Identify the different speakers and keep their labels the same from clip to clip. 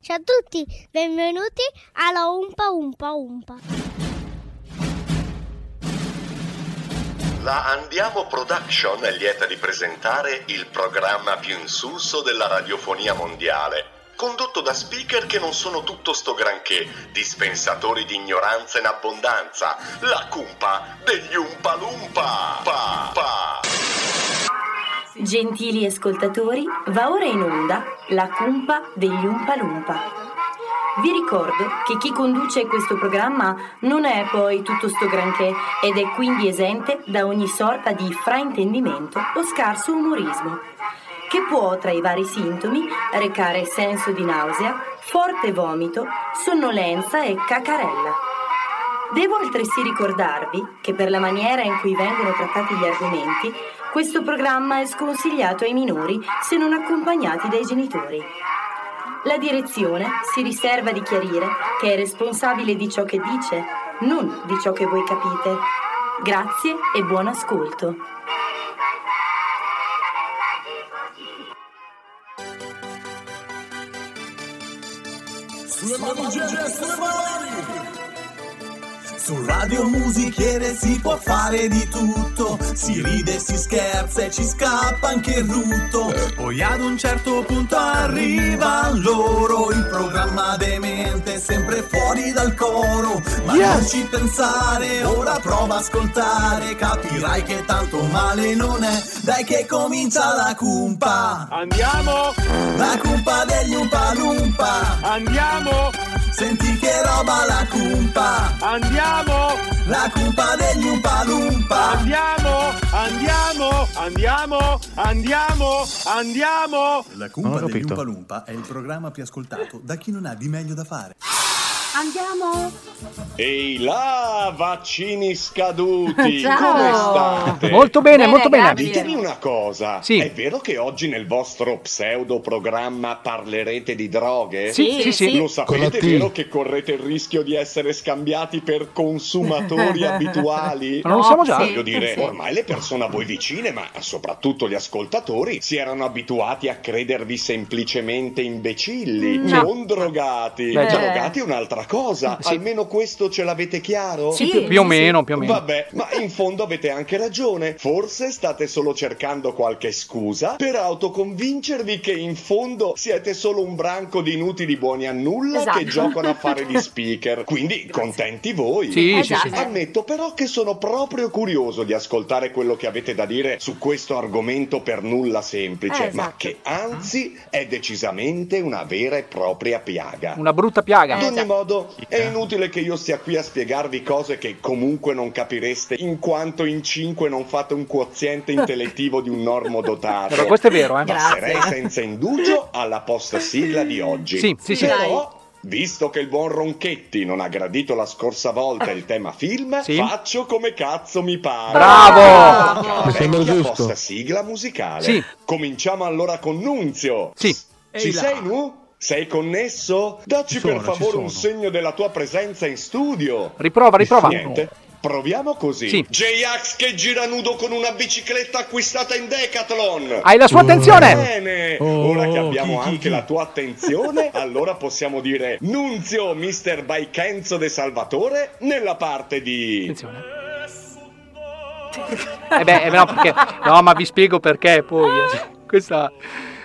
Speaker 1: Ciao a tutti, benvenuti alla Umpa Umpa Umpa.
Speaker 2: La Andiamo Production è lieta di presentare il programma più insulso della radiofonia mondiale, condotto da speaker che non sono tutto sto granché, dispensatori di ignoranza in abbondanza, la cumpa degli Umpalumpa. Pa, pa.
Speaker 3: Gentili ascoltatori, va ora in onda la cumpa degli Umpalumpa. Vi ricordo che chi conduce questo programma non è poi tutto sto granché ed è quindi esente da ogni sorta di fraintendimento o scarso umorismo, che può tra i vari sintomi recare senso di nausea, forte vomito, sonnolenza e cacarella. Devo altresì ricordarvi che per la maniera in cui vengono trattati gli argomenti, questo programma è sconsigliato ai minori se non accompagnati dai genitori. La direzione si riserva di chiarire che è responsabile di ciò che dice, non di ciò che voi capite. Grazie e buon ascolto.
Speaker 4: Sulle manigelle e sulle mani! Su Radio Musichiere si può fare di tutto, si ride, si scherza e ci scappa anche il rutto. Poi ad un certo punto arriva loro il programma demente, sempre fuori dal coro. Ma non ci pensare, ora prova a ascoltare, capirai che tanto male non è. Dai che comincia la cumpa,
Speaker 5: Andiamo,
Speaker 4: la cumpa degli Umpalumpa.
Speaker 5: andiamo,
Speaker 4: Senti che roba la cumpa.
Speaker 5: andiamo,
Speaker 4: La cumpa degli Umpalumpa
Speaker 5: andiamo, andiamo, andiamo, andiamo, andiamo.
Speaker 4: La cumpa
Speaker 6: Non ho
Speaker 4: degli
Speaker 6: capito.
Speaker 4: Umpalumpa è il programma più ascoltato da chi non ha di meglio da fare
Speaker 3: Andiamo!
Speaker 7: Ehi là, Ah, vaccini scaduti!
Speaker 8: Ciao!
Speaker 7: Come state?
Speaker 6: Molto bene,
Speaker 8: Bene,
Speaker 6: molto bene.
Speaker 8: grazie.
Speaker 7: Ditemi una cosa,
Speaker 6: Sì.
Speaker 7: è vero che oggi nel vostro pseudo programma parlerete di droghe?
Speaker 6: Sì, sì, sì.
Speaker 8: Sì, sì.
Speaker 7: Lo
Speaker 9: Con
Speaker 7: sapete,
Speaker 9: la T.
Speaker 7: vero che correte il rischio di essere scambiati per consumatori abituali?
Speaker 6: Ma non lo siamo
Speaker 8: No,
Speaker 6: già?
Speaker 8: sì.
Speaker 7: Voglio dire,
Speaker 8: Sì.
Speaker 7: ormai le persone a voi vicine, ma soprattutto gli ascoltatori, si erano abituati a credervi semplicemente imbecilli,
Speaker 8: Mm, No. Eh.
Speaker 7: non drogati.
Speaker 6: Beh, già.
Speaker 7: Drogati è un'altra cosa.
Speaker 6: Sì.
Speaker 7: Ah, Almeno questo ce l'avete chiaro?
Speaker 6: Sì, più, più o meno, più o meno.
Speaker 7: Vabbè, ma in fondo avete anche ragione. Forse state solo cercando qualche scusa per autoconvincervi che in fondo siete solo un branco di inutili buoni a nulla
Speaker 8: Esatto.
Speaker 7: che giocano a fare gli speaker. Quindi contenti voi.
Speaker 6: Sì, sì,
Speaker 8: Esatto.
Speaker 6: sì.
Speaker 7: Ammetto però che sono proprio curioso di ascoltare quello che avete da dire su questo argomento per nulla semplice,
Speaker 8: Eh, esatto.
Speaker 7: ma che anzi è decisamente una vera e propria piaga.
Speaker 6: Una brutta piaga.
Speaker 7: Ad
Speaker 3: Eh,
Speaker 7: ogni modo, è inutile che io stia qui a spiegarvi cose che comunque non capireste, in quanto in 5 non fate un quoziente intellettivo di un normo dotato.
Speaker 6: Però questo è vero, eh.
Speaker 7: Passerei senza indugio alla posta sigla di oggi.
Speaker 6: Sì, sì, sì.
Speaker 7: Però, visto che il buon Ronchetti non ha gradito la scorsa volta il tema film,
Speaker 6: Sì.
Speaker 7: faccio come cazzo mi pare.
Speaker 6: Bravo!
Speaker 7: Porca
Speaker 9: Mi sembra
Speaker 7: vecchia
Speaker 9: giusto.
Speaker 7: posta sigla musicale.
Speaker 6: Sì.
Speaker 7: Cominciamo allora con Nunzio.
Speaker 6: Sì.
Speaker 7: Ci
Speaker 4: Ehi là.
Speaker 7: sei, Nu? Sei connesso? Dacci
Speaker 9: Ci sono,
Speaker 7: per
Speaker 9: ci
Speaker 7: favore
Speaker 9: sono.
Speaker 7: un segno della tua presenza in studio.
Speaker 6: Riprova, riprova.
Speaker 7: Niente. Proviamo così.
Speaker 6: Sì.
Speaker 7: J-Ax che gira nudo con una bicicletta acquistata in Decathlon.
Speaker 6: Hai la sua attenzione.
Speaker 7: Bene,
Speaker 9: Oh,
Speaker 7: ora che abbiamo
Speaker 9: chi, chi,
Speaker 7: anche
Speaker 9: chi?
Speaker 7: la tua attenzione, allora possiamo dire Nunzio, Mr. Baikenzo De Salvatore, nella parte di...
Speaker 6: Attenzione. Eh beh, eh, no, perché, no, ma vi spiego perché poi. eh, Questa,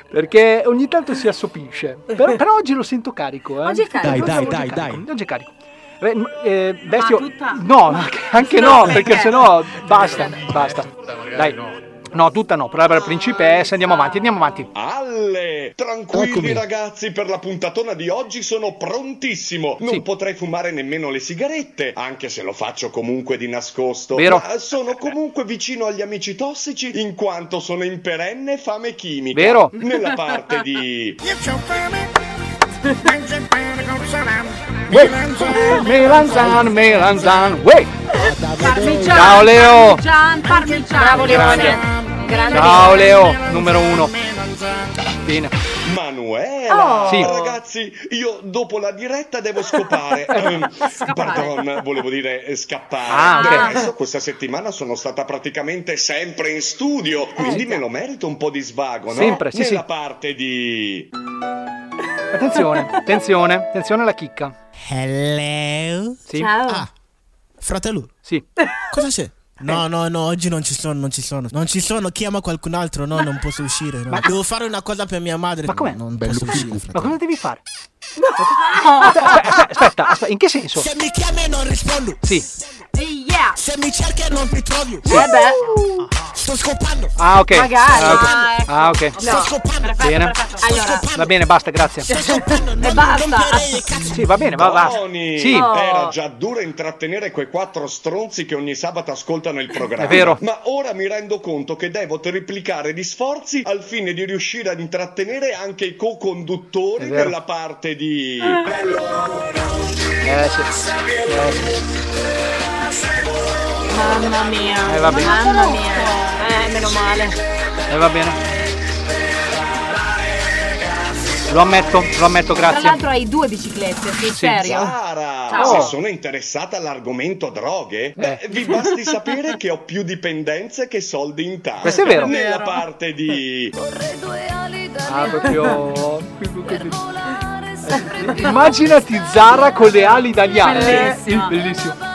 Speaker 6: perché ogni tanto si assopisce. Però, però oggi lo sento carico. Eh.
Speaker 3: Oggi è carico.
Speaker 9: Dai, dai,
Speaker 6: Oggi è
Speaker 9: dai,
Speaker 6: carico,
Speaker 9: dai.
Speaker 6: Oggi è carico. Beh, m- eh, Bestio-
Speaker 3: tutta?
Speaker 6: no, ma che- anche no,
Speaker 3: No,
Speaker 6: perché
Speaker 3: perché?
Speaker 6: sennò basta, basta. Dai. No, tutta no, però la principessa, andiamo avanti, andiamo avanti.
Speaker 7: Alle! Tranquilli
Speaker 9: Eccomi.
Speaker 7: ragazzi, per la puntatona di oggi sono prontissimo. Non
Speaker 6: Sì.
Speaker 7: potrei fumare nemmeno le sigarette, anche se lo faccio comunque di nascosto.
Speaker 6: Vero.
Speaker 7: Ma sono comunque vicino agli amici tossici in quanto sono in perenne fame chimica.
Speaker 6: Vero.
Speaker 7: Nella parte di
Speaker 6: Melanzan, melanzan, uè!
Speaker 3: Parmigiano!
Speaker 6: Ciao, Leo.
Speaker 3: Parmigiano, parmigiano! Bravo
Speaker 6: Grande.
Speaker 3: Grande.
Speaker 6: Ciao Leo, numero uno. Bene.
Speaker 7: Manuela.
Speaker 6: Sì.
Speaker 7: Ragazzi, io dopo la diretta devo scopare.
Speaker 3: Eh,
Speaker 7: Ehm, Pardon, volevo dire eh, scappare.
Speaker 6: Ah, ok.
Speaker 7: Del resto, questa settimana sono stata praticamente sempre in
Speaker 3: Eh,
Speaker 7: studio, quindi me lo merito un po' di svago, no?
Speaker 6: Sempre, sì,
Speaker 7: Nella
Speaker 6: sì.
Speaker 7: parte di
Speaker 6: Attenzione, attenzione, attenzione alla chicca.
Speaker 4: Hello?
Speaker 6: Sì,
Speaker 3: Ciao.
Speaker 4: Ah, fratello,
Speaker 6: sì. Eh.
Speaker 4: cosa c'è? No, no, no, oggi non ci sono, non ci sono. Non ci sono, chiama qualcun altro, no, non posso uscire. no. Devo fare una cosa per mia madre.
Speaker 6: Ma com'è?
Speaker 4: Non
Speaker 5: Bello
Speaker 4: posso uscire,
Speaker 5: figo.
Speaker 6: Ma
Speaker 4: fratello.
Speaker 6: cosa devi fare? Aspetta, aspetta, aspetta, aspetta, in che senso?
Speaker 4: Se mi chiami non rispondo.
Speaker 6: Sì.
Speaker 3: Yeah.
Speaker 4: Se mi cerchi non ti trovi.
Speaker 3: Eh beh,
Speaker 4: Sto scopando.
Speaker 6: Ah, ok.
Speaker 3: magari.
Speaker 6: Ah, ok.
Speaker 3: ma ecco.
Speaker 6: Ah, ok.
Speaker 4: Sto scopando.
Speaker 3: Perfetto,
Speaker 6: Bene.
Speaker 3: perfetto. Allora,
Speaker 6: Va bene, basta, grazie.
Speaker 4: Sto scopando. Non
Speaker 3: basta.
Speaker 4: rompere i cazzo.
Speaker 6: Sì, va bene, va, va.
Speaker 7: Tony,
Speaker 6: Sì,
Speaker 3: Oh.
Speaker 7: era già duro intrattenere quei quattro stronzi che ogni sabato ascoltano il programma.
Speaker 6: È vero.
Speaker 7: Ma ora mi rendo conto che devo triplicare gli sforzi al fine di riuscire ad intrattenere anche i
Speaker 6: È
Speaker 7: co-conduttori
Speaker 6: vero.
Speaker 7: della parte di...
Speaker 6: eh, sì.
Speaker 3: Mamma mia.
Speaker 6: Eh, va bene.
Speaker 3: Mamma mia. Eh, meno male.
Speaker 6: Eh, va bene. Lo ammetto, lo ammetto,
Speaker 3: Tra
Speaker 6: grazie.
Speaker 3: l'altro hai due biciclette, sei serio?
Speaker 7: Sara,
Speaker 3: Ciao.
Speaker 7: se sono interessata all'argomento droghe, beh,
Speaker 6: Eh.
Speaker 7: vi basti sapere che ho più dipendenze che soldi in tasca.
Speaker 6: Questo è vero.
Speaker 7: Nella
Speaker 3: Vero.
Speaker 7: parte di...
Speaker 6: Ah, proprio. Immaginati Zara con le ali italiane. Eh,
Speaker 3: Bellissimo.
Speaker 6: Bellissimo.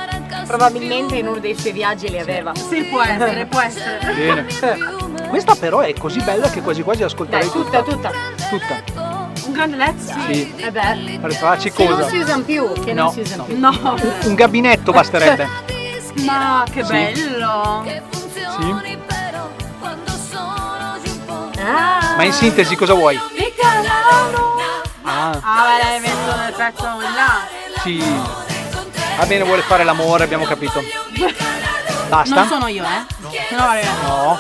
Speaker 8: Probabilmente
Speaker 3: Probabilmente in uno dei suoi viaggi le aveva.
Speaker 8: Sì, può essere, può essere.
Speaker 6: Bene. Questa però è così bella che quasi quasi ascolterei
Speaker 3: Dai, tutta,
Speaker 6: tutta.
Speaker 3: tutta.
Speaker 6: Tutta.
Speaker 8: Sì.
Speaker 3: Un grande let's?
Speaker 6: Sì.
Speaker 3: Eh beh.
Speaker 6: Per farci
Speaker 8: Che non
Speaker 6: cosa?
Speaker 8: si usano più, che
Speaker 6: No,
Speaker 8: non si usano
Speaker 6: no.
Speaker 8: più.
Speaker 3: No.
Speaker 6: Un gabinetto basterebbe.
Speaker 8: Ma
Speaker 3: Ma che bello.
Speaker 6: funzioni,
Speaker 3: Ah.
Speaker 6: Ma in sintesi cosa vuoi? Ah.
Speaker 3: Ah, beh, l'hai messo nel pezzo in là.
Speaker 6: Sì. Va bene, vuole fare l'amore, abbiamo capito. Basta?
Speaker 3: Non sono io, eh. Se no, vabbè.
Speaker 6: No. oh,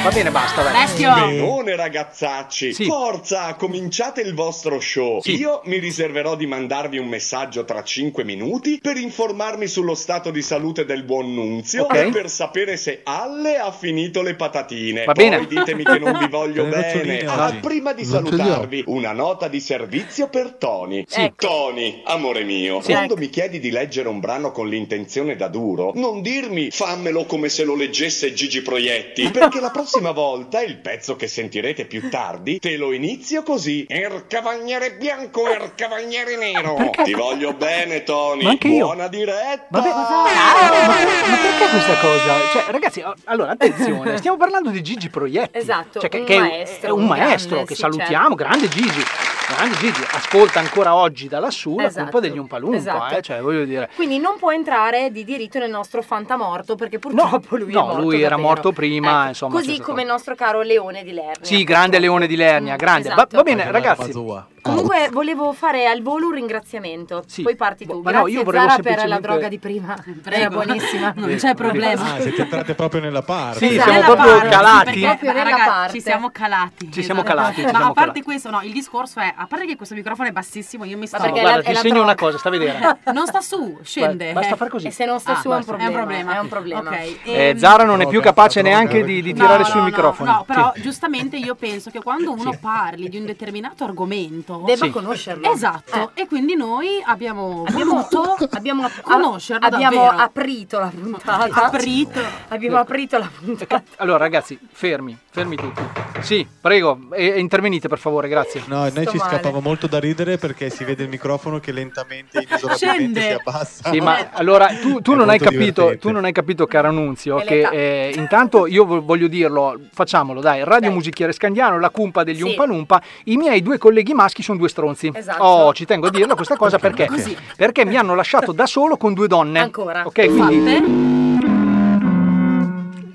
Speaker 6: Va bene, basta, dai.
Speaker 3: Maschio.
Speaker 7: Benone ragazzacci,
Speaker 6: Sì.
Speaker 7: forza, cominciate il vostro show.
Speaker 6: Sì.
Speaker 7: Io mi riserverò di mandarvi un messaggio tra 5 minuti per informarmi sullo stato di salute del buon Nunzio
Speaker 6: Ok.
Speaker 7: e per sapere se Alle ha finito le patatine.
Speaker 6: Va
Speaker 7: Poi
Speaker 6: bene.
Speaker 7: ditemi che non vi voglio
Speaker 5: Le
Speaker 7: bene.
Speaker 5: noccioline
Speaker 7: Ah,
Speaker 5: oggi.
Speaker 7: prima di
Speaker 5: Non ce li ho.
Speaker 7: salutarvi, una nota di servizio per Tony.
Speaker 3: Sì. Ecco.
Speaker 7: Tony, amore mio,
Speaker 3: Sì.
Speaker 7: quando
Speaker 3: Ecco.
Speaker 7: mi chiedi di leggere un brano con l'intenzione da duro, non dirmi fammelo come se lo leggesse Gigi
Speaker 6: Ah.
Speaker 7: Proietti, perché la prossima volta il pezzo che sentirete più tardi te lo inizio così. Er cavaliere bianco, er cavaliere nero.
Speaker 6: Perché?
Speaker 7: Ti voglio bene, Tony.
Speaker 6: Ma anche io.
Speaker 7: Buona diretta.
Speaker 6: Vabbè, ma, ma perché questa cosa? Cioè, ragazzi, a- allora attenzione, stiamo parlando di Gigi Proietti.
Speaker 3: Esatto,
Speaker 6: Cioè, che,
Speaker 3: un
Speaker 6: che è
Speaker 3: maestro,
Speaker 6: è un
Speaker 3: un
Speaker 6: maestro
Speaker 3: grande,
Speaker 6: che
Speaker 3: sì, certo.
Speaker 6: salutiamo, grande Gigi. Grande Gigi, ascolta ancora oggi da lassù la
Speaker 3: Esatto,
Speaker 6: colpa degli Umpalumpa,
Speaker 3: esatto.
Speaker 6: eh, cioè voglio dire.
Speaker 3: Quindi non può entrare di diritto nel nostro fantamorto perché purtroppo lui
Speaker 6: no,
Speaker 3: è morto.
Speaker 6: lui era
Speaker 3: davvero. Ecco,
Speaker 6: morto prima, insomma, c'è
Speaker 3: Così
Speaker 6: stato-
Speaker 3: come il nostro caro Leone di Lernia.
Speaker 6: Sì, grande Leone di Lernia,
Speaker 3: Mm,
Speaker 6: grande. Va- Va,
Speaker 3: esatto.
Speaker 6: bene, ragazzi.
Speaker 3: Comunque volevo fare al volo un ringraziamento.
Speaker 6: Ah. Sì.
Speaker 3: Poi parti tu.
Speaker 6: Ma
Speaker 3: Grazie
Speaker 6: no, io volevo
Speaker 3: Zara per la
Speaker 6: semplicemente-
Speaker 3: droga di prima. Era buonissima.
Speaker 6: Non c'è problema.
Speaker 5: Ah, siete entrate proprio nella parte.
Speaker 6: Sì,
Speaker 3: Esatto.
Speaker 6: siamo
Speaker 3: Nella
Speaker 6: proprio
Speaker 3: parte,
Speaker 6: calati.
Speaker 3: perché- Proprio nella
Speaker 8: ah, Ragazzi,
Speaker 3: parte.
Speaker 8: ci siamo calati.
Speaker 6: Ci siamo calati, ci
Speaker 8: Ma
Speaker 6: siamo
Speaker 8: a parte
Speaker 6: calati.
Speaker 8: questo, no, il discorso è, a parte che questo microfono è bassissimo, io mi sto...
Speaker 3: Ma perché
Speaker 6: guarda,
Speaker 3: è la-
Speaker 6: ti
Speaker 3: è la
Speaker 6: insegno una
Speaker 3: droga.
Speaker 6: cosa, sta a vedere.
Speaker 8: Non sta su, scende.
Speaker 6: Basta far
Speaker 3: E
Speaker 6: così.
Speaker 3: se non sta
Speaker 8: Ah,
Speaker 3: su è un,
Speaker 8: basta.
Speaker 3: problema,
Speaker 8: È un
Speaker 3: È un problema.
Speaker 8: problema. Ok.
Speaker 6: Eh,
Speaker 8: ehm,
Speaker 6: Zara non è più
Speaker 5: droga,
Speaker 6: capace
Speaker 5: droga,
Speaker 6: neanche
Speaker 5: perché-
Speaker 6: di, di
Speaker 8: no,
Speaker 6: tirare
Speaker 8: no,
Speaker 6: sul
Speaker 8: no,
Speaker 6: microfono.
Speaker 8: No, però
Speaker 6: Sì.
Speaker 8: giustamente io penso che quando uno parli di un determinato argomento,
Speaker 3: Debba
Speaker 6: Sì.
Speaker 3: conoscerlo. Eh.
Speaker 8: Esatto, e quindi noi abbiamo
Speaker 3: Abbiamo,
Speaker 8: voluto
Speaker 3: abbiamo, ap-
Speaker 8: conoscerlo
Speaker 3: abbiamo
Speaker 8: davvero.
Speaker 3: aprito la puntata.
Speaker 8: aprito.
Speaker 6: Ecco.
Speaker 3: Abbiamo aprito la puntata.
Speaker 6: Allora, ragazzi, fermi, fermi tutti. Sì, prego, e- e intervenite per favore, grazie.
Speaker 5: No, e noi
Speaker 3: Sto
Speaker 5: ci
Speaker 3: male.
Speaker 5: scappava molto da ridere perché si vede il microfono che lentamente inesorabilmente
Speaker 8: Scende.
Speaker 5: si abbassa.
Speaker 6: Sì, ma allora tu, tu
Speaker 5: È
Speaker 6: non hai
Speaker 5: molto
Speaker 6: capito,
Speaker 5: divertente.
Speaker 6: tu non hai capito, caro Nunzio,
Speaker 3: È
Speaker 6: che
Speaker 3: l'età.
Speaker 6: eh, intanto io vo- voglio dirlo, facciamolo, dai, Radio
Speaker 3: Dai.
Speaker 6: Musichiere Scandiano, la cumpa degli
Speaker 3: Sì.
Speaker 6: Umpalumpa, i miei due colleghi maschi sono due stronzi.
Speaker 3: Esatto.
Speaker 6: Oh, ci tengo a dirlo questa cosa perché?
Speaker 8: Così.
Speaker 6: Perché mi hanno lasciato da solo con due donne.
Speaker 3: Ancora.
Speaker 6: eh? Ok, quindi
Speaker 8: Fatte.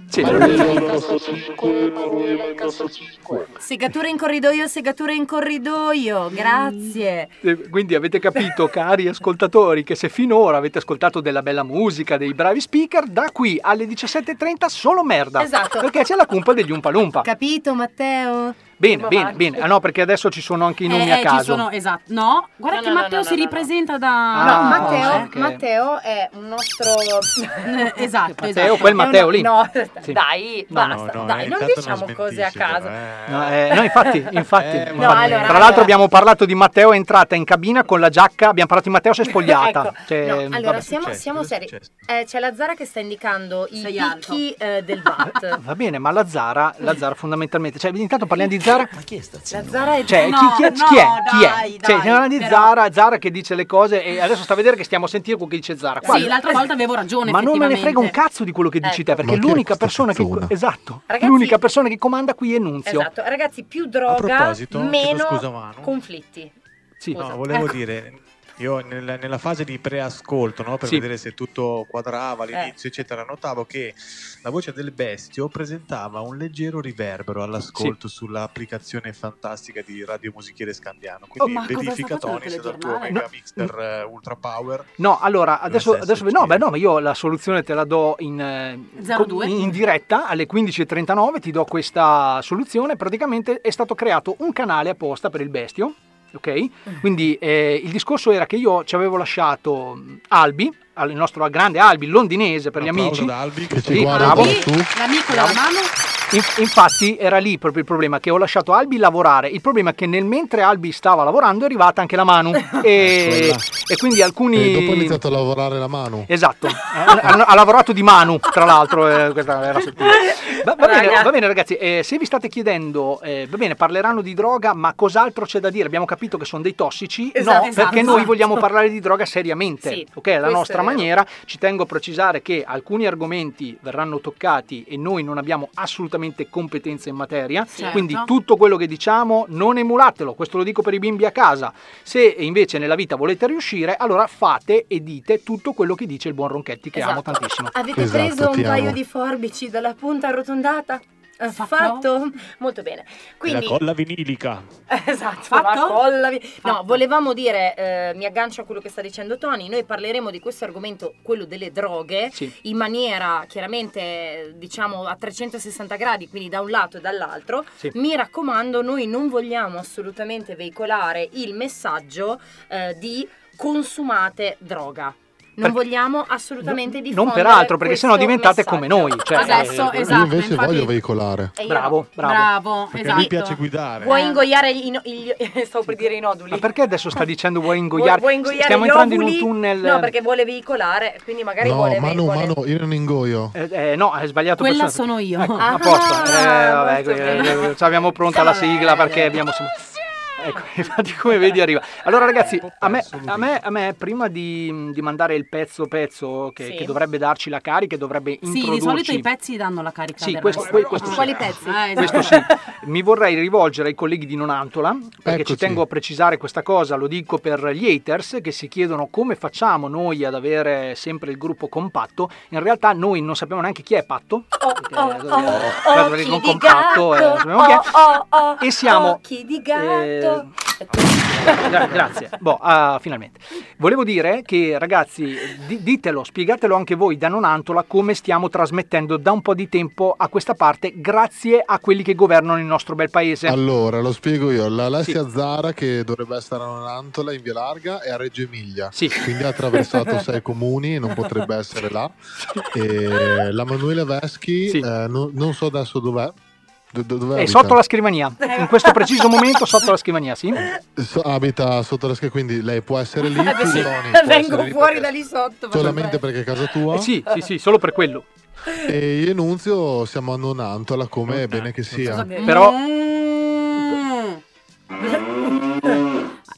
Speaker 6: sì.
Speaker 3: Segatura in corridoio, segatura in corridoio. Grazie.
Speaker 6: Eh, Quindi avete capito, cari ascoltatori, che se finora avete ascoltato della bella musica, dei bravi speaker, da qui alle 17.30 solo merda.
Speaker 3: Esatto.
Speaker 6: Perché c'è la cumpa degli Umpalumpa.
Speaker 3: Capito, Matteo?
Speaker 6: Bene,
Speaker 3: Ma
Speaker 6: bene,
Speaker 3: vai.
Speaker 6: bene. Ah no, perché adesso ci sono anche i nomi
Speaker 8: Eh,
Speaker 6: a
Speaker 8: eh,
Speaker 6: caso.
Speaker 8: Ci sono, esatto. No, guarda
Speaker 3: No,
Speaker 8: che
Speaker 3: no, no,
Speaker 8: Matteo
Speaker 3: no,
Speaker 8: si
Speaker 3: no, no.
Speaker 8: ripresenta
Speaker 6: Ah,
Speaker 8: da...
Speaker 3: no, Matteo,
Speaker 6: ok.
Speaker 3: Matteo è un nostro.
Speaker 8: Eh, esatto,
Speaker 6: Matteo,
Speaker 8: esatto.
Speaker 6: quel
Speaker 3: è un-
Speaker 6: Matteo lì.
Speaker 3: No,
Speaker 6: Sì.
Speaker 3: dai,
Speaker 6: No,
Speaker 5: No,
Speaker 3: basta.
Speaker 5: no, eh,
Speaker 3: dai, non
Speaker 5: intanto
Speaker 3: diciamo cose a
Speaker 5: smentisci,
Speaker 3: caso.
Speaker 5: però, eh.
Speaker 6: No, eh, no, infatti, infatti.
Speaker 5: Eh,
Speaker 6: infatti.
Speaker 5: ma-
Speaker 3: No, allora,
Speaker 6: Tra
Speaker 3: allora.
Speaker 6: l'altro abbiamo parlato di Matteo, è entrata in cabina con la giacca, abbiamo parlato di Matteo, si è spogliata.
Speaker 3: Ecco,
Speaker 6: Cioè,
Speaker 3: no,
Speaker 6: vabbè.
Speaker 3: allora
Speaker 5: è
Speaker 3: siamo,
Speaker 5: successo?
Speaker 3: siamo
Speaker 5: Cosa è
Speaker 3: seri.
Speaker 5: successo?
Speaker 3: Eh, c'è la Zara che sta indicando i
Speaker 8: Sei
Speaker 3: picchi eh, del
Speaker 6: Va
Speaker 3: VAT.
Speaker 6: bene, ma la Zara, la Zara fondamentalmente, cioè intanto parliamo di Zara?
Speaker 4: Ma chi è sta
Speaker 6: zia?
Speaker 4: Zara è-
Speaker 6: Cioè,
Speaker 4: No,
Speaker 6: chi, chi è,
Speaker 4: no,
Speaker 6: chi è?
Speaker 4: dai,
Speaker 6: Chi è? Cioè,
Speaker 4: dai,
Speaker 6: stiamo parlando di
Speaker 8: però-
Speaker 6: Zara, Zara che dice le cose e adesso sta a vedere che stiamo a sentire quello che dice Zara. Qua-
Speaker 8: Sì, l'altra volta avevo ragione.
Speaker 6: Ma non me ne
Speaker 8: effettivamente.
Speaker 6: frega un cazzo di quello che dici
Speaker 8: Ecco.
Speaker 6: te, perché
Speaker 8: Ma chi è
Speaker 6: l'unica persona che esatto,
Speaker 4: Ragazzi-
Speaker 6: l'unica persona che comanda qui è Nunzio.
Speaker 4: Esatto, ragazzi, più
Speaker 5: A
Speaker 4: droga,
Speaker 5: proposito, chiedo
Speaker 4: meno
Speaker 5: scusa, Manu.
Speaker 4: conflitti.
Speaker 6: Sì.
Speaker 5: No, volevo
Speaker 4: Ecco.
Speaker 5: dire, io nella, nella fase di preascolto, no, per
Speaker 6: Sì.
Speaker 5: vedere se tutto quadrava
Speaker 6: Eh.
Speaker 5: all'inizio, eccetera, notavo che la voce del bestio presentava un leggero riverbero all'ascolto sull'applicazione fantastica di Radio Musichiere Scambiano. Quindi
Speaker 6: Oh, ma cosa
Speaker 5: verifica
Speaker 6: sta facendo
Speaker 5: Tony se
Speaker 6: il
Speaker 5: dal tuo
Speaker 6: telegiornale?
Speaker 5: mega mixer eh, Ultra Power.
Speaker 6: No, allora adesso,
Speaker 5: Dovrebbe
Speaker 6: adesso no, beh, no, ma io la soluzione te la do in, eh,
Speaker 8: 02.
Speaker 6: in diretta alle 15.39, ti do questa soluzione. Praticamente è stato creato un canale apposta per il bestio. Ok? Quindi eh, il discorso era che io ci avevo lasciato mh, Albi, al il nostro grande Albi londinese per gli
Speaker 5: applauso
Speaker 6: amici.
Speaker 5: ad Albi che ci
Speaker 6: Sì,
Speaker 5: guarda
Speaker 6: bravo.
Speaker 5: da su.
Speaker 8: L'amico della mano?
Speaker 6: In- infatti era lì proprio il problema che ho lasciato Albi lavorare. Il problema è che nel mentre Albi stava lavorando è arrivata anche la Manu e,
Speaker 10: Eccola.
Speaker 6: e quindi alcuni...
Speaker 10: E Eh, dopo ha iniziato a lavorare la mano.
Speaker 6: Esatto, ha, ha- ha lavorato di Manu, tra l'altro, eh, questa era sottile. Va, va bene, va bene, ragazzi, eh, se vi state chiedendo, eh, va bene, parleranno di droga, ma cos'altro c'è da dire? Abbiamo capito che sono dei tossici,
Speaker 4: Esatto,
Speaker 6: no,
Speaker 4: esatto.
Speaker 6: perché noi vogliamo parlare di droga seriamente,
Speaker 4: Sì,
Speaker 6: ok? La
Speaker 4: questo
Speaker 6: nostra
Speaker 4: è vero.
Speaker 6: maniera, ci tengo a precisare che alcuni argomenti verranno toccati e noi non abbiamo assolutamente competenza in materia,
Speaker 4: Certo.
Speaker 6: quindi tutto quello che diciamo non emulatelo, questo lo dico per i bimbi a casa, se invece nella vita volete riuscire, allora fate e dite tutto quello che dice il buon Ronchetti, che amo tantissimo.
Speaker 3: Esatto. Avete
Speaker 6: esatto,
Speaker 3: preso un paio di forbici dalla punta arrotondata? Eh, Fatto? Molto bene. Quindi,
Speaker 5: La colla vinilica.
Speaker 3: esatto,
Speaker 4: Fatto?
Speaker 3: la colla vi- No, volevamo dire, eh, mi aggancio a quello che sta dicendo Tony, noi parleremo di questo argomento, quello delle droghe,
Speaker 4: Sì.
Speaker 3: in maniera chiaramente, diciamo, a 360 gradi, quindi da un lato e dall'altro.
Speaker 4: Sì.
Speaker 3: Mi raccomando, noi non vogliamo assolutamente veicolare il messaggio eh, di consumate droga. Non
Speaker 6: Perché-
Speaker 3: vogliamo assolutamente diffondere
Speaker 6: Non peraltro, perché
Speaker 3: questo
Speaker 6: sennò diventate
Speaker 3: messaggio.
Speaker 6: come noi. Cioè,
Speaker 3: Adesso,
Speaker 6: eh,
Speaker 3: esatto,
Speaker 10: Io invece
Speaker 3: infatti-
Speaker 10: voglio veicolare.
Speaker 3: E io
Speaker 6: Bravo, bravo.
Speaker 3: Bravo, Perché a lui esatto. piace
Speaker 5: guidare.
Speaker 6: Eh.
Speaker 3: Vuoi ingoiare gli, ino- gli- stavo per dire i noduli.
Speaker 6: Ma perché adesso sta dicendo vuoi
Speaker 3: Vuoi,
Speaker 6: ingoiare?
Speaker 3: vuoi ingoiare
Speaker 6: Stiamo
Speaker 3: gli
Speaker 6: entrando in un
Speaker 3: ovuli?
Speaker 6: tunnel.
Speaker 3: No, perché vuole veicolare, quindi magari
Speaker 10: No,
Speaker 3: vuole
Speaker 10: mano,
Speaker 3: veicole-
Speaker 10: mano, io non Oh, ingoio.
Speaker 6: Eh, eh, no, hai sbagliato
Speaker 3: Quella
Speaker 6: persona.
Speaker 3: sono io.
Speaker 6: Ecco,
Speaker 3: Ah,
Speaker 6: a posto. Eh, vabbè,
Speaker 3: molto
Speaker 6: eh,
Speaker 3: bene.
Speaker 6: eh, ci abbiamo pronta la sigla perché abbiamo Ecco, infatti come vedi arriva. Allora ragazzi, a me, a me- a me prima di, di mandare il pezzo pezzo che,
Speaker 8: Sì.
Speaker 6: che dovrebbe darci la carica, e dovrebbe
Speaker 8: Sì,
Speaker 6: introdurci
Speaker 8: di solito i pezzi danno la carica.
Speaker 6: Sì,
Speaker 8: del
Speaker 6: questo-
Speaker 8: resto.
Speaker 6: questo sì.
Speaker 8: Quali pezzi?
Speaker 6: Questo sì. Mi vorrei rivolgere ai colleghi di Nonantola perché
Speaker 10: Eccoci.
Speaker 6: ci tengo a precisare questa cosa, lo dico per gli haters che si chiedono come facciamo noi ad avere sempre il gruppo compatto. In realtà noi non sappiamo neanche chi è Patto.
Speaker 3: Oh,
Speaker 6: perché, eh, guarda,
Speaker 3: Occhi
Speaker 6: non
Speaker 3: di
Speaker 6: compatto,
Speaker 3: gatto,
Speaker 6: eh, non sappiamo chi è.
Speaker 3: oh, oh, oh,
Speaker 6: E siamo- eh,
Speaker 3: Occhi di gatto.
Speaker 6: Gra- grazie. Boh, ah, finalmente. Volevo dire che ragazzi, di- ditelo, spiegatelo anche voi da Nonantola come stiamo trasmettendo da un po' di tempo a questa parte grazie a quelli che governano il nostro bel paese.
Speaker 10: Allora, lo spiego io. La Alessia Zara, che dovrebbe essere a Nantola in via larga, è a Reggio Emilia. Quindi ha attraversato sei comuni e non potrebbe essere là. E la Manuela Veschi, eh, non, non so adesso dov'è. Do- do- dove
Speaker 6: È
Speaker 10: abita?
Speaker 6: Eh, sotto la scrivania, in questo preciso momento sotto la scrivania, sì. Eh
Speaker 10: So- abita sotto la scrivania, quindi lei può essere lì.
Speaker 3: Eh, beh,
Speaker 10: tu,
Speaker 3: sì.
Speaker 10: Tony, puoi
Speaker 3: Vengo
Speaker 10: essere lì
Speaker 3: fuori da lì sotto.
Speaker 10: Solamente perché è casa tua?
Speaker 6: Eh sì, sì, sì, solo per quello.
Speaker 10: E io e Nunzio siamo a Nonantola, come è bene che
Speaker 8: Esatto.
Speaker 10: sia.
Speaker 6: Però
Speaker 8: Mm.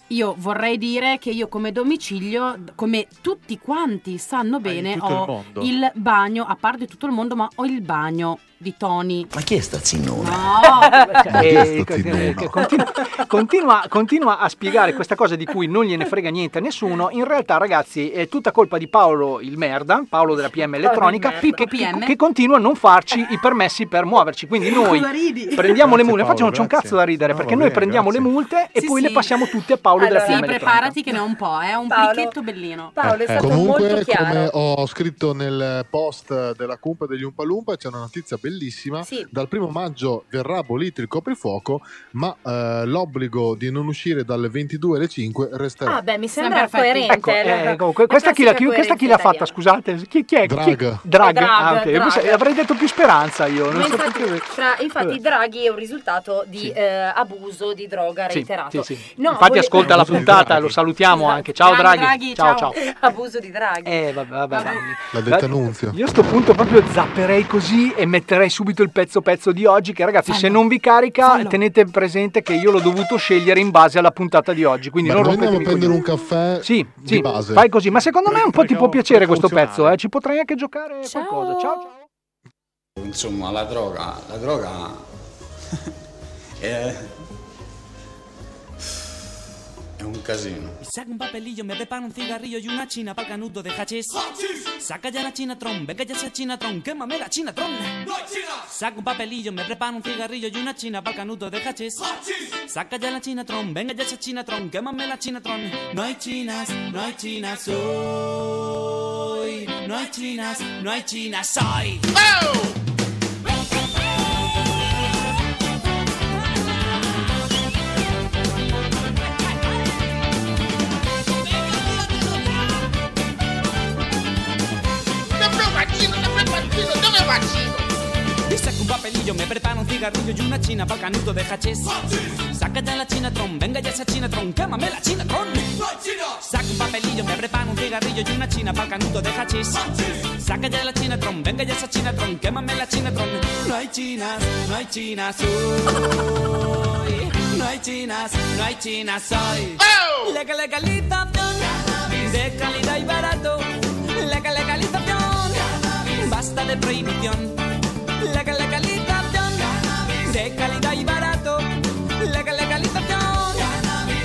Speaker 8: Io vorrei dire che io come domicilio, come tutti quanti sanno bene,
Speaker 4: tutto il
Speaker 8: ho
Speaker 4: mondo.
Speaker 8: il bagno, a parte tutto il mondo, ma ho il bagno di Tony.
Speaker 4: Ma chi è sta zinnona?
Speaker 8: No!
Speaker 6: Eh, eh, continua, continua- continua a spiegare questa cosa di cui non gliene frega niente a nessuno. In realtà, ragazzi, è tutta colpa di Paolo il merda, Paolo della PM Elettronica,
Speaker 8: Paolo il merda.
Speaker 6: che, che-
Speaker 8: PM.
Speaker 6: che continua a non farci i permessi per muoverci. Quindi noi
Speaker 8: Ma ridi?
Speaker 6: prendiamo le
Speaker 5: Paolo,
Speaker 6: multe, infatti non c'è un
Speaker 5: grazie.
Speaker 6: cazzo da ridere,
Speaker 5: No,
Speaker 6: perché
Speaker 5: va
Speaker 6: noi
Speaker 5: bene,
Speaker 6: prendiamo le
Speaker 5: grazie.
Speaker 6: multe e
Speaker 8: Sì,
Speaker 6: poi
Speaker 8: sì.
Speaker 6: le passiamo tutte a Paolo della
Speaker 8: Sì,
Speaker 6: PM Elettronica.
Speaker 8: preparati che ne ho un po', eh, un
Speaker 3: Paolo-
Speaker 8: plichetto bellino.
Speaker 3: Mm, Paolo
Speaker 6: Eh,
Speaker 3: è stato molto
Speaker 10: Eh, Comunque,
Speaker 3: chiaro.
Speaker 10: come ho scritto nel post della cumpa degli Umpalumpa, c'è una notizia bellissima.
Speaker 3: Sì.
Speaker 10: Dal primo maggio verrà abolito il coprifuoco, ma eh, l'obbligo di non uscire dalle 22 alle 5 resterà.
Speaker 3: Ah, beh, mi sembra
Speaker 8: perfetti.
Speaker 3: coerente.
Speaker 6: Ecco,
Speaker 3: la-
Speaker 6: eh, ecco,
Speaker 3: la
Speaker 6: questa, chi l'ha, chi-
Speaker 3: classica
Speaker 6: questa chi l'ha
Speaker 3: coerenza
Speaker 6: fatta? Scusate, chi, chi è? Chi-
Speaker 10: Drag.
Speaker 6: Drag.
Speaker 3: È Drag,
Speaker 6: Ah, ok.
Speaker 3: Drag.
Speaker 6: Pensavo- Avrei detto più speranza io. eh, Non
Speaker 3: Ma
Speaker 6: so
Speaker 3: infatti,
Speaker 6: perché-
Speaker 3: tra- infatti Draghi è un risultato di
Speaker 6: Sì.
Speaker 3: eh, abuso di droga
Speaker 6: Sì,
Speaker 3: reiterato.
Speaker 6: sì, sì.
Speaker 3: No,
Speaker 6: Infatti,
Speaker 3: voglio-
Speaker 6: ascolta la puntata, lo salutiamo anche. Ciao
Speaker 3: Grande
Speaker 6: Draghi. Ciao, ciao.
Speaker 3: Abuso di Draghi.
Speaker 6: Eh, vabbè, vabbè, vabbè.
Speaker 10: L'ha detto Nunzio.
Speaker 6: Io a sto punto proprio zapperei così e metterei metterei subito il pezzo pezzo di oggi che ragazzi se non vi carica tenete presente che io l'ho dovuto scegliere in base alla puntata di oggi quindi
Speaker 10: Ma
Speaker 6: non
Speaker 10: noi andiamo a
Speaker 6: rompetemi i
Speaker 10: prendere
Speaker 6: coglioni.
Speaker 10: un caffè
Speaker 6: sì,
Speaker 10: di
Speaker 6: sì,
Speaker 10: base.
Speaker 6: fai così ma secondo me un po' ti può piacere questo pezzo eh. ci potrei anche giocare qualcosa ciao ciao
Speaker 4: Insomma, la droga, la droga è, è un casino.
Speaker 11: Saca un papelillo, me prepara un cigarrillo y una china para canudo de hachís. Saca ya la chinatron, venga ya esa chinatron, quémame la chinatron. Saca un papelillo, me prepara un cigarrillo y una china para canudo de hachís. Saca ya la chinatron, venga ya esa chinatron, quémame la chinatron. No hay chinas, no hay chinas hoy. No hay chinas, no hay chinas hoy. Y saca un papelillo, me prepara un cigarrillo y una china para canuto de hachís. Saca ya la china tron, venga ya esa china tron, quémame la china tron. Saca un papelillo, me prepara un cigarrillo y una china para canuto de hachís. Saca ya la china tron, venga ya esa china tron, quémame la china tron. No hay chinas, no hay chinas hoy. No hay chinas, no hay chinas hoy. La legalización de calidad y barato. La legalización, basta de prohibición. La legalización de calidad y barato. La legalización.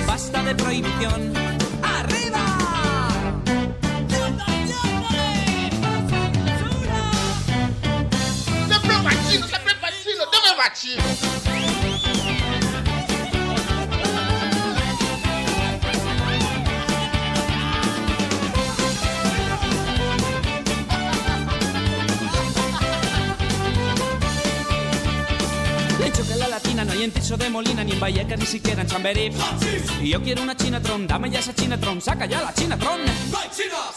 Speaker 11: Basta de prohibición. ¡Arriba!
Speaker 12: Sempre batido, sempre batido, dame batido.
Speaker 11: Le choca la latina, no hay en Tiso de Molina, ni en Vallecas, ni siquiera en Chamberí. Y yo quiero una chinatron, dame ya esa chinatron, saca ya la chinatron.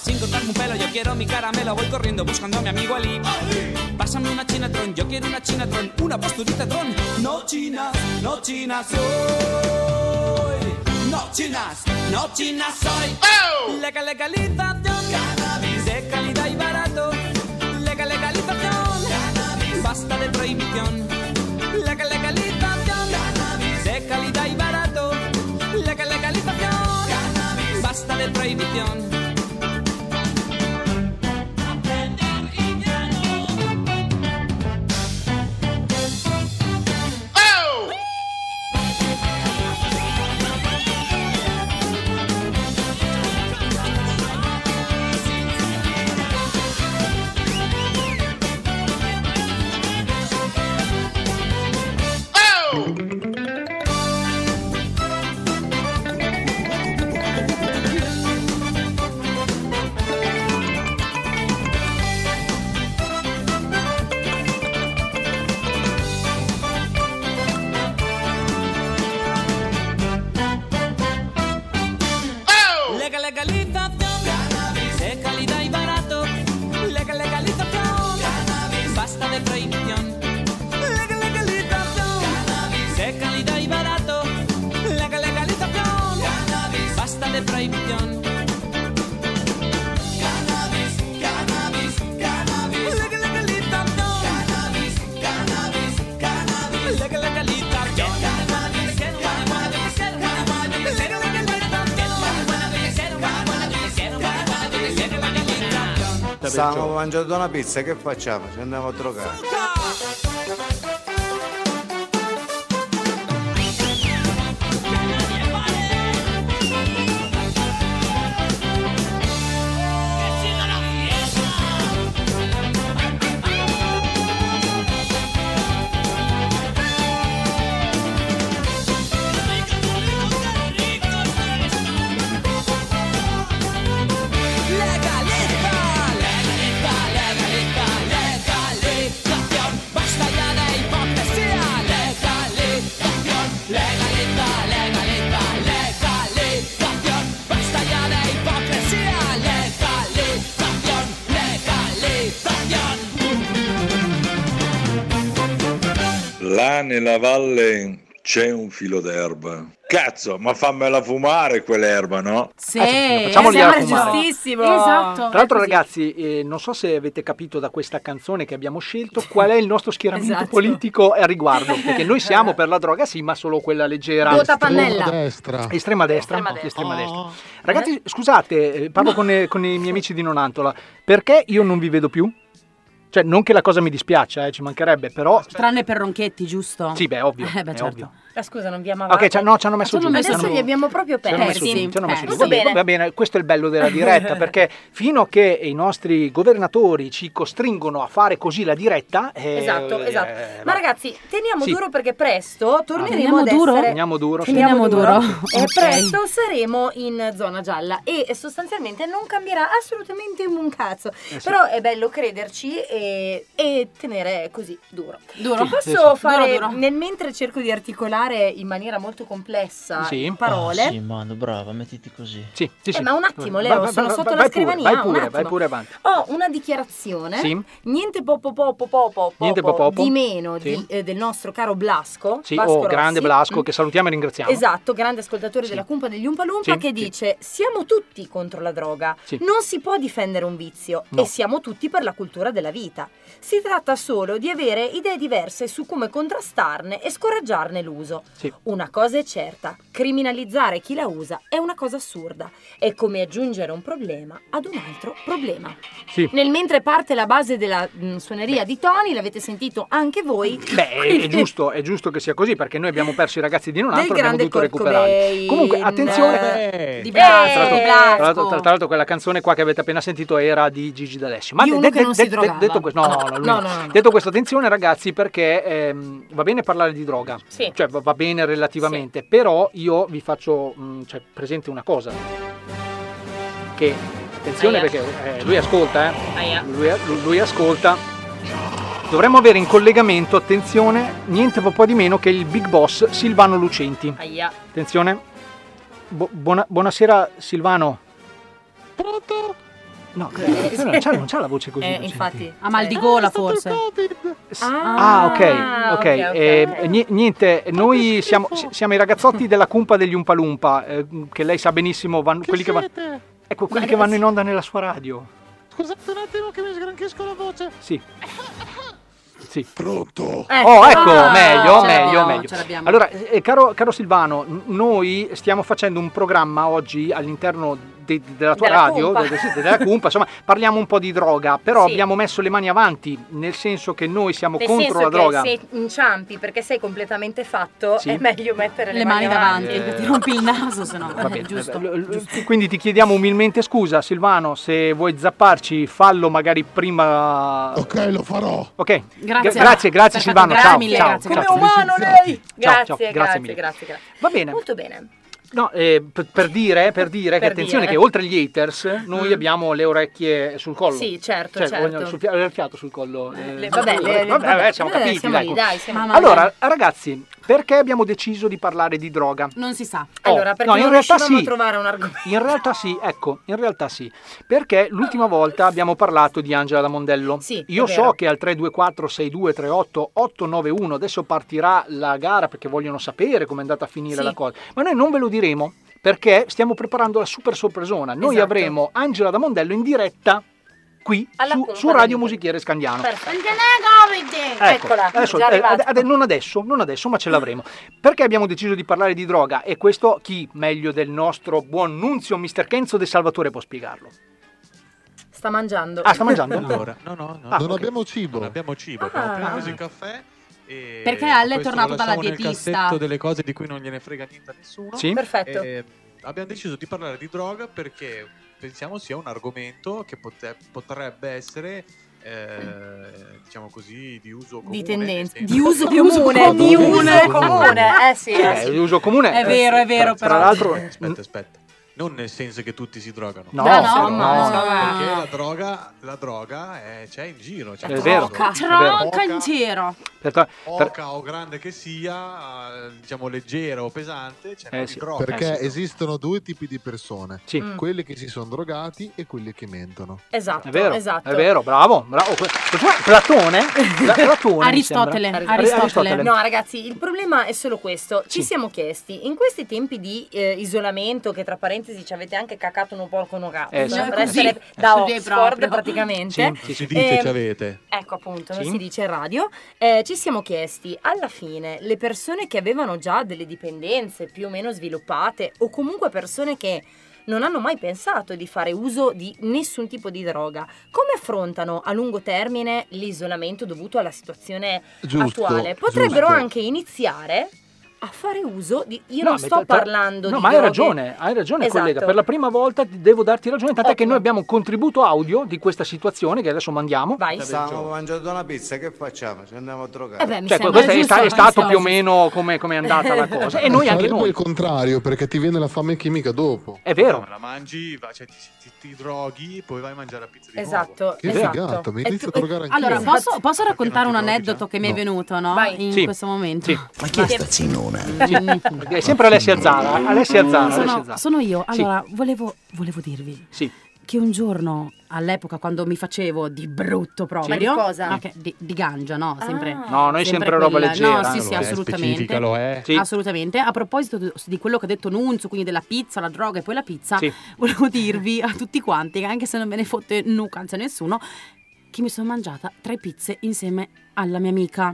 Speaker 11: Sin contarme un pelo, yo quiero mi caramelo, voy corriendo buscando a mi amigo Ali. Pásame una chinatron, yo quiero una chinatron, una posturita tron. No chinas, no chinas soy. No chinas, no chinas soy. La legalización, de calidad y barato. La legalización, basta de prohibición. La legalización de calidad y barato. La legalización basta de prohibición. Legal legalización de calidad y barato. Legal legalización basta de prohibición. Legal legalización de calidad y barato. Legal legalización basta de prohibición. Cannabis, cannabis, cannabis. Legal legalización. Cannabis, cannabis, cannabis. Legal legalización. Cannabis, cannabis, cannabis. Legal
Speaker 13: Stiamo mangiando una pizza, che facciamo? Ci andiamo a drogare.
Speaker 11: Legalización, basta ya de hipocresía. Legalización, legaliza, legaliza, legalización, basta ya de hipocresía. Legalización, legalización.
Speaker 14: Là nella valle c'è un filo d'erba cazzo, ma fammela fumare quell'erba, no?
Speaker 6: Sì, facciamogliela
Speaker 3: sembra
Speaker 6: fumare.
Speaker 3: giustissimo.
Speaker 6: Tra l'altro, ragazzi, eh, non so se avete capito da questa canzone che abbiamo scelto qual è il nostro schieramento
Speaker 3: Esatto.
Speaker 6: politico a riguardo. Perché noi siamo per la droga, sì, ma solo quella leggera.
Speaker 3: Vota pannella. Estrema
Speaker 10: destra.
Speaker 6: Estrema destra. no, estrema destra. Ragazzi, scusate, eh, parlo con, eh, con i miei amici di Nonantola. Perché io non vi vedo più? Cioè, non che la cosa mi dispiaccia, eh, ci mancherebbe, però.
Speaker 8: Tranne per Ronchetti, giusto?
Speaker 6: Sì, beh, ovvio.
Speaker 8: Eh, beh,
Speaker 6: è
Speaker 8: certo.
Speaker 6: ovvio.
Speaker 3: Ah, scusa, non vi amavate.
Speaker 6: Ok, ci hanno- no, ci hanno messo giù. ci
Speaker 3: Adesso
Speaker 6: hanno-
Speaker 3: li abbiamo proprio
Speaker 6: ci hanno messo
Speaker 3: persi.
Speaker 6: giù, ci hanno messo giù.
Speaker 3: Persi.
Speaker 6: Va,
Speaker 3: eh, Va
Speaker 6: bene,
Speaker 3: bene.
Speaker 6: va bene, questo è il bello della diretta, perché fino che i nostri governatori ci costringono a fare così la diretta... eh,
Speaker 3: Esatto,
Speaker 6: eh,
Speaker 3: esatto. Ma ragazzi, teniamo
Speaker 6: Sì.
Speaker 3: duro perché presto torneremo
Speaker 6: Teniamo
Speaker 3: ad
Speaker 6: duro?
Speaker 3: essere...
Speaker 6: Teniamo duro, sì.
Speaker 3: Teniamo
Speaker 6: Teniamo
Speaker 3: duro.
Speaker 6: duro.
Speaker 3: E
Speaker 6: Ok.
Speaker 3: presto saremo in zona gialla e sostanzialmente non cambierà assolutamente un cazzo.
Speaker 8: Eh sì.
Speaker 3: Però è bello crederci e, e tenere così duro.
Speaker 8: Duro.
Speaker 3: Posso
Speaker 8: Sì, sì. Duro,
Speaker 3: fare,
Speaker 8: duro.
Speaker 3: nel mentre cerco di articolare in maniera molto complessa
Speaker 15: Sì.
Speaker 3: parole...
Speaker 15: Ah, sì, mano, brava, mettiti così.
Speaker 6: Sì,
Speaker 3: Eh, sì. ma un attimo, Leo, sono sotto la
Speaker 6: vai
Speaker 3: scrivania,
Speaker 6: Pure, vai
Speaker 3: un
Speaker 6: pure,
Speaker 3: attimo.
Speaker 6: vai pure avanti.
Speaker 3: Ho una dichiarazione,
Speaker 6: Sì.
Speaker 3: niente popo popo popo
Speaker 6: Niente po'
Speaker 3: popo
Speaker 6: popo.
Speaker 3: di meno
Speaker 6: Sì.
Speaker 3: di- eh, del nostro caro Blasco.
Speaker 6: Sì,
Speaker 3: Blasco
Speaker 6: oh, grande
Speaker 3: Rossi.
Speaker 6: Blasco,
Speaker 3: Mm.
Speaker 6: che salutiamo e ringraziamo.
Speaker 3: Esatto, grande ascoltatore
Speaker 6: Sì.
Speaker 3: della Cumpa degli Umpalumpa
Speaker 6: Sì,
Speaker 3: che
Speaker 6: sì.
Speaker 3: dice siamo tutti contro la droga,
Speaker 6: Sì.
Speaker 3: non si può difendere un vizio
Speaker 6: No.
Speaker 3: e siamo tutti per la cultura della vita. Si tratta solo di avere idee diverse su come contrastarne e scoraggiarne l'uso.
Speaker 6: Sì.
Speaker 3: Una cosa è certa, criminalizzare chi la usa è una cosa assurda, è come aggiungere un problema ad un altro problema.
Speaker 6: Sì.
Speaker 3: Nel mentre parte la base della mh, suoneria di Tony, l'avete sentito anche voi.
Speaker 6: Beh, è, è giusto, è giusto che sia così, perché noi abbiamo perso i ragazzi di non altro e abbiamo
Speaker 3: grande
Speaker 6: dovuto
Speaker 3: Kurt
Speaker 6: recuperarli.
Speaker 3: Cobain.
Speaker 6: Comunque, attenzione...
Speaker 3: Eh, di
Speaker 6: Eh,
Speaker 3: Blasco,
Speaker 6: tra l'altro-
Speaker 3: di
Speaker 6: tra
Speaker 3: Blasco.
Speaker 6: l'altro, tra l'altro quella canzone qua che avete appena sentito era di Gigi D'Alessio. Ma
Speaker 3: Di uno che non si drogava.
Speaker 6: detto questo, no, no, no, lui
Speaker 3: No,
Speaker 6: no.
Speaker 3: no, no, no.
Speaker 6: detto questo, attenzione ragazzi, perché ehm, va bene parlare di droga,
Speaker 3: Sì.
Speaker 6: cioè va, va bene relativamente, però io vi faccio mh, cioè, presente una cosa. Che attenzione
Speaker 3: Aia.
Speaker 6: perché eh, lui ascolta, eh.
Speaker 3: Aia.
Speaker 6: Lui, lui- lui ascolta. Dovremmo avere in collegamento, attenzione, niente po' po' di meno che il big boss Silvano Lucenti.
Speaker 3: Aia.
Speaker 6: Attenzione. Bu- buona- buonasera Silvano. No, eh, però non, c'ha, non c'ha la voce così.
Speaker 8: Eh,
Speaker 6: Lucenti.
Speaker 8: infatti. Ha mal di gola forse.
Speaker 6: Ah, ok, ok. eh, ni- Niente, noi siamo, si- siamo i ragazzotti della cumpa degli Umpalumpa, eh, che lei sa benissimo, vanno, quelli, che, van- ecco, quelli che vanno in onda nella sua radio.
Speaker 12: Scusate un attimo che mi sgranchisco la voce.
Speaker 6: Sì. Sì. Pronto.
Speaker 12: Ecco.
Speaker 6: Oh, ecco,
Speaker 12: Ah,
Speaker 6: meglio,
Speaker 12: ce
Speaker 6: meglio,
Speaker 12: l'abbiamo,
Speaker 6: meglio.
Speaker 12: ce l'abbiamo.
Speaker 6: Allora, eh, caro, caro Silvano, n- noi stiamo facendo un programma oggi all'interno de- de- della tua
Speaker 12: Della
Speaker 6: radio,
Speaker 12: Cumpa.
Speaker 6: de- de- sì, della Cumpa, insomma, parliamo un po' di droga, però
Speaker 3: Sì.
Speaker 6: abbiamo messo le mani avanti, nel senso che noi siamo
Speaker 3: Nel
Speaker 6: contro
Speaker 3: senso
Speaker 6: la
Speaker 3: che
Speaker 6: droga.
Speaker 3: se inciampi perché sei completamente fatto,
Speaker 6: Sì.
Speaker 3: è meglio mettere le,
Speaker 8: Le mani davanti,
Speaker 6: Eh.
Speaker 8: ti rompi il naso, se no.
Speaker 6: Va bene,
Speaker 8: giusto.
Speaker 6: eh, l- l- Quindi ti chiediamo umilmente scusa, Silvano, se vuoi zapparci, fallo magari prima. Ok, lo farò. Ok,
Speaker 8: Grazie.
Speaker 6: Gra- grazie, grazie
Speaker 8: Per
Speaker 6: Silvano.
Speaker 8: fatto,
Speaker 6: Ciao,
Speaker 8: grazie,
Speaker 6: ciao,
Speaker 8: grazie,
Speaker 6: ciao.
Speaker 8: grazie. Come umano
Speaker 3: lei!
Speaker 6: Ciao,
Speaker 3: Grazie,
Speaker 6: ciao,
Speaker 3: grazie,
Speaker 6: grazie
Speaker 3: grazie,
Speaker 6: mille.
Speaker 3: grazie,
Speaker 6: Va bene.
Speaker 3: Molto bene.
Speaker 6: No, eh, per, per dire, per dire che
Speaker 3: Per
Speaker 6: attenzione
Speaker 3: dire.
Speaker 6: che oltre agli haters eh, noi
Speaker 3: Mm.
Speaker 6: abbiamo le orecchie sul collo.
Speaker 3: Sì, certo,
Speaker 6: Cioè,
Speaker 3: certo.
Speaker 6: ognuno- sul fia- il fiato sul collo. eh,
Speaker 3: le- vabbè, le- le-
Speaker 6: vabbè,
Speaker 3: vabbè,
Speaker 6: siamo
Speaker 3: eh,
Speaker 6: capiti. ecco.
Speaker 3: siamo lì, dai, siamo lì.
Speaker 6: allora, ragazzi, perché abbiamo deciso di parlare di droga?
Speaker 8: Non si sa.
Speaker 6: Oh,
Speaker 3: allora, perché
Speaker 6: no, in
Speaker 3: non
Speaker 6: realtà
Speaker 3: riuscivamo
Speaker 6: sì.
Speaker 3: a trovare un argomento.
Speaker 6: In realtà sì, ecco, in realtà sì, perché l'ultima volta abbiamo parlato di Angela da Mondello. Io
Speaker 3: è vero.
Speaker 6: so che al 324-6238-891 adesso partirà la gara perché vogliono sapere come è andata a finire
Speaker 3: Sì.
Speaker 6: la cosa, ma noi non ve lo diremo perché stiamo preparando la super sorpresona. Noi
Speaker 3: Esatto.
Speaker 6: avremo Angela da Mondello in diretta qui su, su Radio Musichiere Scandiano. Ah, Ecco,
Speaker 3: Eccola,
Speaker 6: adesso-
Speaker 3: già
Speaker 6: eh,
Speaker 3: arrivata.
Speaker 6: ade- non adesso, non adesso, ma ce l'avremo. Perché abbiamo deciso di parlare di droga? E questo chi meglio del nostro buon nunzio Mr. Kenzo De Salvatore può spiegarlo.
Speaker 3: Sta mangiando.
Speaker 6: Ah, sta mangiando?
Speaker 5: Allora, no, no, no.
Speaker 6: Ah,
Speaker 5: non
Speaker 6: ok.
Speaker 5: abbiamo cibo. Non abbiamo cibo. Abbiamo
Speaker 3: Ah.
Speaker 5: appena preso il caffè. E
Speaker 8: Perché Ale è
Speaker 5: questo
Speaker 8: tornato
Speaker 5: lo
Speaker 8: dalla
Speaker 5: lasciamo
Speaker 8: dietista.
Speaker 5: Nel cassetto delle cose di cui non gliene frega niente a nessuno.
Speaker 6: Sì.
Speaker 3: Perfetto.
Speaker 5: E eh, abbiamo deciso di parlare di droga perché pensiamo sia un argomento che pote- potrebbe essere. eh, diciamo così di uso comune
Speaker 3: Di tendenza.
Speaker 5: nel
Speaker 3: Di uso
Speaker 5: senso-
Speaker 3: comune, di uso comune. Eh sì, eh
Speaker 6: Eh,
Speaker 3: sì.
Speaker 6: l'uso comune.
Speaker 3: È vero, è vero,
Speaker 6: Tra
Speaker 3: però.
Speaker 6: l'altro,
Speaker 5: aspetta aspetta Non nel senso che tutti si drogano.
Speaker 6: No, No, no, no.
Speaker 5: Perché la droga, la droga è- c'è in giro. C'è
Speaker 6: È vero,
Speaker 5: poca.
Speaker 6: è vero.
Speaker 8: Tronca in giro.
Speaker 6: Per to- per-
Speaker 5: Poca o grande che sia, eh, diciamo leggera o pesante, c'è
Speaker 6: Eh
Speaker 5: di
Speaker 6: sì,
Speaker 5: droga.
Speaker 10: Perché esistono due tipi di persone,
Speaker 6: Sì.
Speaker 3: Mm.
Speaker 10: quelli che si sono drogati e quelli che mentono.
Speaker 3: Esatto,
Speaker 6: È vero,
Speaker 3: esatto.
Speaker 6: è vero, bravo, bravo. Que- cioè, Platone, Pla- Platone mi
Speaker 8: Aristotele,
Speaker 6: sembra.
Speaker 8: Aristotele.
Speaker 6: Ar-
Speaker 3: No, ragazzi, il problema è solo questo. Ci siamo chiesti, in questi tempi di eh, isolamento, che tra parentesi ci avete anche cacato un po' con un cazzo,
Speaker 5: Eh, sì.
Speaker 3: per
Speaker 5: Sì.
Speaker 3: essere
Speaker 5: Sì,
Speaker 3: da
Speaker 8: proprio.
Speaker 3: Oxford praticamente.
Speaker 5: Non si dice
Speaker 3: Ehm,
Speaker 5: ci avete.
Speaker 3: Ecco appunto,
Speaker 5: Sì.
Speaker 3: non si dice in radio. Eh, ci siamo chiesti, alla fine, le persone che avevano già delle dipendenze più o meno sviluppate o comunque persone che non hanno mai pensato di fare uso di nessun tipo di droga, come affrontano a lungo termine l'isolamento dovuto alla situazione
Speaker 10: Giusto,
Speaker 3: attuale? Potrebbero
Speaker 10: giusto.
Speaker 3: anche iniziare a fare uso di... Io
Speaker 6: No,
Speaker 3: non
Speaker 6: ma
Speaker 3: sto
Speaker 6: tra- tra-
Speaker 3: parlando
Speaker 6: no,
Speaker 3: di...
Speaker 6: ma hai
Speaker 3: droghe.
Speaker 6: ragione, hai ragione
Speaker 3: Esatto.
Speaker 6: collega, per la prima volta ti devo darti ragione, tant'è che noi abbiamo un contributo audio di questa situazione che adesso mandiamo.
Speaker 13: Stavamo mangiando una pizza, che facciamo? Ci andiamo a drogare.
Speaker 3: Eh beh, mi
Speaker 6: Cioè,
Speaker 3: sembra
Speaker 6: questo è,
Speaker 3: giusto,
Speaker 6: sta- è
Speaker 3: mi
Speaker 6: stato
Speaker 3: sembra
Speaker 6: più o meno come, come è andata la cosa e noi anche
Speaker 10: Sarebbe
Speaker 6: noi.
Speaker 10: il contrario, perché ti viene la fame chimica dopo.
Speaker 6: È vero.
Speaker 5: La mangi, va- cioè, ti, ti- ti droghi, poi vai a mangiare la pizza di
Speaker 3: Esatto,
Speaker 10: Che
Speaker 3: esatto.
Speaker 10: figata, mi
Speaker 3: E
Speaker 10: inizio
Speaker 3: tu-
Speaker 10: a drogare anch'io.
Speaker 8: Allora, posso, posso raccontare un
Speaker 10: droghi
Speaker 8: aneddoto che mi è venuto, no? In
Speaker 6: Sì.
Speaker 8: questo momento.
Speaker 6: Ma
Speaker 8: chi è
Speaker 6: sta È sempre Alessia Zara, Alessia Zara, Alessia
Speaker 8: Sono,
Speaker 6: Zara.
Speaker 8: sono io.
Speaker 6: Sì.
Speaker 8: Allora, volevo, volevo dirvi
Speaker 6: Sì.
Speaker 8: che un giorno, all'epoca quando mi facevo di brutto proprio,
Speaker 3: Ma di cosa? Ah.
Speaker 8: ma che- di, di gangia, no? Sempre,
Speaker 6: No, noi sempre roba leggera.
Speaker 8: No, sì, sì,
Speaker 6: Lo è,
Speaker 8: assolutamente.
Speaker 6: specificalo, eh. Sì.
Speaker 8: Assolutamente. A proposito di- di quello che ho detto Nunzio, quindi della pizza, la droga e poi la pizza,
Speaker 6: Sì.
Speaker 8: volevo dirvi a tutti quanti, che anche se non me ne fotte nuca, anzi nessuno, che mi sono mangiata tre pizze insieme alla mia amica.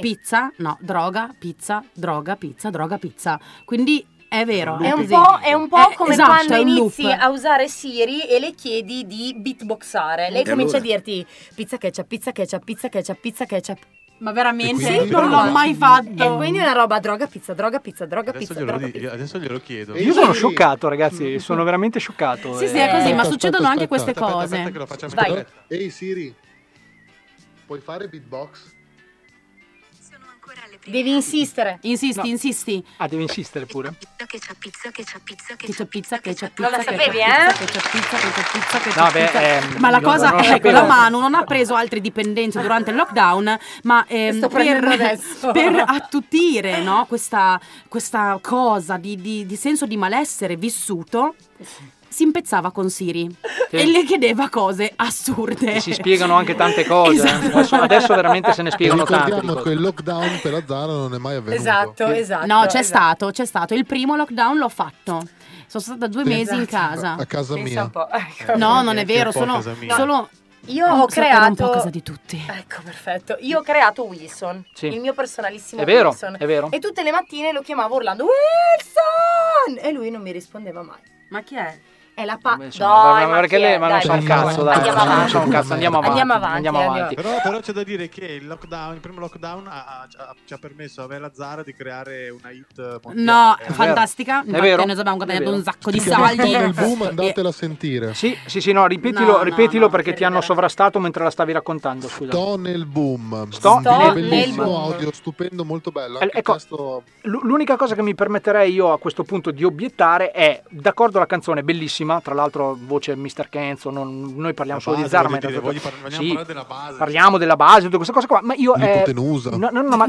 Speaker 8: Pizza, no, droga, pizza, droga, pizza, droga, pizza. Quindi è vero.
Speaker 3: È un po', è un po'
Speaker 8: Eh,
Speaker 3: come
Speaker 8: esatto,
Speaker 3: quando
Speaker 8: è un loop.
Speaker 3: inizi a usare Siri e le chiedi di beatboxare. Lei
Speaker 8: E
Speaker 3: comincia
Speaker 8: allora?
Speaker 3: a dirti pizza ketchup, pizza ketchup, pizza ketchup, pizza ketchup.
Speaker 8: Ma veramente?
Speaker 5: E quindi- Non l'ho mai
Speaker 8: fatto.
Speaker 3: E quindi è una roba droga, pizza, droga, pizza, droga,
Speaker 5: Adesso
Speaker 3: pizza,
Speaker 5: glielo,
Speaker 3: droga.
Speaker 5: di- adesso glielo chiedo.
Speaker 6: Io sono scioccato, ragazzi, sono veramente scioccato.
Speaker 8: Sì, sì,
Speaker 6: eh.
Speaker 8: è così, ma succedono anche queste cose.
Speaker 10: Aspetta. Ehi Siri, puoi fare beatbox?
Speaker 3: Devi insistere.
Speaker 8: Insisti, insisti.
Speaker 6: Ah, devi insistere pure.
Speaker 8: Che c'è pizza, che c'è pizza, che c'è pizza, che c'è pizza.
Speaker 3: Non la
Speaker 8: che c'è
Speaker 3: sapevi,
Speaker 8: pizza,
Speaker 3: eh?
Speaker 8: Che c'è pizza, che c'è pizza, che
Speaker 6: No,
Speaker 8: c'è
Speaker 6: beh,
Speaker 8: pizza.
Speaker 6: ehm,
Speaker 8: ma la
Speaker 6: non-
Speaker 8: cosa
Speaker 6: non lo
Speaker 8: è che la
Speaker 6: sapevo.
Speaker 8: Manu non ha preso altre dipendenze durante il lockdown, ma ehm,
Speaker 3: sto
Speaker 8: per,
Speaker 3: prendendo adesso.
Speaker 8: per attutire no, questa, questa cosa di, di- di senso di malessere vissuto. Si impezzava con Siri e le chiedeva cose assurde.
Speaker 6: E si spiegano anche tante cose. eh. Adesso, adesso veramente se ne spiegano tante. di
Speaker 10: Ricordiamo che
Speaker 6: cose.
Speaker 10: il lockdown per la Zara non è mai avvenuto.
Speaker 8: Esatto.
Speaker 3: Esatto,
Speaker 8: No, c'è stato, c'è stato. Il primo lockdown l'ho fatto. Sono stata due
Speaker 10: Sì.
Speaker 8: mesi in
Speaker 10: Esatto.
Speaker 8: casa.
Speaker 10: A casa Pensa mia. un po',
Speaker 3: ecco.
Speaker 8: No, non è
Speaker 3: Neanche
Speaker 8: vero,
Speaker 3: un po'
Speaker 8: sono
Speaker 3: a casa mia.
Speaker 8: solo.
Speaker 3: Io
Speaker 8: Era
Speaker 3: ho creato
Speaker 8: un po' a casa di tutti.
Speaker 3: Ecco, perfetto. Io ho creato Wilson,
Speaker 8: Sì.
Speaker 3: il mio personalissimo
Speaker 8: È vero,
Speaker 3: Wilson.
Speaker 8: è vero.
Speaker 3: E tutte le mattine lo chiamavo urlando Wilson e lui non mi rispondeva mai.
Speaker 8: Ma chi è?
Speaker 3: È la pa...
Speaker 6: ma-
Speaker 3: Dai,
Speaker 6: ma perché
Speaker 3: chi è?
Speaker 6: lei- ma non
Speaker 3: Dai,
Speaker 6: so un
Speaker 3: per
Speaker 6: cazzo,
Speaker 3: favore.
Speaker 6: dai,
Speaker 3: Andiamo
Speaker 6: non so
Speaker 3: avanti.
Speaker 6: un cazzo, andiamo avanti.
Speaker 3: Andiamo avanti,
Speaker 6: Andiamo avanti.
Speaker 5: Però, però c'è da dire che il, lockdown, il primo lockdown ha- ha- ci ha permesso a Bella Zara di creare una hit mondiale.
Speaker 8: No,
Speaker 5: Eh,
Speaker 8: fantastica.
Speaker 6: È
Speaker 8: Infatti,
Speaker 6: vero,
Speaker 8: noi abbiamo
Speaker 6: è
Speaker 8: guadagnato
Speaker 6: vero.
Speaker 8: un sacco di
Speaker 10: Che non
Speaker 8: soldi.
Speaker 10: sono nel boom, andatela a sentire.
Speaker 6: Sì, sì, sì, no, ripetilo,
Speaker 8: No, no,
Speaker 6: ripetilo perché ti hanno sovrastato mentre la stavi raccontando. Scusa.
Speaker 10: Sto nel boom.
Speaker 6: Sto
Speaker 10: Un
Speaker 6: nel
Speaker 10: bellissimo
Speaker 6: boom.
Speaker 10: audio, stupendo, molto bello.
Speaker 6: Eh,
Speaker 10: Anche
Speaker 6: ecco,
Speaker 10: questo-
Speaker 6: L- l'unica cosa che mi permetterei io a questo punto di obiettare è, d'accordo la canzone è bellissima, tra l'altro voce Mr. Kenzo, non- noi parliamo
Speaker 5: La
Speaker 6: solo di
Speaker 5: base,
Speaker 6: Zara,
Speaker 5: voglio
Speaker 6: ma in
Speaker 5: Ah, dire,
Speaker 6: realtà-
Speaker 5: voglio par- vogliamo
Speaker 6: sì,
Speaker 5: parlare della base.
Speaker 6: Parliamo della base, tutte queste cose qua, ma io... eh,
Speaker 10: L'ipotenusa.
Speaker 6: no, no, no, ma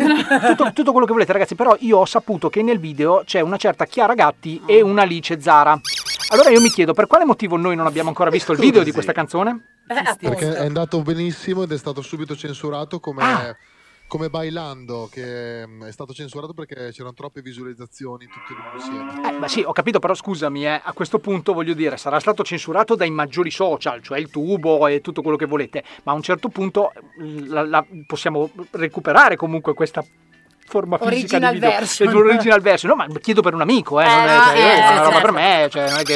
Speaker 6: tutto, tutto quello che volete ragazzi, però io ho saputo che nel video c'è una certa Chiara Gatti e una Alice Zara. Allora io mi chiedo, per quale motivo noi non abbiamo ancora visto il video di questa canzone?
Speaker 3: Eh,
Speaker 10: Perché
Speaker 5: eh,
Speaker 10: è andato benissimo ed è stato subito censurato come,
Speaker 8: Ah!
Speaker 10: come Bailando, che mm, è stato censurato perché c'erano troppe visualizzazioni tutte e due insieme.
Speaker 6: Eh, ma sì, ho capito, però scusami, eh, a questo punto voglio dire, sarà stato censurato dai maggiori social, cioè il tubo e tutto quello che volete, ma a un certo punto eh, la- la- possiamo recuperare comunque questa forma fisica
Speaker 3: Original
Speaker 6: di video.
Speaker 3: version.
Speaker 6: Eh, L'original version. No, ma chiedo per un amico, eh, non è,
Speaker 3: no,
Speaker 6: cioè,
Speaker 3: eh,
Speaker 6: è una roba
Speaker 3: certo.
Speaker 6: per me, cioè, non è che...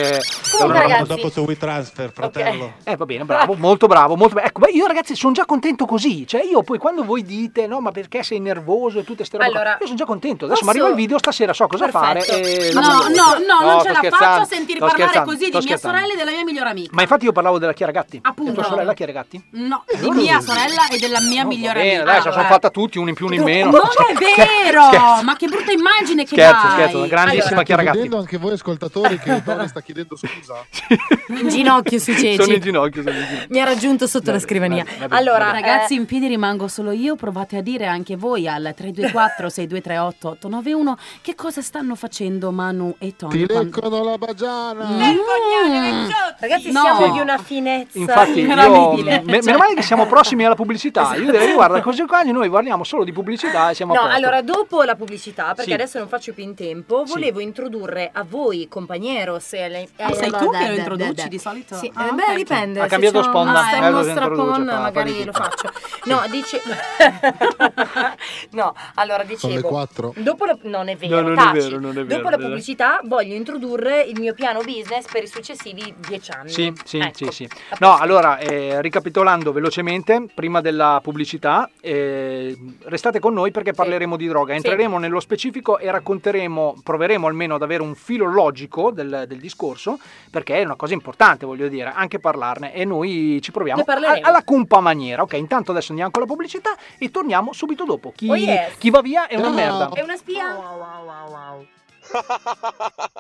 Speaker 3: Comunque,
Speaker 5: Dopo-
Speaker 3: ragazzi-
Speaker 5: Dopo su WeTransfer, fratello.
Speaker 6: Eh, va bene, bravo, molto bravo, molto bravo. Ecco, ma io ragazzi sono già contento così, cioè io poi quando voi dite no, ma perché sei nervoso e tutte ste robe, qua",
Speaker 3: Allora,
Speaker 6: io sono già contento. Adesso mi
Speaker 3: posso-
Speaker 6: arriva il video, stasera so cosa
Speaker 3: Perfetto.
Speaker 6: fare. e-
Speaker 8: No, no, no, non
Speaker 6: sto
Speaker 8: ce la faccio
Speaker 6: scherzando.
Speaker 8: a sentire di
Speaker 6: Sto
Speaker 8: parlare
Speaker 6: scherzando,
Speaker 8: così di
Speaker 6: sto
Speaker 8: mia
Speaker 6: scherzando.
Speaker 8: sorella e della mia migliore amica.
Speaker 6: Ma infatti io parlavo della Chiara Gatti.
Speaker 8: Appunto.
Speaker 6: È tua sorella Chiara Gatti?
Speaker 8: No, di mia sorella e della mia migliore
Speaker 6: Bene,
Speaker 8: amica.
Speaker 6: dai, se la sono
Speaker 8: Eh.
Speaker 6: fatta tutti, uno in più, uno in meno. Cioè,
Speaker 8: Non è vero!
Speaker 6: Scherzo.
Speaker 8: Ma che brutta immagine che
Speaker 6: Scherzo,
Speaker 8: dai!
Speaker 6: scherzo, una grandissima
Speaker 8: Allora,
Speaker 6: Chiara Gatti.
Speaker 10: Vedendo anche voi ascoltatori che Dori sta chiedendo scusa.
Speaker 3: In ginocchio sui ceci.
Speaker 6: Sono in ginocchio, sono in ginocchio.
Speaker 3: Mi ha raggiunto sotto la scrivania.
Speaker 6: vabbè,
Speaker 3: allora,
Speaker 8: Ragazzi,
Speaker 3: eh,
Speaker 8: in piedi rimango solo io. Provate a dire anche voi al 324-6238-891 che cosa stanno facendo Manu e Tony.
Speaker 10: Ti
Speaker 8: quando-
Speaker 10: leggono la bagiana.
Speaker 3: Eh,
Speaker 8: Mm.
Speaker 3: ragazzi,
Speaker 8: No.
Speaker 3: siamo di una finezza.
Speaker 6: Infatti, io-
Speaker 3: Incredibile.
Speaker 6: me- meno male che siamo prossimi alla pubblicità. Io direi, guarda, così qua noi parliamo solo di pubblicità e siamo a
Speaker 3: No,
Speaker 6: posto.
Speaker 3: allora dopo la pubblicità, perché
Speaker 6: Sì.
Speaker 3: adesso non faccio più in tempo,
Speaker 6: Sì.
Speaker 3: volevo introdurre a voi, compagnero, se lei-
Speaker 8: Ah,
Speaker 3: eh,
Speaker 8: sei
Speaker 3: no,
Speaker 8: tu
Speaker 3: da-
Speaker 8: che lo
Speaker 3: da-
Speaker 8: introduci
Speaker 3: da-
Speaker 8: di solito?
Speaker 3: Sì,
Speaker 8: Ah,
Speaker 3: eh, beh,
Speaker 8: ok.
Speaker 3: dipende.
Speaker 6: Ha
Speaker 3: se
Speaker 6: cambiato
Speaker 3: c'è un-
Speaker 6: sponda,
Speaker 3: se è
Speaker 6: eh,
Speaker 3: uno
Speaker 6: lo introduce,
Speaker 3: strapon,
Speaker 6: fa- fa
Speaker 3: magari
Speaker 6: di
Speaker 3: lo
Speaker 6: tutto.
Speaker 3: faccio. No, dice... no, allora dicevo...
Speaker 10: Sono le quattro.
Speaker 3: Dopo la... Non è vero,
Speaker 10: No, non è
Speaker 3: taci.
Speaker 10: vero, non è vero,
Speaker 3: Dopo la
Speaker 10: dai.
Speaker 3: pubblicità voglio introdurre il mio piano business per i successivi dieci anni.
Speaker 6: Sì, sì,
Speaker 3: Ecco.
Speaker 6: sì, sì. No, allora, eh, ricapitolando velocemente, prima della pubblicità, eh, restate con noi perché parleremo di droga. Entreremo nello specifico e racconteremo, proveremo almeno ad avere un filo logico del, del discorso, perché è una cosa importante, voglio dire, anche parlarne. E noi ci proviamo
Speaker 3: Ne parleremo.
Speaker 6: a- alla cumpa maniera. Ok, intanto adesso andiamo con la pubblicità e torniamo subito dopo. Chi,
Speaker 3: Oh, yes.
Speaker 6: chi va via è una é merda.
Speaker 3: È una spia?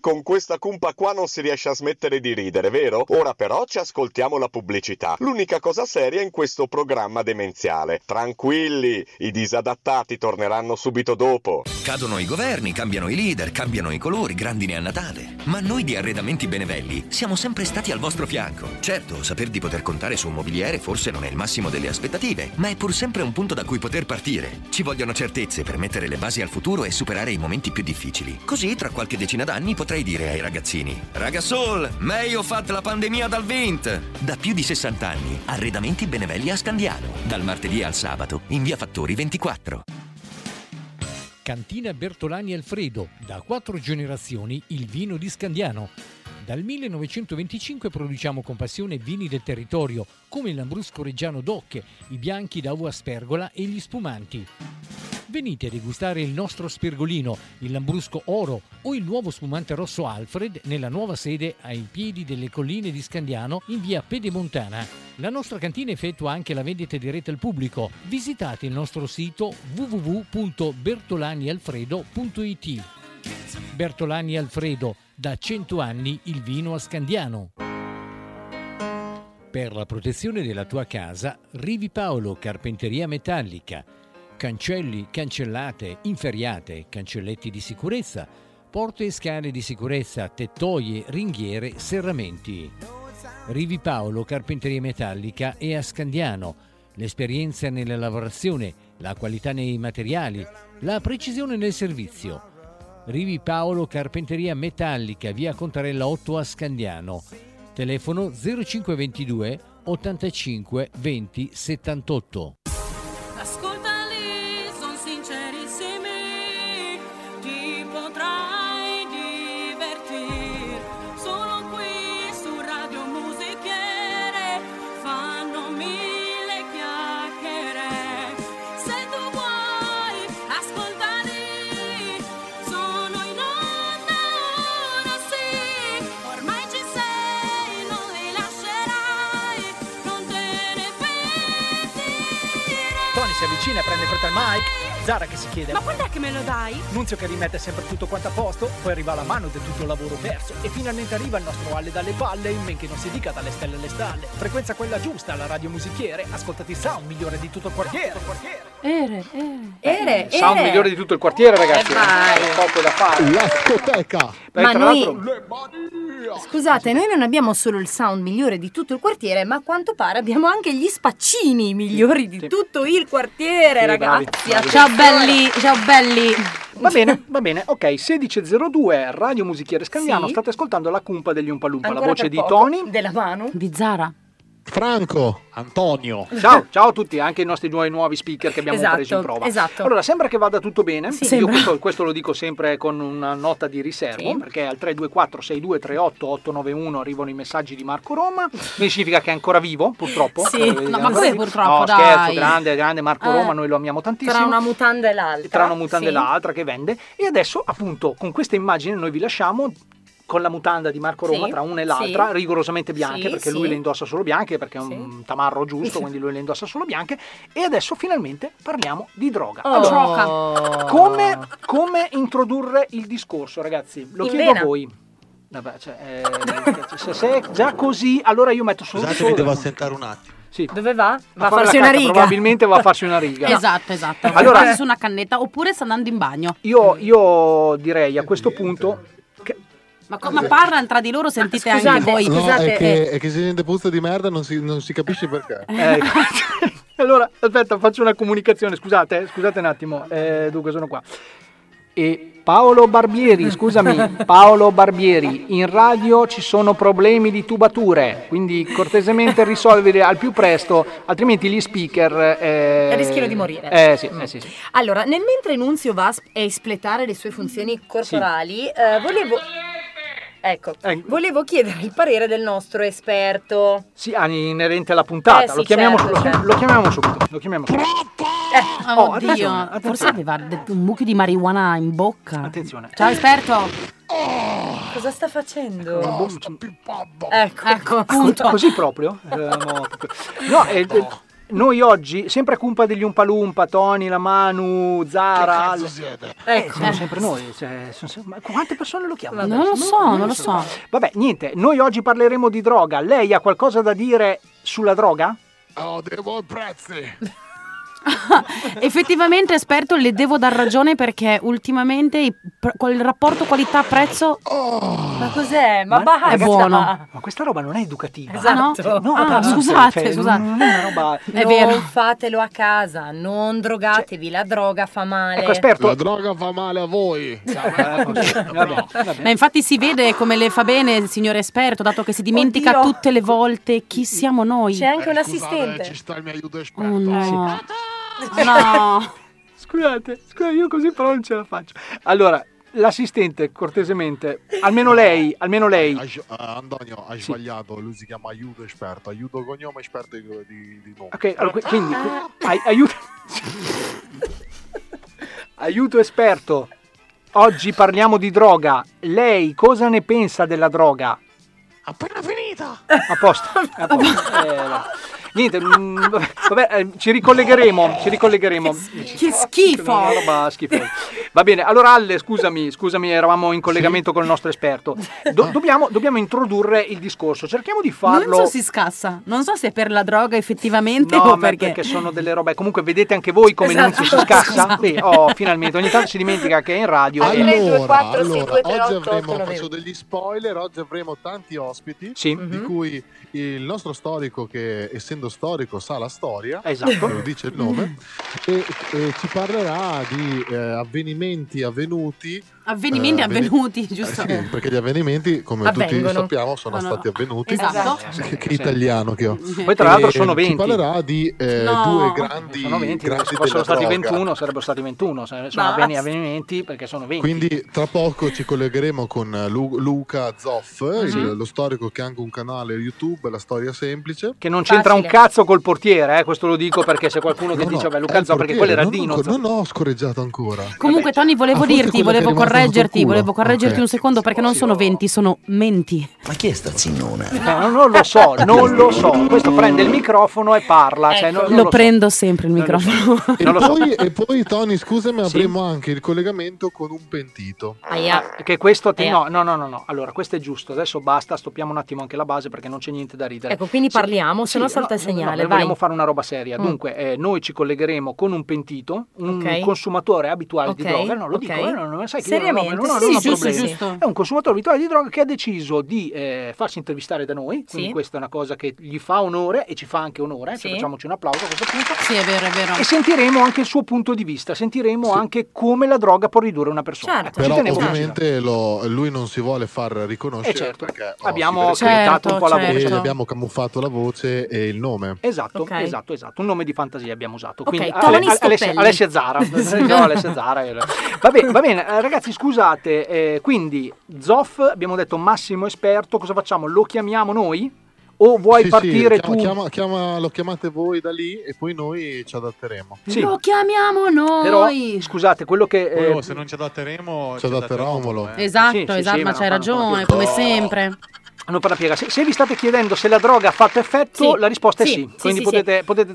Speaker 9: Con questa cumpa qua non si riesce a smettere di ridere, vero? Ora però ci ascoltiamo la pubblicità, l'unica cosa seria in questo programma demenziale. Tranquilli, i disadattati torneranno subito dopo.
Speaker 16: Cadono i governi, cambiano i leader, cambiano i colori, grandine a Natale. Ma noi di Arredamenti Benevelli siamo sempre stati al vostro fianco. Certo, saper di poter contare su un mobiliere forse non è il massimo delle aspettative, ma è pur sempre un punto da cui poter partire. Ci vogliono certezze per mettere le basi al futuro e superare i momenti più difficili. Così, tra qualche decina d'anni, potrei dire ai ragazzini: Ragassol, meglio fat la pandemia dal Vint! Da più di 60 anni, Arredamenti Benevelli a Scandiano. Dal martedì al sabato, in via Fattori 24.
Speaker 17: Cantina Bertolani Alfredo, da quattro generazioni il vino di Scandiano. Dal 1925 produciamo con passione vini del territorio, come il Lambrusco Reggiano d'Ocche, i bianchi da uva spergola e gli spumanti. Venite a degustare il nostro spergolino, il Lambrusco Oro o il nuovo spumante rosso Alfred nella nuova sede ai piedi delle colline di Scandiano in via Pedemontana. La nostra cantina effettua anche la vendita diretta al pubblico. Visitate il nostro sito www.bertolanialfredo.it. Bertolani Alfredo, da 100 anni il vino a Scandiano. Per la protezione della tua casa, Rivi Paolo Carpenteria Metallica. Cancelli, cancellate, inferriate, cancelletti di sicurezza, porte e scale di sicurezza, tettoie, ringhiere, serramenti. Rivi Paolo Carpenteria Metallica è a Scandiano. L'esperienza nella lavorazione, la qualità nei materiali, la precisione nel servizio. Rivi Paolo Carpenteria Metallica, via Contarella 8 a Scandiano. Telefono 0522 85 20 78.
Speaker 18: Ascoltali, son sincerissimi, ti potrai divertir. Sono qui su Radio Musichiere, fanno mille chiacchiere. Se tu vuoi, ascoltali, sono in onda ora sì. Ormai ci sei, non li lascerai, non te ne
Speaker 6: Tony si avvicina e prende fretta il mic. Zara che si chiede:
Speaker 18: Ma quando è che me lo dai?
Speaker 6: Nunzio che rimette sempre tutto quanto a posto, poi arriva la mano del tutto il lavoro perso e finalmente arriva il nostro alle dalle palle, in men che non si dica dalle stelle alle stalle. Frequenza quella giusta, la radio musichiere, ascoltati sound migliore di tutto il quartiere.
Speaker 8: Ere,
Speaker 3: Ere,
Speaker 6: Sound
Speaker 3: ere.
Speaker 6: migliore di tutto il quartiere, ragazzi.
Speaker 3: Eh, vai.
Speaker 6: C'è poco da fare.
Speaker 10: L'ascoteca.
Speaker 6: Beh,
Speaker 3: Ma
Speaker 6: tra
Speaker 3: noi-
Speaker 6: l'altro,
Speaker 3: Scusate, noi non abbiamo solo il sound migliore di tutto il quartiere, ma a quanto pare abbiamo anche gli spaccini migliori di tutto il quartiere,
Speaker 6: Sì,
Speaker 3: ragazzi.
Speaker 6: bravi.
Speaker 3: Attenzione.
Speaker 6: Ciao, belli,
Speaker 8: ciao belli.
Speaker 6: Va bene, va bene. Ok, 16.02, Radio Musichiere Scandiano.
Speaker 3: Sì.
Speaker 6: State ascoltando la cumpa degli Umpalumpa, la
Speaker 3: Ancora
Speaker 6: voce
Speaker 3: per
Speaker 6: di
Speaker 3: poco.
Speaker 6: Tony.
Speaker 3: Della mano.
Speaker 8: Di Zara.
Speaker 10: Franco.
Speaker 5: Antonio.
Speaker 6: Ciao, ciao a tutti, anche i nostri nuovi, nuovi speaker che abbiamo
Speaker 3: Esatto,
Speaker 6: preso in prova.
Speaker 3: esatto.
Speaker 6: Allora, sembra che vada tutto bene.
Speaker 3: Sì,
Speaker 6: Io
Speaker 3: sembra.
Speaker 6: questo, questo lo dico sempre con una nota di riservo,
Speaker 3: Sì.
Speaker 6: perché al 324 6238 891 arrivano i messaggi di Marco Roma. Quindi significa che è ancora vivo, purtroppo.
Speaker 3: Sì.
Speaker 6: Eh,
Speaker 3: No,
Speaker 6: ancora
Speaker 3: ma come
Speaker 6: vivo.
Speaker 3: purtroppo,
Speaker 6: No, scherzo,
Speaker 3: dai.
Speaker 6: grande, grande Marco
Speaker 3: Eh.
Speaker 6: Roma, noi lo amiamo tantissimo.
Speaker 3: Tra una mutanda e l'altra.
Speaker 6: tra una mutanda e
Speaker 3: sì.
Speaker 6: l'altra che vende e adesso appunto con questa immagine noi vi lasciamo con la mutanda di Marco Roma
Speaker 19: Sì,
Speaker 6: tra una e l'altra,
Speaker 19: sì.
Speaker 6: rigorosamente bianche,
Speaker 19: Sì,
Speaker 6: perché
Speaker 19: sì.
Speaker 6: lui le indossa solo bianche, perché è un tamarro giusto, quindi lui le indossa solo bianche. E adesso finalmente parliamo di droga.
Speaker 19: Oh.
Speaker 6: Allora, come, come introdurre il discorso, ragazzi? Lo
Speaker 19: In
Speaker 6: chiedo
Speaker 19: vena.
Speaker 6: a voi. Vabbè, cioè, eh, se, se è già così, allora io metto solo...
Speaker 5: Scusate,
Speaker 6: solo
Speaker 5: vi devo assentare un attimo.
Speaker 3: Dove va?
Speaker 8: Va a farsi
Speaker 6: la
Speaker 8: una
Speaker 6: cacca,
Speaker 8: riga.
Speaker 6: Probabilmente va a farsi una riga.
Speaker 8: Esatto, esatto.
Speaker 6: Allora-
Speaker 8: Quasi su una cannetta oppure sta andando in bagno.
Speaker 6: Io, io direi a questo punto
Speaker 8: Ma, co- ma parlano tra di loro, sentite anche voi.
Speaker 10: no, è
Speaker 8: eh,
Speaker 10: che, è che se gente puzza di merda non si, non si capisce perché.
Speaker 6: Ecco. allora, aspetta, faccio una comunicazione. Scusate, eh, scusate un attimo. Eh, dunque, sono qua. E Paolo Barbieri, scusami, Paolo Barbieri, in radio ci sono problemi di tubature, quindi cortesemente risolvere al più presto, altrimenti gli speaker... eh,
Speaker 3: Rischiano di morire.
Speaker 6: Eh sì, eh, sì, sì.
Speaker 3: Allora, nel mentre Nunzio va a espletare le sue funzioni corporali, eh, volevo... Ecco, volevo chiedere il parere del nostro esperto.
Speaker 6: Sì, ah, inerente alla puntata,
Speaker 3: Eh, sì,
Speaker 6: lo, chiamiamo,
Speaker 3: certo,
Speaker 6: lo chiam-
Speaker 3: certo.
Speaker 6: lo chiamiamo subito, lo chiamiamo subito.
Speaker 8: Eh,
Speaker 6: Oh,
Speaker 8: oddio,
Speaker 6: attenzione, attenzione.
Speaker 8: forse aveva detto un mucchio di marijuana in bocca.
Speaker 6: Attenzione.
Speaker 8: Ciao esperto.
Speaker 3: Cosa sta facendo?
Speaker 6: Ecco, appunto. Così proprio? Eh, no, proprio. No, eh, eh, noi oggi, sempre a cumpa degli Umpalumpa, Tony, la Manu, Zara, Al- Eh,
Speaker 10: Ecco.
Speaker 6: siamo sempre noi. cioè, sono se- ma quante persone lo chiamano?
Speaker 8: Non
Speaker 6: adesso?
Speaker 8: lo so, non lo so.
Speaker 6: Vabbè, niente, noi oggi parleremo di droga. Lei ha qualcosa da dire sulla droga?
Speaker 10: Oh, devo i prezzi.
Speaker 8: Effettivamente, esperto, le devo dar ragione perché ultimamente i- pr- col rapporto qualità-prezzo.
Speaker 3: Ma cos'è? Ma, basta!
Speaker 8: è buono.
Speaker 6: Ma questa roba non è educativa.
Speaker 3: Esatto.
Speaker 6: Ah, no? No,
Speaker 3: Ah,
Speaker 6: ragazzi,
Speaker 8: scusate,
Speaker 6: cioè, non-
Speaker 8: scusate.
Speaker 6: Non è una roba...
Speaker 8: È
Speaker 3: non
Speaker 8: vero.
Speaker 3: fatelo a casa, non drogatevi, la droga fa male.
Speaker 6: Cioè, Ecco, esperto.
Speaker 10: La droga fa male a voi.
Speaker 8: Ma infatti si vede come le fa bene il signore esperto, dato che si dimentica
Speaker 3: Oddio.
Speaker 8: tutte le volte chi siamo noi.
Speaker 3: C'è anche un
Speaker 10: Scusate,
Speaker 3: assistente.
Speaker 10: ci sta il mio aiuto esperto.
Speaker 8: Oh, no.
Speaker 6: No. Scusate, scusate, io così però non ce la faccio. Allora, l'assistente, cortesemente, almeno lei, almeno lei.
Speaker 10: Hai sci- eh, Antonio, hai sbagliato. Lui si chiama aiuto esperto. Aiuto cognome esperto di, di, di nome.
Speaker 6: Ok, allora, qui- quindi,
Speaker 8: Ah,
Speaker 6: qui- ai- aiuto... aiuto esperto, oggi parliamo di droga. Lei cosa ne pensa della droga?
Speaker 10: Appena finita.
Speaker 6: A posto. a posto. Eh, no. Niente, mm, vabbè, vabbè, eh, ci ricollegheremo, ci ricollegheremo.
Speaker 8: Che schifo!
Speaker 6: Una roba schifosa. Va bene, allora Alle, scusami, scusami, eravamo in collegamento con il nostro esperto. Do- dobbiamo, dobbiamo introdurre il discorso, cerchiamo di farlo.
Speaker 8: Non so si scassa. Non so se è per la droga effettivamente
Speaker 6: No,
Speaker 8: o
Speaker 6: ma
Speaker 8: perché. Esatto.
Speaker 6: perché? sono delle robe. Comunque, vedete anche voi come non si scassa. Beh, oh, finalmente, ogni tanto si dimentica che è in radio. e-
Speaker 10: Allora, allora, oggi avremo faccio degli spoiler, oggi avremo tanti ospiti
Speaker 8: Mhm.
Speaker 10: di cui il nostro storico che essendo storico sa la storia,
Speaker 6: Esatto.
Speaker 10: lo dice il nome, e, e ci parlerà di eh, avvenimenti avvenuti.
Speaker 8: Avvenimenti
Speaker 10: eh, avveni-
Speaker 8: avvenuti,
Speaker 10: Sì,
Speaker 8: giusto?
Speaker 10: perché gli avvenimenti, come
Speaker 8: Avvengono.
Speaker 10: tutti sappiamo, sono
Speaker 8: No, no,
Speaker 10: stati
Speaker 8: no.
Speaker 10: avvenuti.
Speaker 8: Esatto.
Speaker 10: Sì, Che, che italiano che ho.
Speaker 6: Poi, tra l'altro,
Speaker 10: E
Speaker 6: sono 20.
Speaker 10: Ci parlerà di eh,
Speaker 6: No.
Speaker 10: due grandi...
Speaker 6: sono 20,
Speaker 10: grandi
Speaker 6: se fossero
Speaker 10: della
Speaker 6: stati
Speaker 10: droga.
Speaker 6: 21, sarebbero stati 21. Sono
Speaker 10: Basta.
Speaker 6: avveni- avvenimenti perché sono 20.
Speaker 10: Quindi tra poco ci collegheremo con Lu- Luca Zoff, il-
Speaker 6: Ah, Sì.
Speaker 10: lo storico che ha anche un canale YouTube, La Storia Semplice.
Speaker 6: Che non c'entra un cazzo col portiere, eh, queszo lo dico perché se qualcuno che
Speaker 10: No, no,
Speaker 6: dice vabbè
Speaker 10: è
Speaker 6: Luca
Speaker 10: il
Speaker 6: Zò, perché quello
Speaker 10: portiere,
Speaker 6: era
Speaker 10: Eh, non,
Speaker 6: Dino
Speaker 10: ancora-
Speaker 6: Zò.
Speaker 10: Non ho scorreggiato ancora.
Speaker 8: Comunque, Tony,
Speaker 10: Ah,
Speaker 8: volevo
Speaker 10: forse quella
Speaker 8: dirti,
Speaker 10: che è
Speaker 8: volevo
Speaker 10: rimasta
Speaker 8: correggerti,
Speaker 10: sotto culo.
Speaker 8: volevo correggerti
Speaker 10: Ok.
Speaker 8: un secondo perché non sono 20, sono menti.
Speaker 6: Ma chi è sta zignona? non, Eh, non lo so, non lo so. Questo prende il microfono e parla. cioè, non- non
Speaker 8: lo,
Speaker 6: so.
Speaker 8: prendo sempre il microfono.
Speaker 10: E
Speaker 6: Non lo so.
Speaker 10: poi, e poi, Tony, scusami, avremo anche il collegamento con un pentito.
Speaker 6: Ah, Che questo ti- no, no, no, no, no. Allora, questo è giusto. Adesso basta, stoppiamo un attimo anche la base perché non c'è niente da ridere.
Speaker 3: Ecco, quindi parliamo, se no
Speaker 6: sì,
Speaker 3: salta il
Speaker 6: no,
Speaker 3: segnale,
Speaker 6: no, noi
Speaker 3: vai.
Speaker 6: vogliamo fare una roba seria.
Speaker 3: Mm.
Speaker 6: Dunque, eh, noi ci collegheremo con un pentito, un
Speaker 3: Ok.
Speaker 6: consumatore abituale
Speaker 3: Ok,
Speaker 6: di droga. No, lo
Speaker 3: ok.
Speaker 6: dico, eh, no, no, sai che
Speaker 3: Seriamente?
Speaker 6: io non ho- non ho-
Speaker 3: Sì,
Speaker 6: non ho
Speaker 3: giusto,
Speaker 6: problemi.
Speaker 3: giusto.
Speaker 6: È un consumatore abituale di droga che ha deciso di eh, farsi intervistare da noi. Quindi
Speaker 3: Sì.
Speaker 6: questa è una cosa che gli fa onore e ci fa anche onore. eh, cioè,
Speaker 3: Sì.
Speaker 6: facciamoci un applauso a questo punto.
Speaker 8: Sì, è vero, è vero.
Speaker 6: E sentiremo anche il suo punto di vista, sentiremo anche come la droga può ridurre una persona.
Speaker 3: Certo.
Speaker 6: Ecco, ci
Speaker 10: Però
Speaker 6: tenevo a
Speaker 10: ovviamente lo- lui non si vuole far riconoscere
Speaker 6: eh certo,
Speaker 10: perché oh,
Speaker 6: abbiamo
Speaker 10: si
Speaker 3: Certo,
Speaker 10: vede che-
Speaker 6: scrittato un po' la
Speaker 10: e
Speaker 6: voce.
Speaker 10: gli abbiamo camuffato la voce e il nome.
Speaker 6: Esatto,
Speaker 10: Ok.
Speaker 6: esatto, esatto. Un nome di fantasia abbiamo usato.
Speaker 10: Ok,
Speaker 6: Quindi
Speaker 10: Tony
Speaker 6: Ale- Ale- Alessia,
Speaker 10: Stoppelli.
Speaker 6: Alessia Zara. No, Alessia Zara. Va bene, va bene. eh, ragazzi, scusate. eh, quindi, Zoff, abbiamo detto massimo esperto. Cosa facciamo? Lo chiamiamo noi? o vuoi
Speaker 10: Sì, sì, chiama-
Speaker 6: partire tu?
Speaker 10: chiama- chiama- lo chiamate voi da lì e poi noi ci adatteremo.
Speaker 8: Lo chiamiamo noi.
Speaker 6: Però, scusate, quello che... eh,
Speaker 10: Poi, oh,
Speaker 5: se non ci adatteremo... eh.
Speaker 10: Ci adatteromolo.
Speaker 8: Esatto,
Speaker 6: Sì, sì,
Speaker 8: esatto,
Speaker 6: sì,
Speaker 8: ma
Speaker 6: ma
Speaker 8: c'hai
Speaker 6: no,
Speaker 8: ragione, come sempre.
Speaker 6: Non per la piega. Se, se vi state chiedendo se la droga ha fatto effetto,
Speaker 3: Sì,
Speaker 6: la risposta
Speaker 3: sì,
Speaker 6: è sì.
Speaker 3: sì,
Speaker 6: Quindi
Speaker 3: sì,
Speaker 6: potete,
Speaker 3: sì.
Speaker 6: potete
Speaker 3: La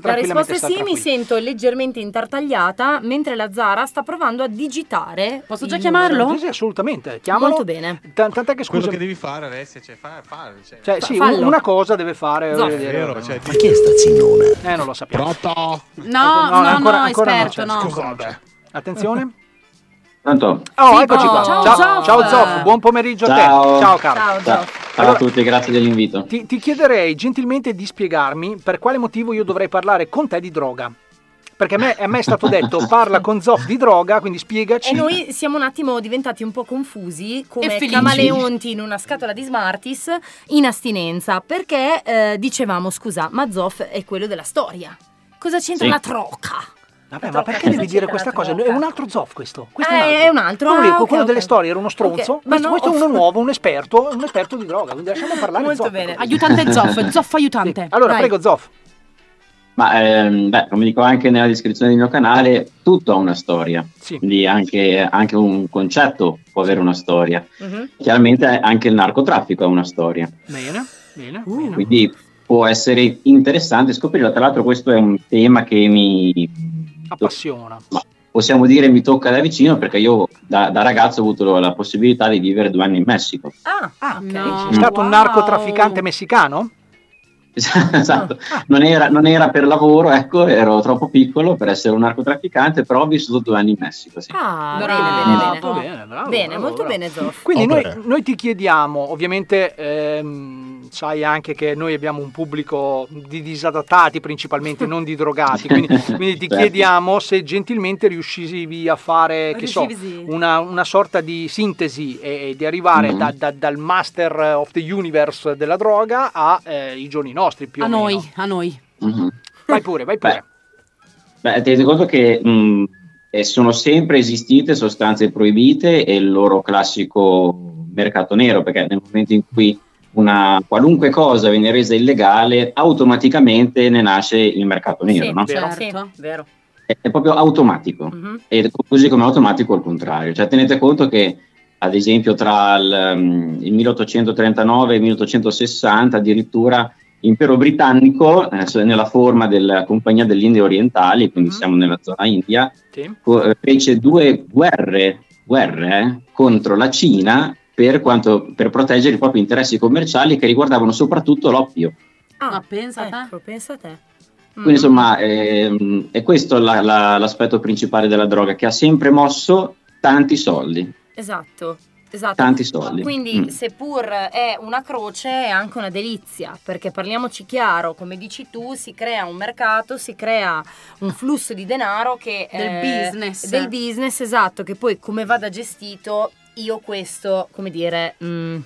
Speaker 3: risposta
Speaker 6: tranquillamente
Speaker 3: è sì,
Speaker 6: stare
Speaker 3: mi
Speaker 6: tranquilli.
Speaker 3: sento leggermente intartagliata mentre la Zara sta provando a digitare. Posso
Speaker 8: Mm.
Speaker 6: già chiamarlo? Sì, assolutamente. Chiamalo.
Speaker 3: Molto bene.
Speaker 6: Tan- Tant'è che
Speaker 5: Quello
Speaker 6: scusa,
Speaker 5: che devi fare, Alessia, cioè, fa- fare, cioè,
Speaker 6: cioè, sì, un- una cosa deve fare.
Speaker 8: Esatto.
Speaker 5: Zoff.
Speaker 6: voglio dire.
Speaker 5: Vero, cioè,
Speaker 6: Ma chi è sta zignona? Eh, non lo sappiamo.
Speaker 8: No, no,
Speaker 6: ancora-
Speaker 8: no,
Speaker 6: ancora
Speaker 8: esperto,
Speaker 6: c'è.
Speaker 8: no.
Speaker 6: Scusate. Attenzione.
Speaker 19: Pronto?
Speaker 6: Oh,
Speaker 8: Sì,
Speaker 6: eccoci qua.
Speaker 8: pronto. Ciao,
Speaker 6: Ciao,
Speaker 8: Zoff.
Speaker 6: ciao Zoff, buon pomeriggio a te.
Speaker 19: Ciao.
Speaker 6: Ciao caro.
Speaker 19: Ciao, ciao a tutti, grazie dell'invito.
Speaker 6: Ti, ti chiederei gentilmente di spiegarmi per quale motivo io dovrei parlare con te di droga. Perché a me, a me è stato detto parla con Zoff di droga, quindi spiegaci.
Speaker 3: E noi siamo un attimo diventati un po' confusi come
Speaker 8: E felici.
Speaker 3: camaleonti in una scatola di Smarties in astinenza perché eh, dicevamo scusa ma Zoff è quello della storia. Cosa c'entra
Speaker 6: Sì.
Speaker 3: la troca?
Speaker 6: Vabbè, ma perché devi dire questa cosa? È un altro Zoff questo. questo
Speaker 8: Eh,
Speaker 3: Ah, è un altro.
Speaker 6: Quello, lì,
Speaker 3: Ah, ok,
Speaker 6: quello delle
Speaker 3: ok.
Speaker 6: storie era uno stronzo.
Speaker 3: Ok, ma
Speaker 6: Questo,
Speaker 3: no.
Speaker 6: questo è uno nuovo, un esperto, un esperto di droga. Quindi lasciamo parlare Molto bene.
Speaker 8: Aiutante Zoff, Zoff aiutante.
Speaker 6: Allora, prego Zoff.
Speaker 19: Ma ehm, beh, come dico anche nella descrizione del mio canale, tutto ha una storia.
Speaker 6: Sì.
Speaker 19: Quindi anche, anche un concetto può avere una storia. Chiaramente anche il narcotraffico ha una storia.
Speaker 6: Bene, bene. bene.
Speaker 19: Quindi può essere interessante scoprirla. Tra l'altro, questo è un tema che mi
Speaker 6: appassiona.
Speaker 19: Possiamo dire mi tocca da vicino perché io da, da ragazzo ho avuto la possibilità di vivere due anni in Messico.
Speaker 3: Ah,
Speaker 6: Sei stato un narcotrafficante messicano?
Speaker 19: esatto, non era, non era per lavoro, ecco, ero troppo piccolo per essere un narcotrafficante, però ho vissuto due anni in Messico. Sì.
Speaker 3: Ah, bene,
Speaker 6: Bravo,
Speaker 3: bene, bene.
Speaker 6: bene, bravo,
Speaker 3: Bene,
Speaker 6: bravo,
Speaker 3: molto
Speaker 6: bravo.
Speaker 3: bene Zoff.
Speaker 6: Quindi
Speaker 19: Oh,
Speaker 6: noi,
Speaker 19: beh.
Speaker 6: noi ti chiediamo, ovviamente ehm, sai anche che noi abbiamo un pubblico di disadattati principalmente, non di drogati, quindi, quindi ti
Speaker 19: Certo.
Speaker 6: chiediamo se gentilmente riuscivi a fare che so,
Speaker 8: Riuscivi.
Speaker 6: una, una sorta di sintesi e, e di arrivare
Speaker 19: Mhm.
Speaker 6: da- da- dal master of the universe della droga ai giorni nostri più
Speaker 8: A
Speaker 6: o meno.
Speaker 8: noi, a noi.
Speaker 19: Mhm.
Speaker 6: Vai pure, vai pure.
Speaker 19: Beh, tenete conto che mh, eh, sono sempre esistite sostanze proibite e il loro classico mercato nero, perché nel momento in cui una qualunque cosa viene resa illegale, automaticamente ne nasce il mercato nero, no?
Speaker 8: certo.
Speaker 3: Sì, vero.
Speaker 19: È, è proprio automatico.
Speaker 3: Mhm.
Speaker 19: E così come automatico al contrario. Cioè, tenete conto che, ad esempio, tra il, mm, il 1839 e il 1860, addirittura l'impero britannico, eh, so- nella forma della Compagnia delle Indie Orientali, quindi siamo nella zona India,
Speaker 6: Sì.
Speaker 19: co- eh, fece due guerre, guerre, eh, contro la Cina per, quanto, per proteggere i propri interessi commerciali che riguardavano soprattutto l'oppio.
Speaker 3: Ah, ma pensa a te. pensa a te.
Speaker 8: Mm-hmm.
Speaker 3: Mm.
Speaker 19: Quindi insomma ehm, è questo la- la- l'aspetto principale della droga che ha sempre mosso tanti soldi.
Speaker 3: Esatto, esatto.
Speaker 19: Tanti soldi.
Speaker 3: Quindi,
Speaker 19: Mm.
Speaker 3: seppur è una croce, è anche una delizia, perché parliamoci chiaro, come dici tu, si crea un mercato, si crea un flusso di denaro che... eh,
Speaker 8: Del business.
Speaker 3: Del business, esatto, che poi come vada gestito, io questo, come dire... mm,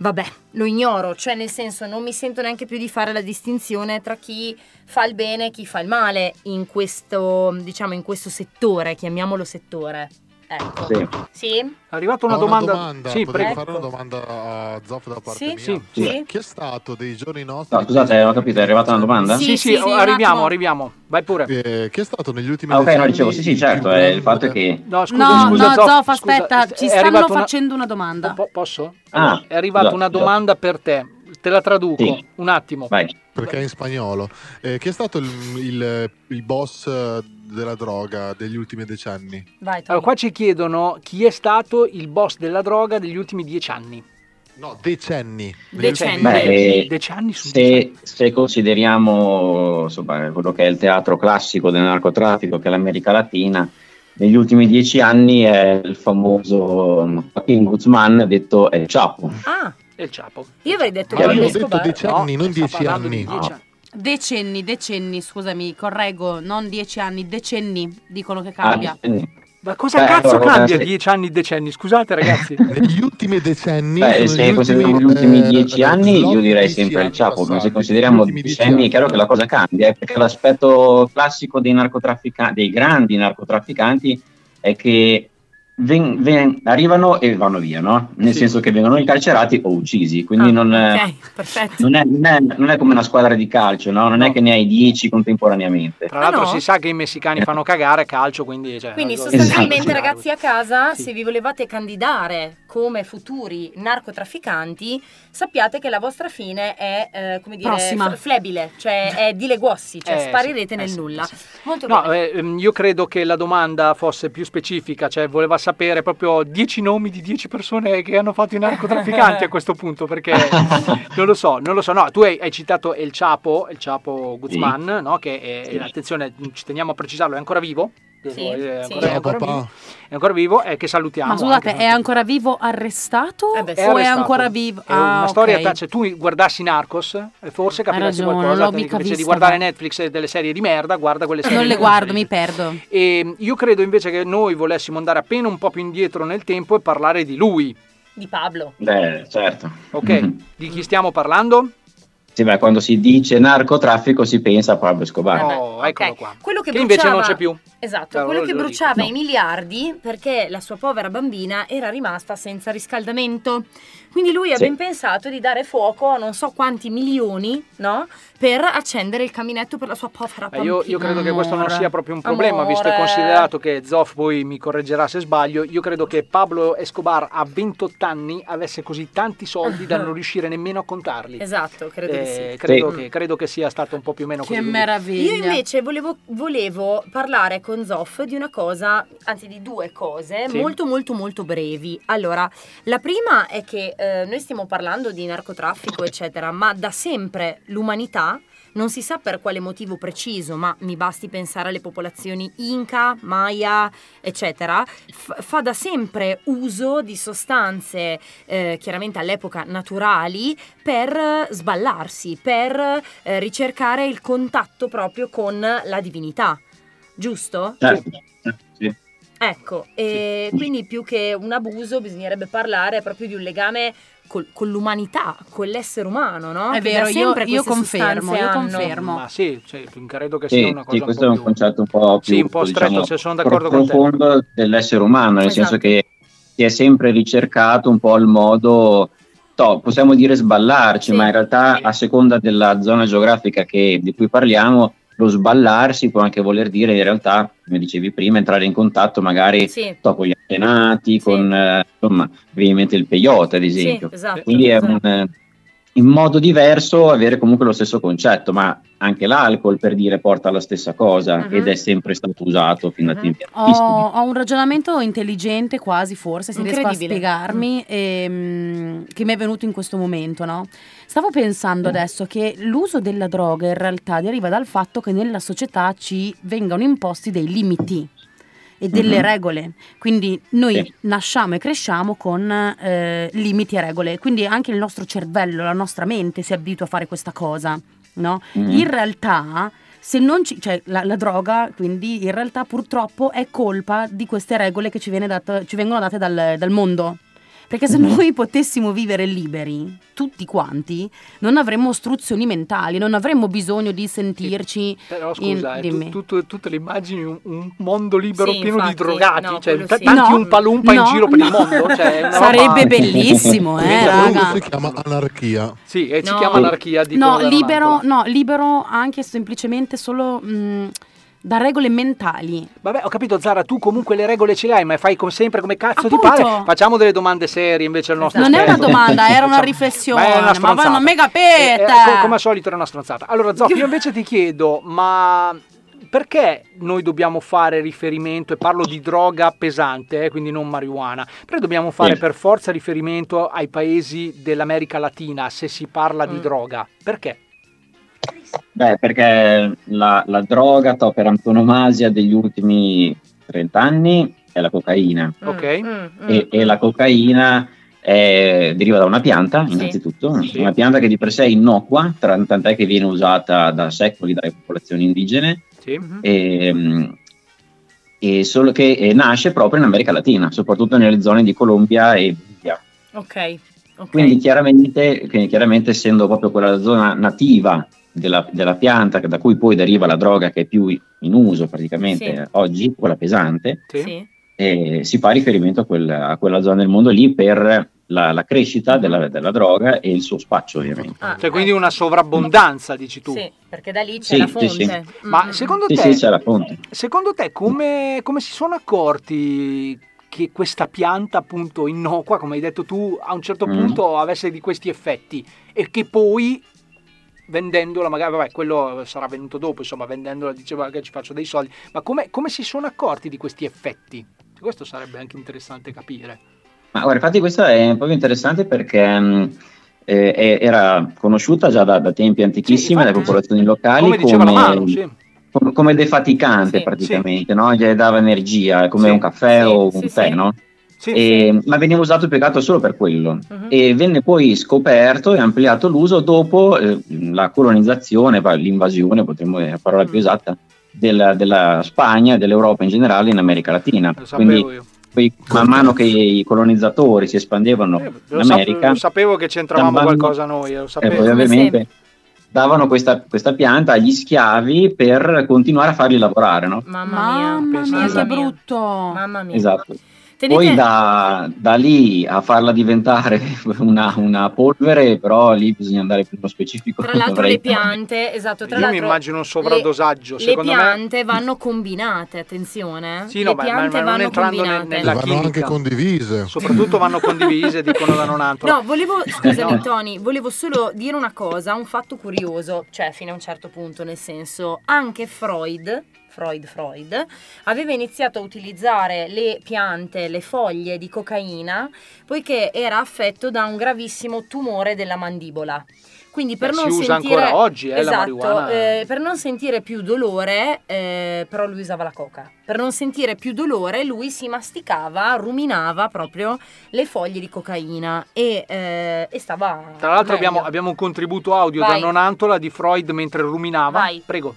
Speaker 3: Vabbè, lo ignoro, cioè nel senso non mi sento neanche più di fare la distinzione tra chi fa il bene e chi fa il male in questo, diciamo, in questo settore, chiamiamolo settore. Ecco.
Speaker 19: Sì.
Speaker 3: Sì?
Speaker 6: È arrivata una
Speaker 10: Ho
Speaker 6: domanda. Sì,
Speaker 10: potrei
Speaker 6: prego.
Speaker 10: fare una domanda a Zoff da parte
Speaker 6: Sì?
Speaker 10: mia?
Speaker 6: Sì,
Speaker 19: sì.
Speaker 10: Cioè, Chi è stato dei giorni nostri?
Speaker 19: No, scusate, ho capito, è arrivata una domanda?
Speaker 6: Sì, sì, arriviamo, arriviamo. Vai pure.
Speaker 10: Eh, chi è stato negli ultimi
Speaker 19: Ah, ok,
Speaker 10: decenni
Speaker 19: no, dicevo, sì, sì,
Speaker 10: il
Speaker 19: certo,
Speaker 10: più
Speaker 19: è
Speaker 10: grande-
Speaker 19: il fatto è che...
Speaker 6: No, scusa,
Speaker 8: no,
Speaker 6: scusa,
Speaker 8: no,
Speaker 6: Zoff,
Speaker 8: Zoff,
Speaker 6: scusa,
Speaker 8: aspetta,
Speaker 6: è
Speaker 8: ci
Speaker 6: arrivata
Speaker 8: stanno
Speaker 6: una-
Speaker 8: facendo una domanda.
Speaker 6: Posso?
Speaker 19: Ah,
Speaker 6: È arrivata
Speaker 19: Zoff,
Speaker 6: una
Speaker 19: Zoff.
Speaker 6: domanda per te. Te la traduco
Speaker 19: Sì.
Speaker 6: un attimo.
Speaker 10: Perché è in spagnolo. Eh, chi è stato il, il- il boss eh, della droga degli ultimi decenni?
Speaker 6: Allora, qua ci chiedono chi è stato il boss della droga degli ultimi dieci anni.
Speaker 10: No, decenni. Negli
Speaker 6: Decenni.
Speaker 10: ultimi-
Speaker 19: Beh, eh,
Speaker 6: Decenni su
Speaker 19: se, se consideriamo insomma, quello che è il teatro classico del narcotraffico, che è l'America Latina, negli ultimi dieci anni è il famoso Joaquin Guzman, detto El Chapo.
Speaker 3: Ah,
Speaker 6: il Ciapo.
Speaker 3: Io avrei detto
Speaker 19: Abbiamo
Speaker 3: Pablo
Speaker 19: detto
Speaker 3: Escobar.
Speaker 10: decenni, non
Speaker 6: esatto.
Speaker 10: dieci anni.
Speaker 8: Decenni, decenni, scusami, correggo, non dieci anni, decenni dicono che
Speaker 19: Ah,
Speaker 8: cambia.
Speaker 19: decenni.
Speaker 6: Ma cosa
Speaker 19: Beh,
Speaker 6: cazzo
Speaker 19: eh, allora,
Speaker 6: cambia
Speaker 19: se-
Speaker 6: dieci anni, decenni? Scusate ragazzi.
Speaker 10: Negli ultimi decenni.
Speaker 19: Beh,
Speaker 10: sono
Speaker 19: se consideriamo gli ultimi dieci anni, io direi sempre il Chapo, ma se consideriamo
Speaker 10: gli ultimi dieci
Speaker 19: decenni,
Speaker 10: anni.
Speaker 19: è chiaro che la cosa cambia, eh, perché l'aspetto classico dei, narcotraffica- dei grandi narcotrafficanti è che ven- ven- arrivano e vanno via, no? Nel senso che vengono incarcerati o uccisi,
Speaker 3: Ah,
Speaker 19: quindi non,
Speaker 8: Ok, perfetto.
Speaker 19: non è, non è- non è come una squadra di calcio, no? Non è che ne hai 10 contemporaneamente.
Speaker 6: Tra l'altro
Speaker 3: Ah, no?
Speaker 6: si sa che i
Speaker 19: Eh.
Speaker 6: messicani fanno cagare calcio, quindi... Cioè,
Speaker 3: Quindi
Speaker 6: non-
Speaker 3: sostanzialmente
Speaker 6: Esatto.
Speaker 3: ragazzi a casa, se vi volevate candidare come futuri narcotrafficanti, sappiate che la vostra fine è, eh, come dire,
Speaker 8: Prossima.
Speaker 3: f- flebile, cioè è dileguossi, cioè
Speaker 6: Eh, sì,
Speaker 3: sparirete
Speaker 6: eh,
Speaker 3: nel
Speaker 6: sì,
Speaker 3: nulla. Molto
Speaker 6: No,
Speaker 3: bene.
Speaker 6: eh, ehm, io credo che la domanda fosse più specifica, cioè voleva sapere proprio 10 nomi di 10 persone che hanno fatto i narcotrafficanti a questo punto, perché non lo so, non lo so. No, tu hai, hai citato El Chapo, El Chapo Guzman, no, che è- eh,
Speaker 19: Sì.
Speaker 6: attenzione, ci teniamo a precisarlo, è ancora vivo.
Speaker 3: Sì,
Speaker 6: è,
Speaker 3: sì.
Speaker 6: ancora, è
Speaker 3: Ciao,
Speaker 6: ancora
Speaker 10: papà.
Speaker 6: vivo, è ancora vivo e che salutiamo.
Speaker 8: Ma scusate,
Speaker 6: anche.
Speaker 8: è ancora vivo arrestato
Speaker 6: È
Speaker 8: o è
Speaker 6: Eh arrestato.
Speaker 8: ancora vivo? Ah,
Speaker 6: È una storia,
Speaker 8: ok.
Speaker 6: ta- se tu guardassi Narcos, eh, forse capiresti
Speaker 8: ragione,
Speaker 6: qualcosa.
Speaker 8: l'ho
Speaker 6: te-
Speaker 8: mica
Speaker 6: invece di
Speaker 8: vista,
Speaker 6: guardare
Speaker 8: ma-
Speaker 6: Netflix e delle serie di merda, guarda quelle serie.
Speaker 8: Non le
Speaker 6: di-
Speaker 8: guardo, mi perdo.
Speaker 6: E io credo invece che noi volessimo andare appena un po' più indietro nel tempo e parlare di lui,
Speaker 3: Di Pablo.
Speaker 19: Beh, certo.
Speaker 6: ok? Di chi stiamo parlando?
Speaker 19: Sì, beh, quando si dice narcotraffico si pensa a Pablo
Speaker 3: Eh
Speaker 19: Escobar.
Speaker 6: Oh, eccolo qua.
Speaker 3: Quello che,
Speaker 6: invece
Speaker 3: bruciava-
Speaker 6: non c'è più.
Speaker 3: Esatto,
Speaker 6: Allora,
Speaker 3: quello che
Speaker 6: lo dico.
Speaker 3: bruciava
Speaker 6: No.
Speaker 3: i miliardi perché la sua povera bambina era rimasta senza riscaldamento. Quindi lui ha
Speaker 19: Sì.
Speaker 3: ben pensato di dare fuoco a non so quanti milioni, no? Per accendere il caminetto per la sua povera
Speaker 6: Eh,
Speaker 3: bambina.
Speaker 6: Io, io credo che questo non
Speaker 3: Amore.
Speaker 6: sia proprio un problema,
Speaker 3: Amore.
Speaker 6: visto e considerato che Zoff poi mi correggerà se sbaglio. Io credo che Pablo Escobar a 28 anni avesse così tanti soldi da non riuscire nemmeno a contarli.
Speaker 3: Esatto, credo di
Speaker 6: Eh,
Speaker 3: sì.
Speaker 6: credo,
Speaker 3: Sì.
Speaker 6: che, credo che sia stato un po' più o meno così.
Speaker 3: Io invece volevo, volevo parlare con Zoff di una cosa, anzi di due cose,
Speaker 6: Sì.
Speaker 3: molto molto molto brevi. Allora, la prima è che eh, noi stiamo parlando di narcotraffico, eccetera, ma da sempre l'umanità, non si sa per quale motivo preciso, ma mi basti pensare alle popolazioni Inca, Maya, eccetera, f- fa da sempre uso di sostanze eh, chiaramente all'epoca naturali per eh, sballarsi, per eh, ricercare il contatto proprio con la divinità. Giusto?
Speaker 19: Certo. Sì.
Speaker 3: Ecco, e quindi più che un abuso bisognerebbe parlare proprio di un legame col- con l'umanità, con l'essere umano, no?
Speaker 8: È
Speaker 3: Che
Speaker 8: vero,
Speaker 3: da
Speaker 8: io-
Speaker 3: sempre
Speaker 8: io
Speaker 3: queste
Speaker 8: confermo,
Speaker 3: sostanze
Speaker 8: io
Speaker 3: hanno.
Speaker 8: confermo.
Speaker 6: Ma sì, sì, credo che
Speaker 19: Sì,
Speaker 6: sia una cosa
Speaker 19: sì,
Speaker 6: un
Speaker 19: questo
Speaker 6: po'
Speaker 19: è un
Speaker 6: più-
Speaker 19: concetto un po' più,
Speaker 6: Sì, un po' stretto,
Speaker 19: diciamo,
Speaker 6: se sono d'accordo con te.
Speaker 19: profondo dell'essere umano, nel
Speaker 6: Esatto.
Speaker 19: senso che si è sempre ricercato un po' il modo, to- possiamo dire sballarci, ma in realtà a seconda della zona geografica che- di cui parliamo, lo sballarsi può anche voler dire in realtà, come dicevi prima, entrare in contatto magari
Speaker 3: Sì.
Speaker 19: to, con gli antenati, con eh, insomma, ovviamente il peyote ad esempio.
Speaker 3: Sì, esatto.
Speaker 19: Quindi è
Speaker 3: esatto.
Speaker 19: un, eh, in modo diverso avere comunque lo stesso concetto, ma anche l'alcol per dire porta alla stessa cosa
Speaker 8: Mhm.
Speaker 19: ed è sempre stato usato fino a tempi
Speaker 8: Ho,
Speaker 19: altissimi.
Speaker 8: ho un ragionamento intelligente quasi forse, se riesco a
Speaker 3: Incredibile.
Speaker 8: spiegarmi, ehm, che mi è venuto in questo momento, no? Stavo pensando adesso che l'uso della droga in realtà deriva dal fatto che nella società ci vengano imposti dei limiti e delle
Speaker 3: Mhm.
Speaker 8: regole. Quindi noi
Speaker 3: Sì.
Speaker 8: nasciamo e cresciamo con eh, limiti e regole, quindi anche il nostro cervello, la nostra mente si abitua a fare questa cosa, no?
Speaker 3: Mm.
Speaker 8: In realtà se non ci, cioè la, la droga, quindi in realtà purtroppo è colpa di queste regole che ci, viene data- ci vengono date dal, dal mondo. Perché se
Speaker 3: Mhm.
Speaker 8: noi potessimo vivere liberi, tutti quanti, non avremmo ostruzioni mentali, non avremmo bisogno di sentirci.
Speaker 6: Però
Speaker 8: in-
Speaker 6: scusa, eh, tu-
Speaker 8: dimmi.
Speaker 6: tu, tu- tu te le immagini un, un mondo libero
Speaker 8: Sì,
Speaker 6: pieno
Speaker 8: infatti,
Speaker 6: di drogati,
Speaker 8: no,
Speaker 6: cioè
Speaker 8: quello
Speaker 6: t-
Speaker 8: sì.
Speaker 6: tanti
Speaker 8: No,
Speaker 6: un palumpa in
Speaker 8: no,
Speaker 6: giro per il
Speaker 8: no.
Speaker 6: mondo. cioè, è una
Speaker 8: Sarebbe
Speaker 6: roba-
Speaker 8: bellissimo, eh, raga.
Speaker 10: Si chiama anarchia.
Speaker 6: Sì, e
Speaker 8: si No. chiama
Speaker 6: anarchia,
Speaker 8: No, libero, no, libero anche semplicemente solo mh, da regole mentali.
Speaker 6: Vabbè, ho capito Zara, tu comunque le regole ce le hai, ma fai come sempre come cazzo ti
Speaker 8: Appunto.
Speaker 6: pare. Facciamo delle domande serie invece al nostro
Speaker 8: Non è una
Speaker 6: esperto.
Speaker 8: domanda, era una
Speaker 6: Facciamo-
Speaker 8: riflessione.
Speaker 6: Ma è una
Speaker 8: Ma vanno
Speaker 6: stronzata.
Speaker 8: mega
Speaker 6: Eh,
Speaker 8: pete!
Speaker 6: co- come al solito era una stronzata. Allora, Zoff, io invece ti chiedo, ma perché noi dobbiamo fare riferimento, e parlo di droga pesante, eh, quindi non marijuana, perché dobbiamo fare
Speaker 19: Sì.
Speaker 6: per forza riferimento ai paesi dell'America Latina se si parla
Speaker 3: Mm.
Speaker 6: di droga? Perché?
Speaker 19: Beh, perché la, la droga to, per antonomasia degli ultimi 30 anni è la cocaina.
Speaker 17: Mm,
Speaker 6: Ok?
Speaker 19: E, e la cocaina è- deriva da una pianta, innanzitutto,
Speaker 6: Sì.
Speaker 19: una pianta che di per sé è innocua, tra- tant'è che viene usata da secoli dalle popolazioni indigene.
Speaker 6: Sì.
Speaker 3: Mhm.
Speaker 19: e, mh, Ehm, e solo che eh, nasce proprio in America Latina, soprattutto nelle zone di Colombia e Bolivia.
Speaker 3: Ok, ok.
Speaker 19: Quindi chiaramente, quindi chiaramente essendo proprio quella zona nativa della, della pianta che- da cui poi deriva la droga che è più in uso praticamente
Speaker 3: Sì.
Speaker 19: oggi, quella pesante,
Speaker 3: Sì.
Speaker 19: eh, si fa riferimento a, quel- a quella zona del mondo lì per la, la crescita della, della droga e il suo spaccio ovviamente.
Speaker 6: Cioè, quindi una sovrabbondanza, dici tu.
Speaker 3: Ah, Sì, perché da lì c'è
Speaker 19: Sì,
Speaker 3: la
Speaker 19: sì,
Speaker 3: fonte.
Speaker 19: sì.
Speaker 6: Ma secondo
Speaker 19: Sì,
Speaker 6: te,
Speaker 19: sì, c'è la fonte.
Speaker 6: secondo te come, come si sono accorti che questa pianta appunto innocua, come hai detto tu, a un certo
Speaker 19: Mm.
Speaker 6: punto avesse di questi effetti e che poi vendendola magari, vabbè quello sarà venuto dopo, insomma vendendola diceva che ci faccio dei soldi, ma come, come si sono accorti di questi effetti? Questo sarebbe anche interessante capire.
Speaker 19: Ma guarda, infatti questa è proprio interessante perché mh, eh, è- era conosciuta già da, da tempi antichissimi dalle popolazioni locali
Speaker 6: Come diceva la mano, sì.
Speaker 19: com- come defaticante
Speaker 6: Sì,
Speaker 19: praticamente, no? gli dava energia, come un caffè o un tè, no? E- Ma veniva usato più che altro solo per quello.
Speaker 6: Mhm.
Speaker 19: E venne poi scoperto e ampliato l'uso dopo eh, la colonizzazione, pa- l'invasione, potremmo dire la parola
Speaker 6: Mm.
Speaker 19: più esatta, della, della Spagna e dell'Europa in generale in America Latina.
Speaker 6: Lo sapevo
Speaker 19: Quindi
Speaker 6: io.
Speaker 19: poi, man mano che i colonizzatori si espandevano in
Speaker 6: Eh, Lo, sap-
Speaker 19: America,
Speaker 6: lo sapevo che c'entravamo
Speaker 19: Zambando-
Speaker 6: qualcosa noi, lo
Speaker 19: eh,
Speaker 6: sapevo.
Speaker 19: poi ovviamente davano questa, questa pianta agli schiavi per continuare a farli lavorare, no?
Speaker 3: Mamma mia,
Speaker 8: Mamma mia,
Speaker 19: Esatto.
Speaker 8: che brutto.
Speaker 3: Mamma mia.
Speaker 19: Esatto.
Speaker 3: Tenete-
Speaker 19: Poi da, da lì a farla diventare una, una polvere, però lì bisogna andare più nello specifico.
Speaker 3: Tra l'altro
Speaker 19: dovrei-
Speaker 3: le piante, esatto, tra
Speaker 19: Io mi
Speaker 3: l'altro
Speaker 19: immagino un
Speaker 3: le-
Speaker 19: sovradosaggio,
Speaker 3: Le,
Speaker 19: secondo me-
Speaker 3: piante vanno combinate, attenzione. eh.
Speaker 6: Sì, no,
Speaker 3: le
Speaker 6: ma- ma-
Speaker 3: piante
Speaker 6: ma non
Speaker 3: vanno
Speaker 6: entrando nel-
Speaker 3: combinate.
Speaker 6: nella
Speaker 10: vanno
Speaker 6: chimica.
Speaker 10: anche condivise.
Speaker 6: Soprattutto vanno condivise, dicono da non altro.
Speaker 3: No, volevo, scusami
Speaker 6: No.
Speaker 3: Tony, volevo solo dire una cosa, un fatto curioso, cioè fino a un certo punto, nel senso, anche Freud, Freud, Freud, aveva iniziato a utilizzare le piante, le foglie di cocaina, poiché era affetto da un gravissimo tumore della mandibola. Quindi per
Speaker 6: Beh,
Speaker 3: non
Speaker 6: si usa
Speaker 3: sentire
Speaker 6: ancora oggi, eh, la
Speaker 3: esatto,
Speaker 6: marijuana.
Speaker 3: eh, per non sentire più dolore, eh, però lui usava la coca. Per non sentire più dolore, lui si masticava, ruminava proprio le foglie di cocaina e, eh, e stava.
Speaker 6: Tra l'altro
Speaker 3: meglio.
Speaker 6: abbiamo, abbiamo un contributo audio
Speaker 3: Vai.
Speaker 6: da Nonantola di Freud mentre ruminava.
Speaker 3: Vai.
Speaker 6: Prego.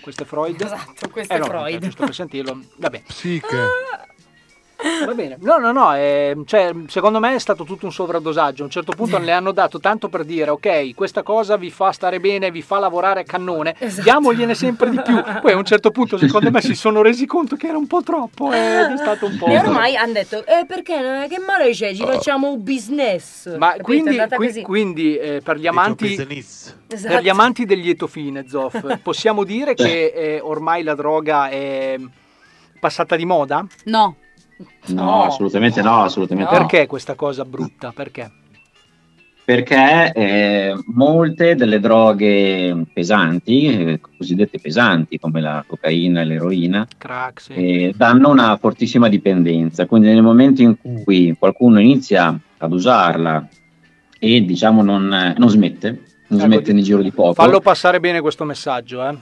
Speaker 6: Questo è Freud.
Speaker 3: Esatto,
Speaker 6: Eh
Speaker 3: questo è Freud.
Speaker 6: Giusto per sentirlo. Vabbè.
Speaker 10: Psiche.
Speaker 6: Va bene. No, no, no. eh, cioè, secondo me è stato tutto un sovradosaggio. A un certo punto
Speaker 3: Mm.
Speaker 6: le hanno dato tanto per dire, ok, questa cosa vi fa stare bene, vi fa lavorare a cannone,
Speaker 3: Esatto.
Speaker 6: diamogliene sempre di più. Poi a un certo punto, secondo me, si sono resi conto che era un po' troppo ed è stato un po'...
Speaker 3: E ormai hanno detto: eh, perché eh, che male c'è? Ci
Speaker 6: Oh.
Speaker 3: facciamo un business.
Speaker 6: Ma
Speaker 3: Capito? È
Speaker 6: quindi,
Speaker 3: andata
Speaker 6: qui-
Speaker 3: così.
Speaker 6: quindi, eh, per gli amanti
Speaker 3: Esatto.
Speaker 6: per gli amanti del lieto fine, Zoff, possiamo dire che eh, ormai la droga è passata di moda?
Speaker 8: No.
Speaker 19: No, assolutamente no, assolutamente no.
Speaker 6: Perché questa cosa brutta? Perché?
Speaker 19: Perché eh, molte delle droghe pesanti, eh, cosiddette pesanti come la cocaina e l'eroina,
Speaker 6: Crack, sì.
Speaker 19: eh, danno una fortissima dipendenza. Quindi nel momento in
Speaker 6: Mm.
Speaker 19: cui qualcuno inizia ad usarla e diciamo non, eh, non smette, non
Speaker 6: Ecco,
Speaker 19: smette nel giro di poco,
Speaker 6: Fallo passare bene questo messaggio, eh.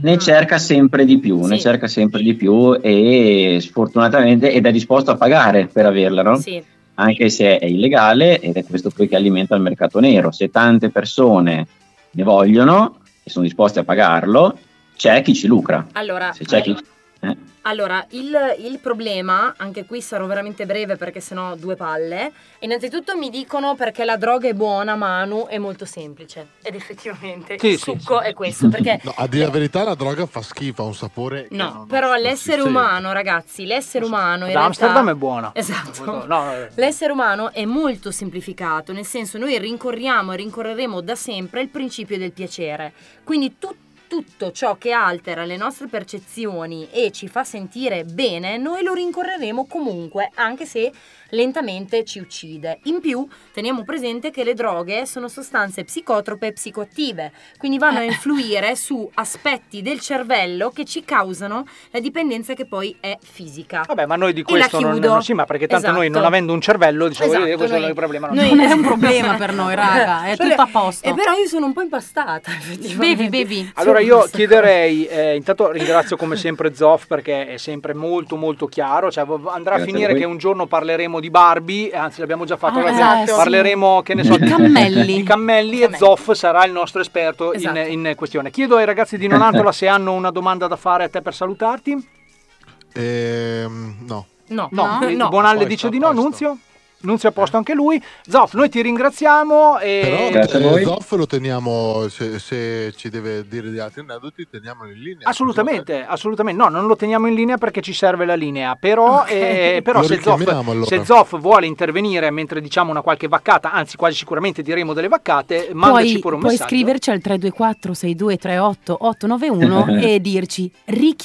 Speaker 19: ne cerca sempre di più, ne
Speaker 6: Sì.
Speaker 19: cerca sempre di più e sfortunatamente ed è disposto a pagare per averla, no?
Speaker 3: Sì.
Speaker 19: anche se è illegale ed è questo poi che alimenta il mercato nero. Se tante persone ne vogliono e sono disposte a pagarlo, c'è chi ci lucra.
Speaker 6: Ah.
Speaker 3: Allora,
Speaker 19: Se c'è chi... eh.
Speaker 3: Allora, il, il problema, anche qui sarò veramente breve perché sennò due palle. Innanzitutto mi dicono perché la droga è buona, Manu, è molto semplice. Ed effettivamente
Speaker 10: Sì,
Speaker 3: il
Speaker 10: sì,
Speaker 3: succo è questo. Perché
Speaker 10: No, a dire la verità, la droga fa schifo, ha un sapore.
Speaker 3: no, però l'essere
Speaker 10: sì.
Speaker 3: umano, ragazzi, l'essere umano in
Speaker 10: Ad
Speaker 3: realtà.
Speaker 10: Amsterdam è
Speaker 6: buona.
Speaker 3: Esatto.
Speaker 6: No, eh. no, no.
Speaker 3: L'essere umano è molto semplificato, nel senso noi rincorriamo e rincorreremo da sempre il principio del piacere. Quindi tu- tutto ciò che altera le nostre percezioni e ci fa sentire bene, noi lo rincorreremo comunque, anche se lentamente ci uccide. In più, teniamo presente che le droghe sono sostanze psicotrope e psicoattive, quindi vanno a
Speaker 6: Eh.
Speaker 3: influire su aspetti del cervello che ci causano la dipendenza che poi è fisica.
Speaker 6: Vabbè, Eh, ma noi di
Speaker 3: E la
Speaker 6: questo non,
Speaker 3: chiudo.
Speaker 6: non- sì, ma perché tanto noi non
Speaker 3: Esatto.
Speaker 6: avendo un cervello, diciamo,
Speaker 3: Esatto,
Speaker 6: eh, questo
Speaker 3: noi-
Speaker 6: è il problema. non
Speaker 3: noi-
Speaker 6: c'è.
Speaker 8: Non è un problema per noi, raga, è tutto a posto.
Speaker 3: E però io sono un po' impastata, effettivamente.
Speaker 8: Bevi, bevi.
Speaker 6: Allora io chiederei, eh, intanto ringrazio come sempre Zoff perché è sempre molto molto chiaro, cioè, vo- andrà a
Speaker 19: Grazie a
Speaker 6: finire
Speaker 19: voi.
Speaker 6: che un giorno parleremo di Barbie, eh, anzi l'abbiamo già fatto,
Speaker 19: Ah,
Speaker 6: l'abbiamo-
Speaker 19: esatto.
Speaker 6: parleremo che ne so,
Speaker 19: Di cammelli.
Speaker 6: di cammelli e Zoff sarà il nostro esperto in- in, questione. Chiedo ai ragazzi di Nonantola se hanno una domanda da fare a te per salutarti.
Speaker 10: Ehm, no.
Speaker 3: No,
Speaker 6: No,
Speaker 10: No.
Speaker 6: eh,
Speaker 10: Ehm, No.
Speaker 6: Bonalle
Speaker 10: Posto,
Speaker 6: dice di no, Nunzio? non si è a posto anche lui. Zoff, noi ti ringraziamo. E...
Speaker 10: Però eh, Zoff lo teniamo, se, se ci deve dire di altri aneddoti, teniamo in linea.
Speaker 6: Assolutamente, assolutamente. No, non lo teniamo in linea perché ci serve la linea. Però,
Speaker 10: Ok.
Speaker 6: eh, però
Speaker 10: Lo
Speaker 6: se, Zoff,
Speaker 10: richiamiamo allora.
Speaker 6: se Zoff vuole intervenire mentre diciamo una qualche vaccata, anzi quasi sicuramente diremo delle vaccate, mandaci
Speaker 8: Poi
Speaker 6: pure un
Speaker 8: puoi
Speaker 6: messaggio.
Speaker 8: scriverci al 324 6238 891 e dirci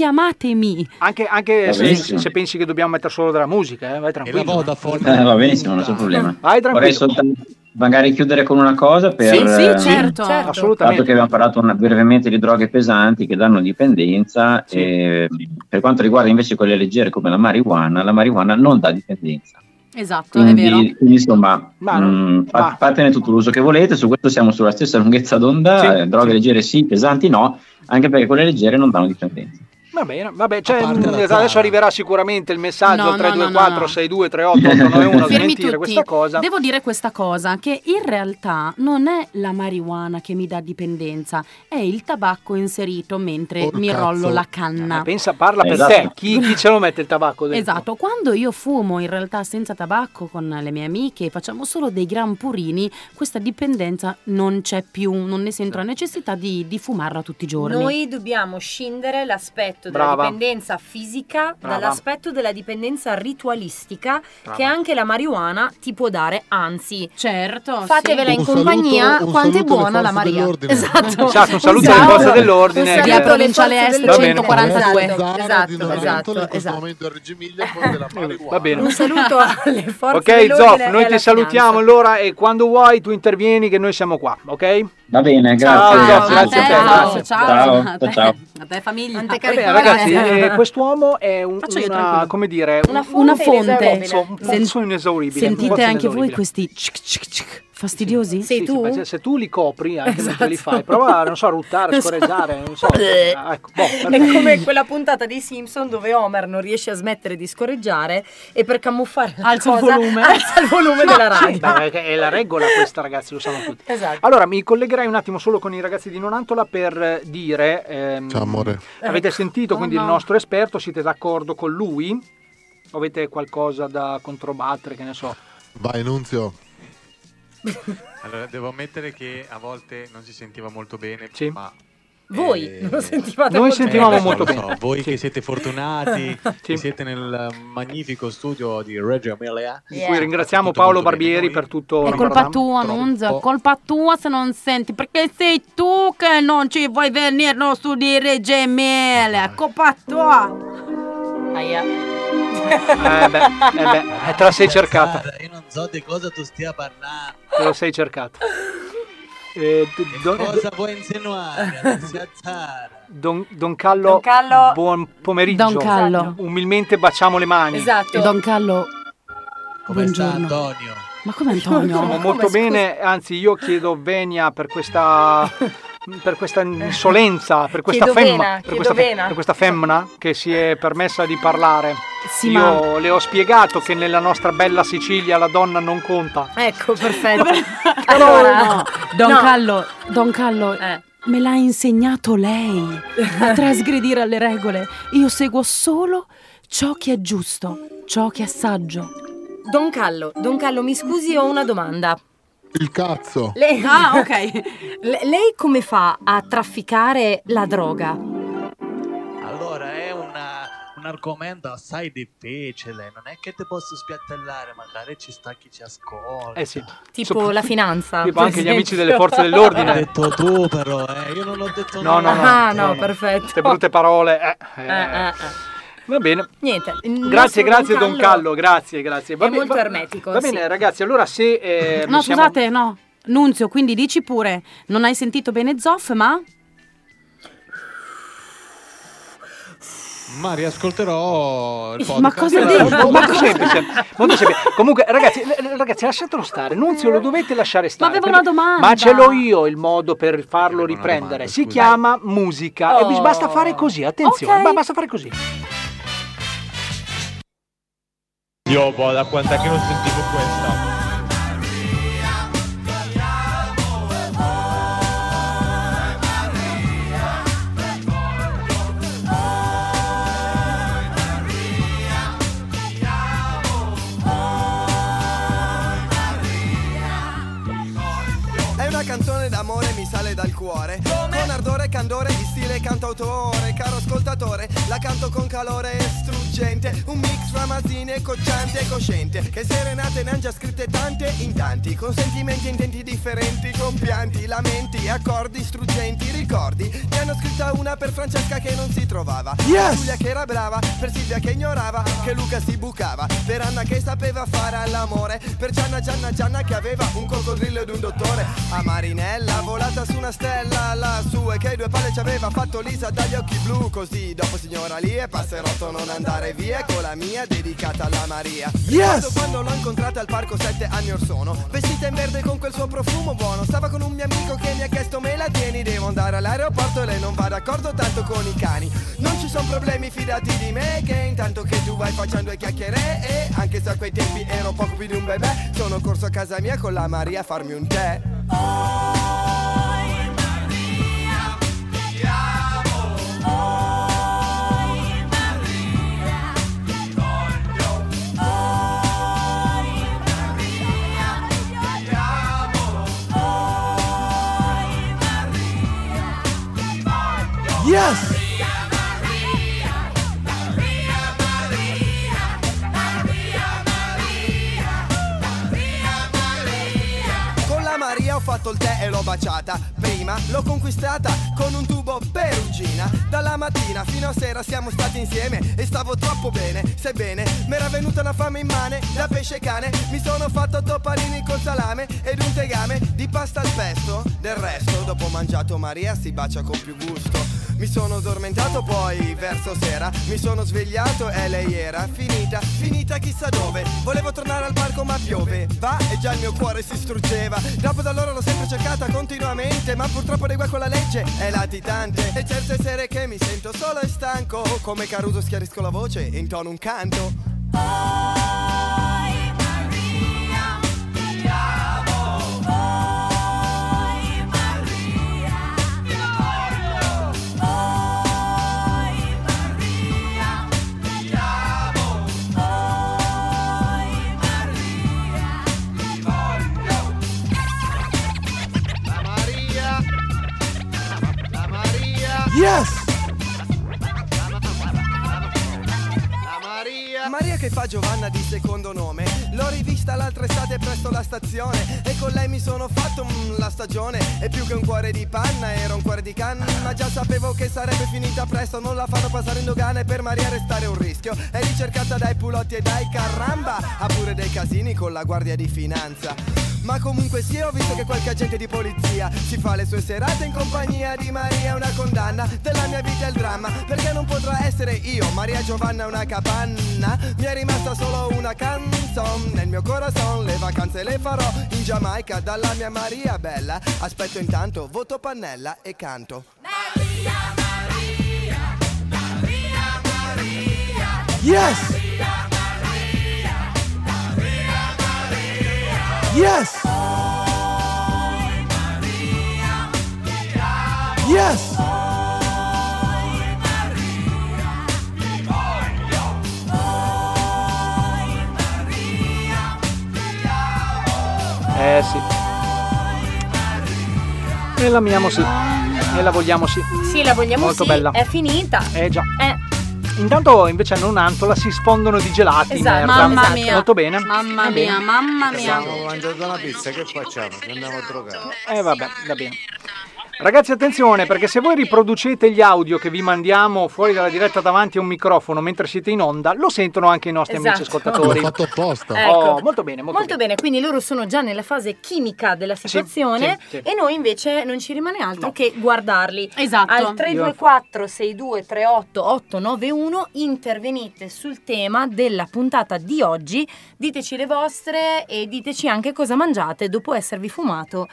Speaker 8: richiamatemi.
Speaker 6: Anche, anche
Speaker 8: Va
Speaker 6: se,
Speaker 8: benissimo.
Speaker 6: se pensi che dobbiamo mettere solo della musica, eh, vai tranquillo.
Speaker 19: Eh, va benissimo, non c'è problema.
Speaker 6: Vai tranquillo.
Speaker 19: Vorrei soltanto magari chiudere con una cosa per... eh,
Speaker 8: certo.
Speaker 19: Dato che
Speaker 6: assolutamente.
Speaker 19: abbiamo parlato una- brevemente di droghe pesanti che danno dipendenza, eh, per quanto riguarda invece quelle leggere come la marijuana, la marijuana non dà dipendenza.
Speaker 8: Esatto, è vero.
Speaker 19: Quindi, quindi, insomma,
Speaker 8: Ma-
Speaker 19: mh, fa- fatene tutto l'uso che volete, su questo siamo sulla stessa lunghezza d'onda, eh, droghe leggere sì, pesanti no, anche perché quelle leggere non danno dipendenza.
Speaker 6: Va bene, vabbè, cioè,
Speaker 19: parte la
Speaker 6: mh, adesso
Speaker 19: Zara.
Speaker 6: arriverà sicuramente il messaggio
Speaker 8: No, no, no,
Speaker 6: 324
Speaker 8: no, no.
Speaker 6: 62 38 891 a
Speaker 8: Fermi
Speaker 6: smentire
Speaker 8: tutti.
Speaker 6: questa cosa.
Speaker 8: Devo dire questa cosa, che in realtà non è la marijuana che mi dà dipendenza, è il tabacco inserito mentre mi rollo la canna.
Speaker 6: Eh, pensa, parla per
Speaker 8: Esatto.
Speaker 6: te. Chi, chi ce lo mette il tabacco dentro?
Speaker 8: Esatto, quando io fumo in realtà senza tabacco con le mie amiche, facciamo solo dei gran purini, questa dipendenza non c'è più, non ne sento la
Speaker 6: Certo.
Speaker 8: necessità di, di fumarla tutti i giorni.
Speaker 3: Noi dobbiamo scindere l'aspetto
Speaker 8: Brava.
Speaker 3: della dipendenza fisica
Speaker 8: Brava.
Speaker 3: dall'aspetto della dipendenza ritualistica
Speaker 8: Brava.
Speaker 3: che anche la marijuana ti può dare, anzi.
Speaker 8: Certo.
Speaker 3: Fatevela
Speaker 8: sì.
Speaker 3: in
Speaker 8: Un
Speaker 3: compagnia
Speaker 8: saluto- un
Speaker 3: quanto è
Speaker 8: saluto alle
Speaker 3: buona la
Speaker 8: forze
Speaker 3: Maria.
Speaker 8: dell'ordine.
Speaker 3: Esatto.
Speaker 6: Esatto, un saluto
Speaker 3: Esatto.
Speaker 6: alle forze
Speaker 3: Un
Speaker 6: dell'ordine.
Speaker 3: saluto
Speaker 6: che-
Speaker 3: alle provinciale est
Speaker 6: Va bene.
Speaker 3: 142.
Speaker 10: Zara di
Speaker 3: Esatto,
Speaker 10: Nonantola, in
Speaker 3: esatto,
Speaker 10: questo
Speaker 3: esatto.
Speaker 10: momento RG Miglia con della
Speaker 8: Esatto.
Speaker 10: marijuana.
Speaker 6: Eh, Va bene.
Speaker 3: Un saluto alle forze
Speaker 6: Ok,
Speaker 3: dell'ordine
Speaker 6: Zoff,
Speaker 3: e
Speaker 6: noi
Speaker 3: alla
Speaker 6: ti salutiamo
Speaker 3: finanza.
Speaker 6: allora e quando vuoi tu intervieni che noi siamo qua, ok?
Speaker 19: Va bene,
Speaker 6: Ciao,
Speaker 19: grazie.
Speaker 6: Zoff, grazie a te, grazie.
Speaker 8: Ciao, ciao,
Speaker 19: Ciao, ciao.
Speaker 8: A te famiglia.
Speaker 6: Va bene, ragazzi, eh, quest'uomo è un,
Speaker 8: Faccio io,
Speaker 6: una,
Speaker 8: tranquillo.
Speaker 6: come dire,
Speaker 8: Una
Speaker 6: un-
Speaker 8: fonte Una fonte. inesauribile.
Speaker 6: Insomma, un
Speaker 8: Sen-
Speaker 6: pozzo inesauribile. un
Speaker 8: Sentite
Speaker 6: pozzo
Speaker 8: anche voi
Speaker 6: inesauribile.
Speaker 8: questi cic, cic, cic, fastidiosi? Esatto.
Speaker 6: Sì, sì, perché se tu li copri anche mentre li fai, prova a non so, a ruttare, a
Speaker 3: Non so.
Speaker 6: scorreggiare, non so.
Speaker 3: Eh.
Speaker 6: Ah, ecco, boh,
Speaker 3: È
Speaker 6: perfetto.
Speaker 3: come quella puntata dei Simpson dove Homer non riesce a smettere di scorreggiare e per camuffare la
Speaker 8: Alza il
Speaker 3: cosa
Speaker 8: volume.
Speaker 3: alza il volume
Speaker 6: No,
Speaker 3: della radio.
Speaker 6: beh, è- è la regola questa, ragazzi, lo sanno tutti.
Speaker 3: Esatto.
Speaker 6: Allora, mi collegherei un attimo solo con i ragazzi di Nonantola per eh, dire... ehm,
Speaker 10: Ciao, amore.
Speaker 6: Avete sentito quindi
Speaker 10: no.
Speaker 6: il nostro esperto, siete d'accordo con lui? O Avete qualcosa da controbattere, che ne so?
Speaker 10: Vai, Nunzio.
Speaker 5: Allora, devo ammettere che a volte non si sentiva molto bene, ma
Speaker 3: Voi
Speaker 10: Eh,
Speaker 3: non lo sentivate
Speaker 6: Noi
Speaker 3: molto
Speaker 6: sentivamo
Speaker 3: bene.
Speaker 6: molto
Speaker 5: lo
Speaker 6: bene.
Speaker 5: so, voi che siete fortunati, che siete nel magnifico studio di Reggio Emilia,
Speaker 6: Di cui ringraziamo Paolo Barbieri per tutto...
Speaker 8: È
Speaker 6: non
Speaker 8: colpa
Speaker 6: parliamo.
Speaker 8: tua, Nunzio, è colpa tua se non senti, perché sei tu che non ci vuoi venire no, su di Reggio Emilia, è colpa tua.
Speaker 3: Aia.
Speaker 6: Eh beh, eh beh, eh, te la sei cercata.
Speaker 5: Io non so di cosa tu stia parlando.
Speaker 6: Te la sei cercata. Eh, d- don,
Speaker 5: Cosa vuoi insinuare? Alessia Zara?
Speaker 6: don- Don Callo, buon pomeriggio.
Speaker 8: Don Callo. Esatto.
Speaker 6: Umilmente baciamo le mani.
Speaker 3: Esatto.
Speaker 8: Don Carlo,
Speaker 6: Come
Speaker 8: sta
Speaker 5: Antonio?
Speaker 8: ma come Antonio?
Speaker 6: Stiamo molto bene, anzi io chiedo venia per questa per questa insolenza, per questa
Speaker 3: Chiedo
Speaker 6: femmina,
Speaker 3: vena,
Speaker 6: per
Speaker 3: chiedo
Speaker 6: questa,
Speaker 3: vena.
Speaker 6: per questa femmina che si è permessa di parlare.
Speaker 8: Sì,
Speaker 6: io
Speaker 8: ma-
Speaker 6: le ho spiegato che nella nostra bella Sicilia la donna non conta.
Speaker 3: Ecco, perfetto.
Speaker 8: Allora,
Speaker 3: Allora,
Speaker 8: no, Don
Speaker 3: no. Eh.
Speaker 8: Callo, Don Callo, me l'ha insegnato lei a trasgredire alle regole. Io seguo solo ciò che è giusto, ciò che è saggio.
Speaker 3: Don Callo, Don Callo, mi scusi, ho una domanda.
Speaker 10: Il cazzo.
Speaker 3: Lei,
Speaker 8: Ah, ok.
Speaker 3: Le- lei come fa a trafficare la droga?
Speaker 5: Allora, è una- un argomento assai difficile, non è che ti posso spiattellare, magari ci sta chi ci ascolta.
Speaker 6: Eh sì.
Speaker 3: Tipo la finanza.
Speaker 6: Tipo
Speaker 3: per
Speaker 6: anche gli
Speaker 3: esempio.
Speaker 6: amici delle forze dell'ordine.
Speaker 5: L'hai detto tu però, eh, io non l'ho detto
Speaker 6: No, no, no.
Speaker 3: Ah, no, perfetto.
Speaker 6: Queste brutte parole. eh, eh.
Speaker 3: Eh, eh, eh.
Speaker 6: Va bene.
Speaker 3: Niente. il nostro
Speaker 6: Grazie, grazie Don Callo, grazie, grazie. Va
Speaker 3: è
Speaker 6: bene,
Speaker 3: molto
Speaker 6: va-
Speaker 3: ermetico,
Speaker 6: Va
Speaker 3: sì.
Speaker 6: bene, ragazzi, allora se eh,
Speaker 8: No,
Speaker 6: siamo-
Speaker 8: scusate, no. Nunzio, quindi dici pure, non hai sentito bene Zoff, ma...
Speaker 5: Ma riascolterò il podcast.
Speaker 8: Ma cosa
Speaker 6: Allora,
Speaker 8: dici?
Speaker 6: mo- molto semplice, molto semplice. Comunque, ragazzi, l- ragazzi, lasciatelo stare. Nunzio, lo dovete lasciare stare.
Speaker 8: avevo
Speaker 6: perché-
Speaker 8: una domanda.
Speaker 6: Ma ce l'ho io il modo per farlo riprendere. si chiama musica. E vi
Speaker 8: Oh.
Speaker 6: basta fare così, attenzione.
Speaker 8: Ok.
Speaker 6: ma basta fare così.
Speaker 20: Dio, boh, da quant'è che non sentivo questa?
Speaker 21: una canzone d'amore mi sale dal cuore Con ardore e candore di stile cantautore Caro ascoltatore, la canto con calore struggente Un mix fra mazzine cocciante e cosciente Che serenate ne han già scritte tante in tanti Con sentimenti e intenti differenti Con pianti, lamenti, accordi struggenti Ricordi, ne hanno scritta una per Francesca che non si trovava
Speaker 22: Yes!
Speaker 21: Per Giulia che era brava, per Silvia che ignorava Che Luca si bucava, per Anna che sapeva fare all'amore Per Gianna, Gianna, Gianna che aveva un coccodrillo ed un dottore A Marinella volata su una stella lassù E che i due palle ci aveva fatto Lisa dagli occhi blu Così dopo signora lì e passerotto non andare via Con la mia dedicata alla Maria
Speaker 22: Yes!
Speaker 21: Ricordo quando l'ho incontrata al parco sette anni or sono Vestita in verde con quel suo profumo buono Stava con un mio amico che mi ha chiesto me la tieni Devo andare all'aeroporto e lei non va d'accordo tanto con i cani Non ci sono problemi fidati di me Che intanto che tu vai facendo e chiacchiere E anche se a quei tempi ero poco più di un bebè Sono corso a casa mia con la Maria a farmi un tè
Speaker 22: Yes!
Speaker 21: Con la Maria ho fatto il tè e l'ho baciata. Prima l'ho conquistata con un tubo perugina. Dalla mattina fino a sera siamo stati insieme e stavo troppo bene, sebbene mi era venuta una fame immane da pesce cane. Mi sono fatto topolini col salame ed un tegame di pasta al pesto. Del resto, dopo mangiato Maria si bacia con più gusto. Mi sono addormentato poi verso sera Mi sono svegliato e lei era finita, finita chissà dove Volevo tornare al parco ma piove Va e già il mio cuore si struggeva Dopo da allora l'ho sempre cercata continuamente Ma purtroppo dei guai con la legge è latitante E certe sere che mi sento solo e stanco Come Caruso schiarisco la voce e intono un canto
Speaker 12: La Maria, la Maria,
Speaker 21: Yes! Maria. Maria che fa Giovanna di secondo nome L'ho rivista l'altra estate presso la stazione E con lei mi sono fatto mm, la stagione E più che un cuore di panna era un cuore di canna Ma già sapevo che sarebbe finita presto Non la fanno passare in dogana e per Maria restare un rischio È ricercata dai pulotti e dai caramba Ha pure dei casini con la guardia di finanza ma comunque sì, ho visto che qualche agente di polizia Si fa le sue serate in compagnia di Maria Una condanna della mia vita è il dramma Perché non potrà essere io, Maria Giovanna, una capanna Mi è rimasta solo una canzone Nel mio corazon le vacanze le farò In Giamaica dalla mia Maria bella Aspetto intanto, voto pannella e canto
Speaker 22: Yes! Yes! Yes!
Speaker 6: Eh sì. E l'amiamo sì. E la vogliamo sì.
Speaker 3: Sì, la vogliamo
Speaker 6: Molto
Speaker 3: sì,
Speaker 6: bella.
Speaker 3: è finita.
Speaker 6: Eh già.
Speaker 3: Eh.
Speaker 6: Intanto invece hanno un'antola, si sfondono di gelati in
Speaker 3: Esatto.
Speaker 6: erba.
Speaker 3: Mamma mia.
Speaker 6: Molto bene.
Speaker 8: Mamma
Speaker 6: Va bene.
Speaker 8: mia, mamma mia.
Speaker 13: Abbiamo mangiato una pizza, che facciamo? Ci andiamo a drogare.
Speaker 6: Eh vabbè, va bene. Ragazzi attenzione perché se voi riproducete gli audio che vi mandiamo fuori dalla diretta davanti a un microfono mentre siete in onda, lo sentono anche i nostri amici
Speaker 3: Esatto.
Speaker 6: ascoltatori.
Speaker 3: L'ho
Speaker 6: fatto apposta.
Speaker 3: Ecco.
Speaker 6: molto bene, molto,
Speaker 3: Molto, bene. quindi loro sono già nella fase chimica della situazione
Speaker 6: sì, sì.
Speaker 3: e noi invece non ci rimane altro che guardarli.
Speaker 8: Esatto.
Speaker 3: Al 324 6238 891 intervenite sul tema della puntata di oggi, diteci le vostre e diteci anche cosa mangiate dopo esservi fumato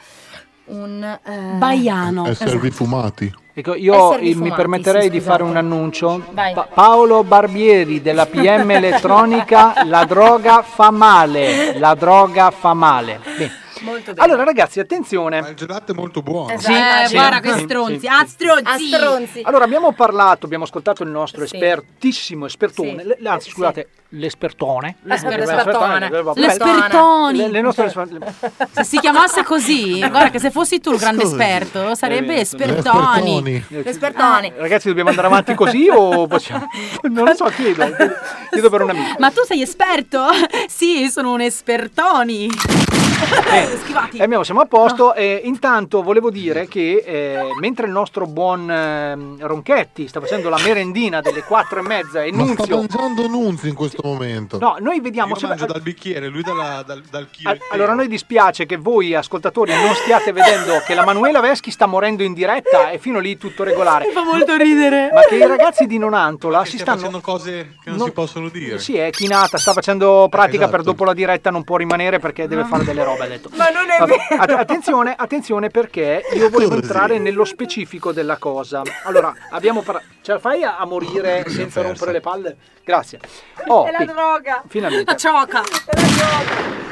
Speaker 3: un eh,
Speaker 10: E servi
Speaker 3: Esatto.
Speaker 10: fumati.
Speaker 6: Ecco, io
Speaker 3: Esservi
Speaker 6: eh, mi
Speaker 3: fumati,
Speaker 6: permetterei
Speaker 3: sì,
Speaker 6: di
Speaker 3: scusate.
Speaker 6: fare un annuncio.
Speaker 3: Vai.
Speaker 6: Pa- Paolo Barbieri della PM Elettronica, la droga fa male, la droga fa male. Bene.
Speaker 3: Molto bene.
Speaker 6: Allora, ragazzi, attenzione.
Speaker 10: il gelato è molto buono.
Speaker 3: Esatto. Eh, guarda che stronzi. Ah, stronzi. Ah, stronzi.
Speaker 6: Allora, abbiamo parlato, abbiamo ascoltato il nostro
Speaker 3: Sì.
Speaker 6: espertissimo espertone.
Speaker 3: Sì. Eh,
Speaker 6: l- Anzi, scusate, l'espertone.
Speaker 8: L'espertone.
Speaker 6: L'espertone.
Speaker 8: L'espertoni.
Speaker 6: Le, le nostre esper-
Speaker 8: Se si chiamasse così, guarda che se fossi tu il grande
Speaker 6: Scusi.
Speaker 8: esperto, sarebbe
Speaker 6: Eh,
Speaker 8: Espertoni. Eh.
Speaker 3: L'espertone.
Speaker 6: Ragazzi, dobbiamo andare avanti così o possiamo... Eh, Non lo so, chiedo. Chiedo per un amico.
Speaker 8: Ma tu sei esperto? Sì, sono un espertoni.
Speaker 6: Eh, abbiamo- siamo a posto. Eh, intanto volevo dire che eh, mentre il nostro buon ehm, Ronchetti sta facendo la merendina delle 4 e mezza e
Speaker 10: Ma sta
Speaker 6: Nunzio...
Speaker 10: mangiando Nunzio in questo momento.
Speaker 6: No, noi vediamo...
Speaker 10: Io
Speaker 6: se-
Speaker 10: mangio dal bicchiere, lui dalla- dal, dal chilo.
Speaker 6: Al- Allora, a noi dispiace che voi ascoltatori non stiate vedendo che la Manuela Veschi sta morendo in diretta e fino lì tutto regolare.
Speaker 8: Mi fa molto ridere.
Speaker 6: Ma che i ragazzi di Nonantola si
Speaker 10: Sta
Speaker 6: stanno.
Speaker 10: facendo cose che non,
Speaker 6: non-
Speaker 10: si possono dire.
Speaker 6: Sì, è chinata, sta facendo pratica
Speaker 10: Esatto.
Speaker 6: per dopo la diretta, non può rimanere perché deve fare delle robe. Ha detto.
Speaker 3: Ma non è
Speaker 6: Vabbè,
Speaker 3: vero.
Speaker 6: att- attenzione, attenzione perché io volevo
Speaker 10: Così.
Speaker 6: entrare nello specifico della cosa. Allora, abbiamo par- ce la fai a, a morire senza rompere le palle? Grazie. Oh,
Speaker 3: È la
Speaker 6: sì,
Speaker 3: droga.
Speaker 6: finalmente.
Speaker 8: La cioca.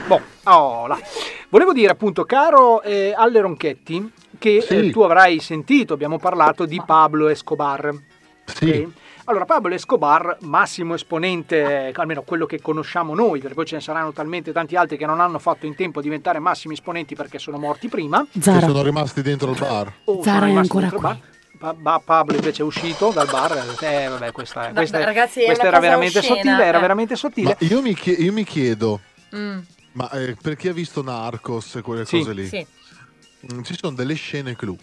Speaker 6: Boh, oh, là. Volevo dire appunto, caro eh, Alle Ronchetti, che
Speaker 10: Sì.
Speaker 6: eh, tu avrai sentito, abbiamo parlato di Pablo Escobar.
Speaker 10: Sì.
Speaker 6: Ok? Allora, Pablo Escobar, massimo esponente, eh, almeno quello che conosciamo noi, perché poi ce ne saranno talmente tanti altri che non hanno fatto in tempo a diventare massimi esponenti perché sono morti prima.
Speaker 10: Che sono rimasti dentro il bar.
Speaker 6: O sono
Speaker 8: Zara è
Speaker 6: rimasti
Speaker 8: ancora
Speaker 6: dentro il bar. Pa- ba- Pablo invece è uscito dal bar. Eh, vabbè, questa,
Speaker 3: No,
Speaker 6: questa-
Speaker 3: ragazzi, è
Speaker 6: questa
Speaker 3: una
Speaker 6: era
Speaker 3: cosa
Speaker 6: veramente
Speaker 3: oscena,
Speaker 6: sottile, era
Speaker 3: eh.
Speaker 6: veramente sottile.
Speaker 10: Ma io mi, chie- io mi chiedo,
Speaker 3: Mm.
Speaker 10: ma eh, per chi ha visto Narcos e quelle
Speaker 6: Sì.
Speaker 10: cose lì,
Speaker 3: Sì.
Speaker 10: mm, ci sono delle scene clou.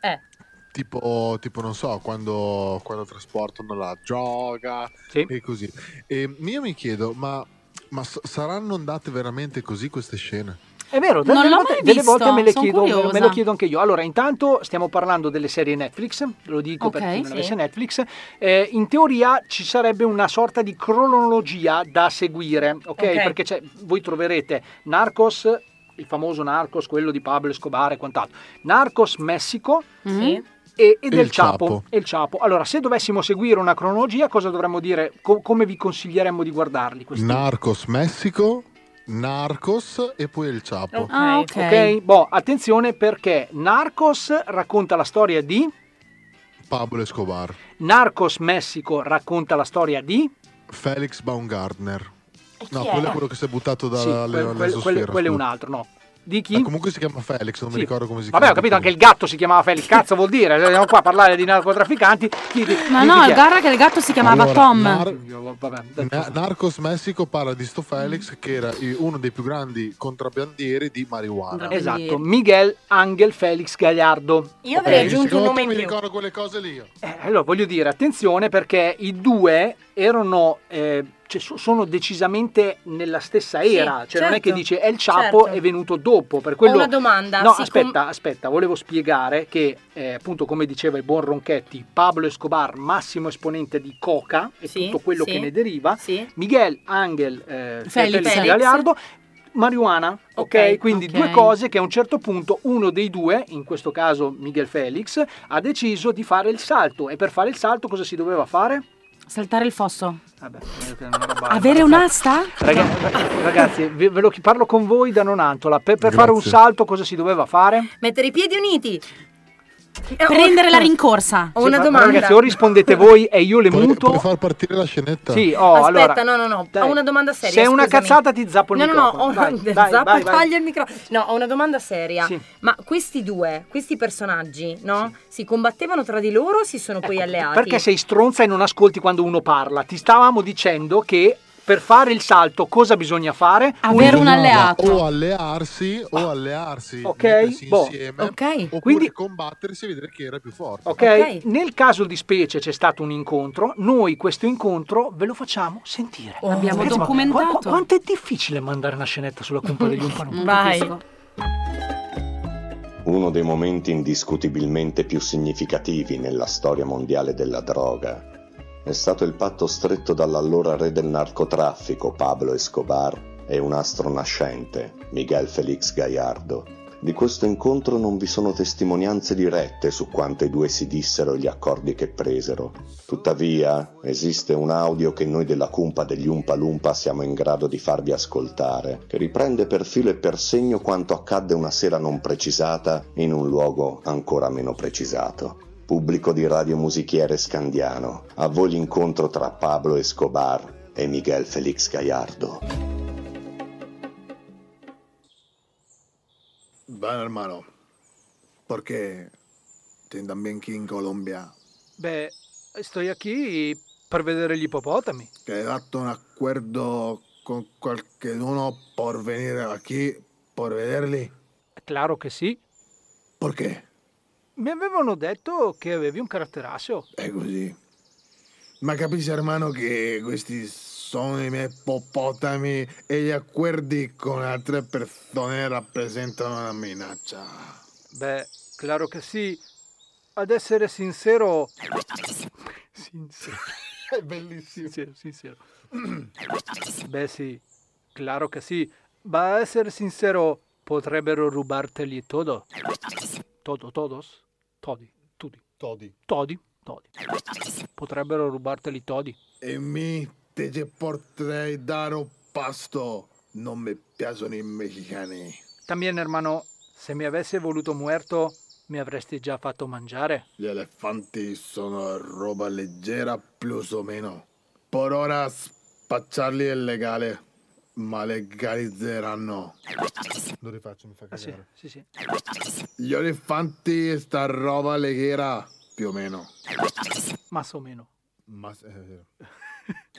Speaker 3: Eh.
Speaker 10: Tipo, tipo, non so, quando, quando trasportano la droga e così. E io mi chiedo, ma, ma s- saranno andate veramente così queste scene?
Speaker 6: È vero,
Speaker 8: Non
Speaker 6: delle,
Speaker 8: l'ho
Speaker 6: volte,
Speaker 8: mai
Speaker 6: delle
Speaker 8: visto,
Speaker 6: volte me, le
Speaker 8: son
Speaker 6: chiedo, me lo- me lo
Speaker 8: curiosa.
Speaker 6: chiedo anche io. Allora, intanto stiamo parlando delle serie Netflix, lo dico
Speaker 8: Ok,
Speaker 6: per chi non
Speaker 8: sì.
Speaker 6: avesse Netflix. Eh, in teoria ci sarebbe una sorta di cronologia da seguire, ok?
Speaker 3: Ok.
Speaker 6: Perché c'è- voi troverete Narcos, il famoso Narcos, quello di Pablo Escobar e quant'altro. Narcos Messico.
Speaker 8: Mm-hmm.
Speaker 3: Sì.
Speaker 6: E, e del
Speaker 10: il
Speaker 6: Chapo.
Speaker 10: Chapo.
Speaker 6: E il Chapo. Allora, se dovessimo seguire una cronologia, cosa dovremmo dire? Co- come vi consiglieremmo di guardarli? Questi?
Speaker 10: Narcos Messico, Narcos e poi il Chapo.
Speaker 8: Ah, ok.
Speaker 6: Ok, boh, attenzione perché Narcos racconta la storia di
Speaker 10: Pablo Escobar,
Speaker 6: Narcos Messico racconta la storia di
Speaker 10: Felix Baumgartner. No,
Speaker 6: chi
Speaker 10: quello
Speaker 6: è?
Speaker 10: è quello che si è buttato
Speaker 6: Sì,
Speaker 10: dalla
Speaker 6: quel- quel- quello- quello è un altro, no. Di chi?
Speaker 10: comunque si chiama Felix, non
Speaker 6: Sì.
Speaker 10: mi ricordo come si
Speaker 6: Vabbè, ho
Speaker 10: chiama.
Speaker 6: capito, anche il gatto si chiamava Felix, cazzo vuol dire, siamo qua a parlare di narcotrafficanti. Chi- di-
Speaker 8: Ma
Speaker 6: di-
Speaker 8: no,
Speaker 6: di chi è?
Speaker 8: guarda che il gatto si chiamava
Speaker 10: Allora,
Speaker 8: Tom.
Speaker 10: Nar-
Speaker 6: Vabbè,
Speaker 10: Na- Narcos Messico parla di
Speaker 6: Mm.
Speaker 10: sto Felix che era eh, uno dei più grandi contrabbandieri di marijuana.
Speaker 6: Esatto, Miguel Angel Felix Gagliardo.
Speaker 3: Io avrei
Speaker 6: Ok?
Speaker 3: aggiunto un
Speaker 10: Secondo
Speaker 3: nome
Speaker 10: te
Speaker 3: in
Speaker 10: mi
Speaker 3: più.
Speaker 10: ricordo quelle cose lì. io.
Speaker 6: Eh, Allora, voglio dire, attenzione perché i due erano, eh, cioè, so- sono decisamente nella stessa
Speaker 3: Sì,
Speaker 6: era, cioè non è che
Speaker 3: certo,
Speaker 6: dice è il Ciapo
Speaker 3: certo.
Speaker 6: è venuto dopo, per
Speaker 3: Ho
Speaker 6: quello...
Speaker 3: una domanda.
Speaker 6: No,
Speaker 3: sì,
Speaker 6: aspetta, aspetta, volevo spiegare che, eh, appunto, come diceva il buon Ronchetti, Pablo Escobar, massimo esponente di Coca e
Speaker 3: Sì,
Speaker 6: tutto quello
Speaker 3: sì.
Speaker 6: che ne deriva,
Speaker 3: Sì.
Speaker 6: Miguel Angel eh,
Speaker 8: Felix.
Speaker 6: Felix
Speaker 8: Felix.
Speaker 6: Gagliardo, marijuana, ok?
Speaker 3: Ok,
Speaker 6: Quindi
Speaker 8: ok.
Speaker 6: due cose che a un certo punto uno dei due, in questo caso Miguel Felix, ha deciso di fare il salto e per fare il salto cosa si doveva fare?
Speaker 8: Saltare il fosso.
Speaker 6: Vabbè, è una roba-
Speaker 8: Avere un'asta?
Speaker 6: Raga- ragazzi, ve ve lo chi- parlo con voi da Nonantola, per, per fare un
Speaker 10: Grazie.
Speaker 6: salto cosa si doveva fare?
Speaker 3: com- Mettere i piedi uniti. Eh,
Speaker 8: Prendere
Speaker 3: ho-
Speaker 8: la rincorsa.
Speaker 3: Ho una
Speaker 6: Sì, ma-
Speaker 3: domanda.
Speaker 6: Ragazzi, o rispondete voi e io le
Speaker 10: Puoi,
Speaker 6: muto.
Speaker 10: puoi far partire la scenetta?
Speaker 6: Sì, oh,
Speaker 3: Aspetta,
Speaker 6: allora.
Speaker 3: no, no, no,
Speaker 6: Dai.
Speaker 3: ho una domanda seria.
Speaker 6: Se è una
Speaker 3: scusami.
Speaker 6: cazzata ti zappo il
Speaker 3: no,
Speaker 6: microfono.
Speaker 3: No, no,
Speaker 6: Dai,
Speaker 3: ho-
Speaker 6: dai,
Speaker 3: zappa
Speaker 6: vai,
Speaker 3: e
Speaker 6: vai.
Speaker 3: taglia il microfono. No, ho una domanda seria.
Speaker 6: Sì.
Speaker 3: Ma questi due, questi personaggi, no? Si combattevano tra di loro o si sono poi alleati?
Speaker 6: Ecco, Perché sei stronza e non ascolti quando uno parla. Ti stavamo dicendo che per fare il salto cosa bisogna fare?
Speaker 8: Avere un
Speaker 10: Bisognava
Speaker 8: alleato.
Speaker 10: O allearsi, o allearsi,
Speaker 6: Ah, Ok,
Speaker 10: mettersi
Speaker 6: boh,
Speaker 10: insieme,
Speaker 3: ok.
Speaker 10: oppure
Speaker 6: Quindi-
Speaker 10: combattersi e vedere chi era più forte.
Speaker 6: Ok?
Speaker 3: Ok.
Speaker 6: Nel caso di specie c'è stato un incontro, noi questo incontro ve lo facciamo sentire.
Speaker 3: Oh,
Speaker 8: Abbiamo
Speaker 6: Ragazzi, ma
Speaker 8: documentato.
Speaker 6: qua- qua- quanto è difficile mandare una scenetta sulla cumpa degli Umpanum?
Speaker 8: Non
Speaker 3: Vai.
Speaker 8: capisco.
Speaker 9: Uno dei momenti indiscutibilmente più significativi nella storia mondiale della droga è stato il patto stretto dall'allora re del narcotraffico Pablo Escobar e un astro nascente, Miguel Felix Gallardo,
Speaker 7: Di questo incontro non vi sono testimonianze dirette su quanto i due si dissero e gli accordi che presero. Tuttavia, esiste un audio che noi della cumpa degli Umpa Lumpa siamo in grado di farvi ascoltare, che riprende per filo e per segno quanto accadde una sera non precisata in un luogo ancora meno precisato. Pubblico di Radio Musichiere Scandiano, a voi l'incontro tra Pablo Escobar e Miguel Felix Gallardo.
Speaker 23: Bueno, hermano, ¿por qué tiendan bien aquí en Colombia?
Speaker 6: Beh, sto qui per vedere gli ippopotami.
Speaker 23: ¿Que dato un acuerdo con cualquiera por venir aquí, por vederle?
Speaker 6: Claro che sì.
Speaker 23: ¿Por qué?
Speaker 6: Mi avevano detto che avevi un caratteraceo.
Speaker 23: È così. Ma capisci, hermano, che questi sono i miei popotami e gli accordi con altre persone rappresentano una minaccia.
Speaker 6: Beh, claro che sì. Ad essere sincero... Sincero.
Speaker 23: È bellissimo.
Speaker 6: Sincero, sincero. Beh sì, claro che sì. Ma a essere sincero, potrebbero rubarteli todo. Todo, todos? Todi, tudi.
Speaker 23: Todi.
Speaker 6: Todi, todi. Potrebbero rubarteli todi.
Speaker 23: E mi te ci potrei dare un pasto. Non mi piacciono i messicani.
Speaker 6: También, hermano, se mi avesse voluto muerto, mi avresti già fatto mangiare.
Speaker 23: Gli elefanti sono roba leggera più o meno. Per ora spacciarli è legale, ma legalizzeranno.
Speaker 24: Lo rifaccio, mi fa
Speaker 6: Ah, sì,
Speaker 24: cagare.
Speaker 6: sì, sì.
Speaker 23: Gli elefanti e sta roba leggera, più o meno.
Speaker 6: Mas o meno.
Speaker 24: Ma eh, eh,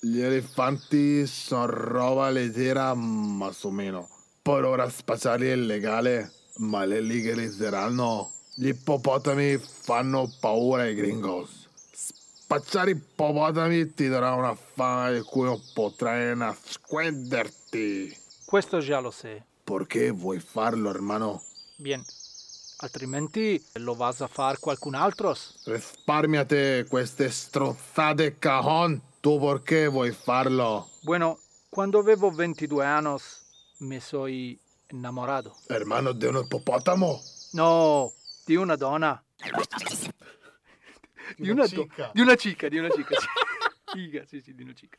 Speaker 23: Gli elefanti sono roba leggera, ma o meno. Per ora spacciarli è legale, ma le legalizzeranno. Gli ippopotami fanno paura ai gringos. Spacciare ippopotami ti darà una fame di cui non potrai nasconderti.
Speaker 6: Questo già lo sai.
Speaker 23: Perché vuoi farlo, hermano?
Speaker 6: Bien. Altrimenti lo vas a far qualcun altro.
Speaker 23: Risparmiate queste strozzate cajon. Tu perché vuoi farlo?
Speaker 6: Bueno, quando avevo 22 anos, me soy enamorado.
Speaker 23: Hermano di un ippopotamo?
Speaker 6: No, di una donna. Di una, do- di una cica, di una cica. sì. Figa, sì, sì, di una cica.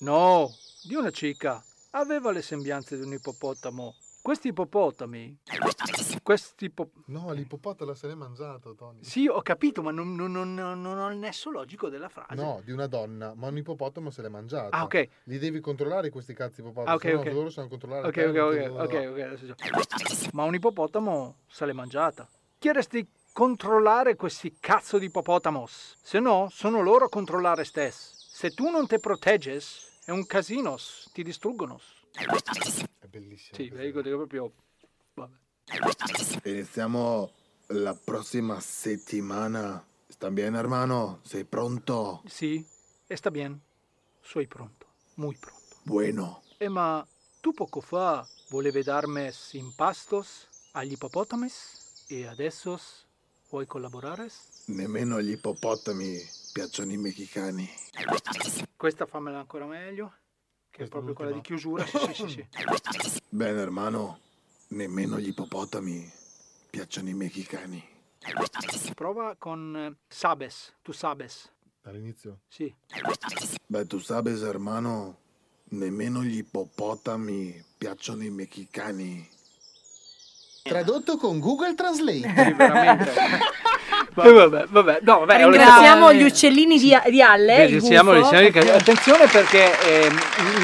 Speaker 6: No, di una cica. Aveva le sembianze di un ippopotamo. Questi ippopotami. Questi ippopotami.
Speaker 24: No, l'ippopotamo se l'è mangiato, Tony.
Speaker 6: Sì, ho capito, ma non, non- non- non- non ho il nesso logico della frase.
Speaker 24: No, di una donna, ma un ippopotamo se l'è mangiato.
Speaker 6: Ah, ok.
Speaker 24: Li devi controllare questi cazzi ippopotami.
Speaker 6: Ah, ok,
Speaker 24: se no
Speaker 6: ok.
Speaker 24: loro sanno controllare.
Speaker 6: Ok,
Speaker 24: te,
Speaker 6: ok,
Speaker 24: non ti
Speaker 6: ok,
Speaker 24: devono-
Speaker 6: ok, ok, adesso so. Ma un ippopotamo se l'è mangiata. Chiederesti controllare questi cazzo di ippopotamos. Se no, sono loro a controllare stes. Se tu non te protegges, è un casinos, ti distruggono.
Speaker 24: È bellissimo.
Speaker 6: Sì, dico, dico proprio... Vabbè.
Speaker 23: Iniziamo la prossima settimana. Sta bene, hermano? Sei pronto?
Speaker 6: Sì, e sta bien. Soy pronto, muy pronto.
Speaker 23: Bueno.
Speaker 6: Eh, ma tu poco fa volevi darmi impastos agli ipopotames e adesso vuoi collaborare?
Speaker 23: Nemmeno gli ippopotami piacciono i messicani.
Speaker 6: Questa fammela ancora meglio, che è proprio quella di chiusura. Sì, sì, sì, sì.
Speaker 23: Bene, hermano. Nemmeno gli ippopotami piacciono i messicani.
Speaker 6: Prova con eh, Sabes, tu Sabes.
Speaker 24: All'inizio.
Speaker 6: Sì,
Speaker 23: Beh, tu sabes, hermano, nemmeno gli ippopotami piacciono i messicani.
Speaker 25: Tradotto con Google
Speaker 6: Sì,
Speaker 25: Translate.
Speaker 6: veramente. Eh, vabbè, vabbè, no, vabbè, ho
Speaker 3: Ringraziamo
Speaker 6: letto-
Speaker 3: gli uccellini di, di Alle. il
Speaker 6: Ringraziamo
Speaker 3: gufo.
Speaker 6: le signore che- Attenzione perché ehm,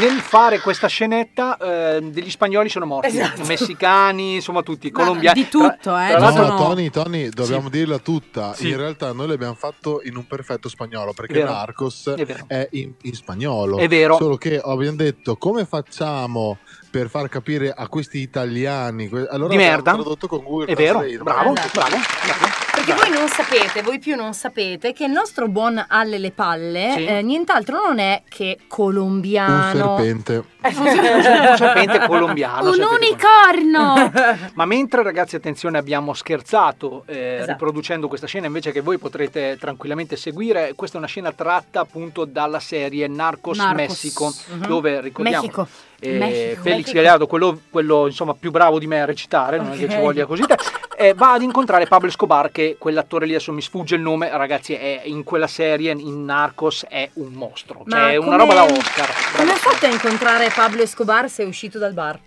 Speaker 6: nel fare questa scenetta ehm, degli spagnoli sono morti,
Speaker 3: Esatto.
Speaker 6: messicani, insomma tutti, colombiani.
Speaker 26: di tutto, eh,
Speaker 6: Tra
Speaker 26: ci
Speaker 6: l'altro,
Speaker 26: sono-
Speaker 10: Tony, Tony, dobbiamo dirla tutta.
Speaker 6: Sì.
Speaker 10: In realtà noi l'abbiamo fatto in un perfetto spagnolo perché
Speaker 6: Vero.
Speaker 10: Narcos
Speaker 6: È
Speaker 10: è,
Speaker 6: vero.
Speaker 10: in, in spagnolo.
Speaker 6: È vero.
Speaker 10: Solo che abbiamo detto come facciamo per far capire a questi italiani. que- Allora
Speaker 6: di
Speaker 10: abbiamo
Speaker 6: merda.
Speaker 10: tradotto con Google
Speaker 6: È vero,
Speaker 10: Translate, ma-
Speaker 6: bravo, bravo,
Speaker 3: Perché voi non sapete, voi più non sapete, che il nostro buon Alle le palle
Speaker 6: Sì.
Speaker 3: eh, nient'altro non è che
Speaker 10: Un
Speaker 6: Ah,
Speaker 3: colombiano.
Speaker 10: serpente.
Speaker 6: Un certo serpente colombiano.
Speaker 3: Un
Speaker 6: serpente
Speaker 3: unicorno!
Speaker 6: Ma mentre ragazzi attenzione abbiamo scherzato eh,
Speaker 27: Esatto.
Speaker 6: riproducendo questa scena invece che voi potrete tranquillamente seguire, questa è una scena tratta appunto dalla serie Narcos,
Speaker 27: Narcos.
Speaker 6: Messico,
Speaker 27: Mhm.
Speaker 6: dove ricordiamo
Speaker 27: Mexico.
Speaker 6: eh,
Speaker 27: Mexico.
Speaker 6: Felix
Speaker 27: Mexico.
Speaker 6: Gallardo, quello, quello, insomma più bravo di me a recitare, non è che
Speaker 27: Ok.
Speaker 6: ci voglia così tanto, eh, va ad incontrare Pablo Escobar che quell'attore lì adesso mi sfugge il nome, ragazzi è in quella serie in Narcos è un mostro,
Speaker 3: Ma
Speaker 6: cioè è una
Speaker 3: come-
Speaker 6: roba da Oscar.
Speaker 3: Come ha fatto a incontrare Pablo Escobar se è uscito dal bar?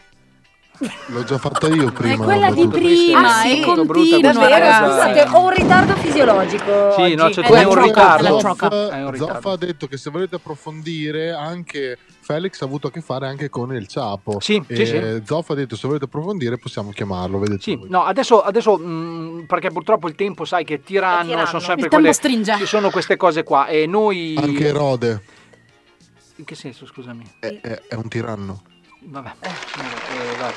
Speaker 10: L'ho già
Speaker 6: Eh,
Speaker 10: fatta io prima.
Speaker 3: quella
Speaker 10: l'ho
Speaker 3: di
Speaker 10: battuta.
Speaker 3: prima,
Speaker 10: Ah, sì?
Speaker 3: è continua. Davvero, scusate, ho un ritardo fisiologico.
Speaker 6: Sì,
Speaker 3: oggi.
Speaker 6: no, c'è
Speaker 10: Poi
Speaker 6: un
Speaker 10: Zoff-
Speaker 6: ritardo.
Speaker 10: Zoff-
Speaker 6: È un ritardo.
Speaker 10: Zoff ha detto che se volete approfondire anche Felix ha avuto a che fare anche con il Ciapo.
Speaker 6: Sì,
Speaker 10: E
Speaker 6: sì, sì.
Speaker 10: Zoff ha detto se volete approfondire possiamo chiamarlo, vedete voi.
Speaker 6: No, adesso, adesso, mh, perché purtroppo il tempo, sai che è tiranno,
Speaker 10: tiranno.
Speaker 6: sono sempre
Speaker 10: Il
Speaker 6: quelle,
Speaker 10: tempo
Speaker 6: stringe. Ci sono queste cose qua e noi...
Speaker 10: Anche Erode
Speaker 6: In che senso, scusami?
Speaker 10: è, è- è un tiranno.
Speaker 6: Vabbè. Eh, vabbè.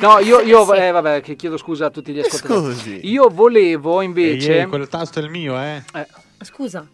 Speaker 6: No, io, io
Speaker 10: Sì.
Speaker 6: eh, vabbè, che chiedo scusa a tutti gli ascoltatori.
Speaker 5: Scusi. Eh,
Speaker 6: Io volevo
Speaker 5: Ehi, ehi,
Speaker 6: invece...
Speaker 5: quel tasto è il mio, eh.
Speaker 3: Scusa.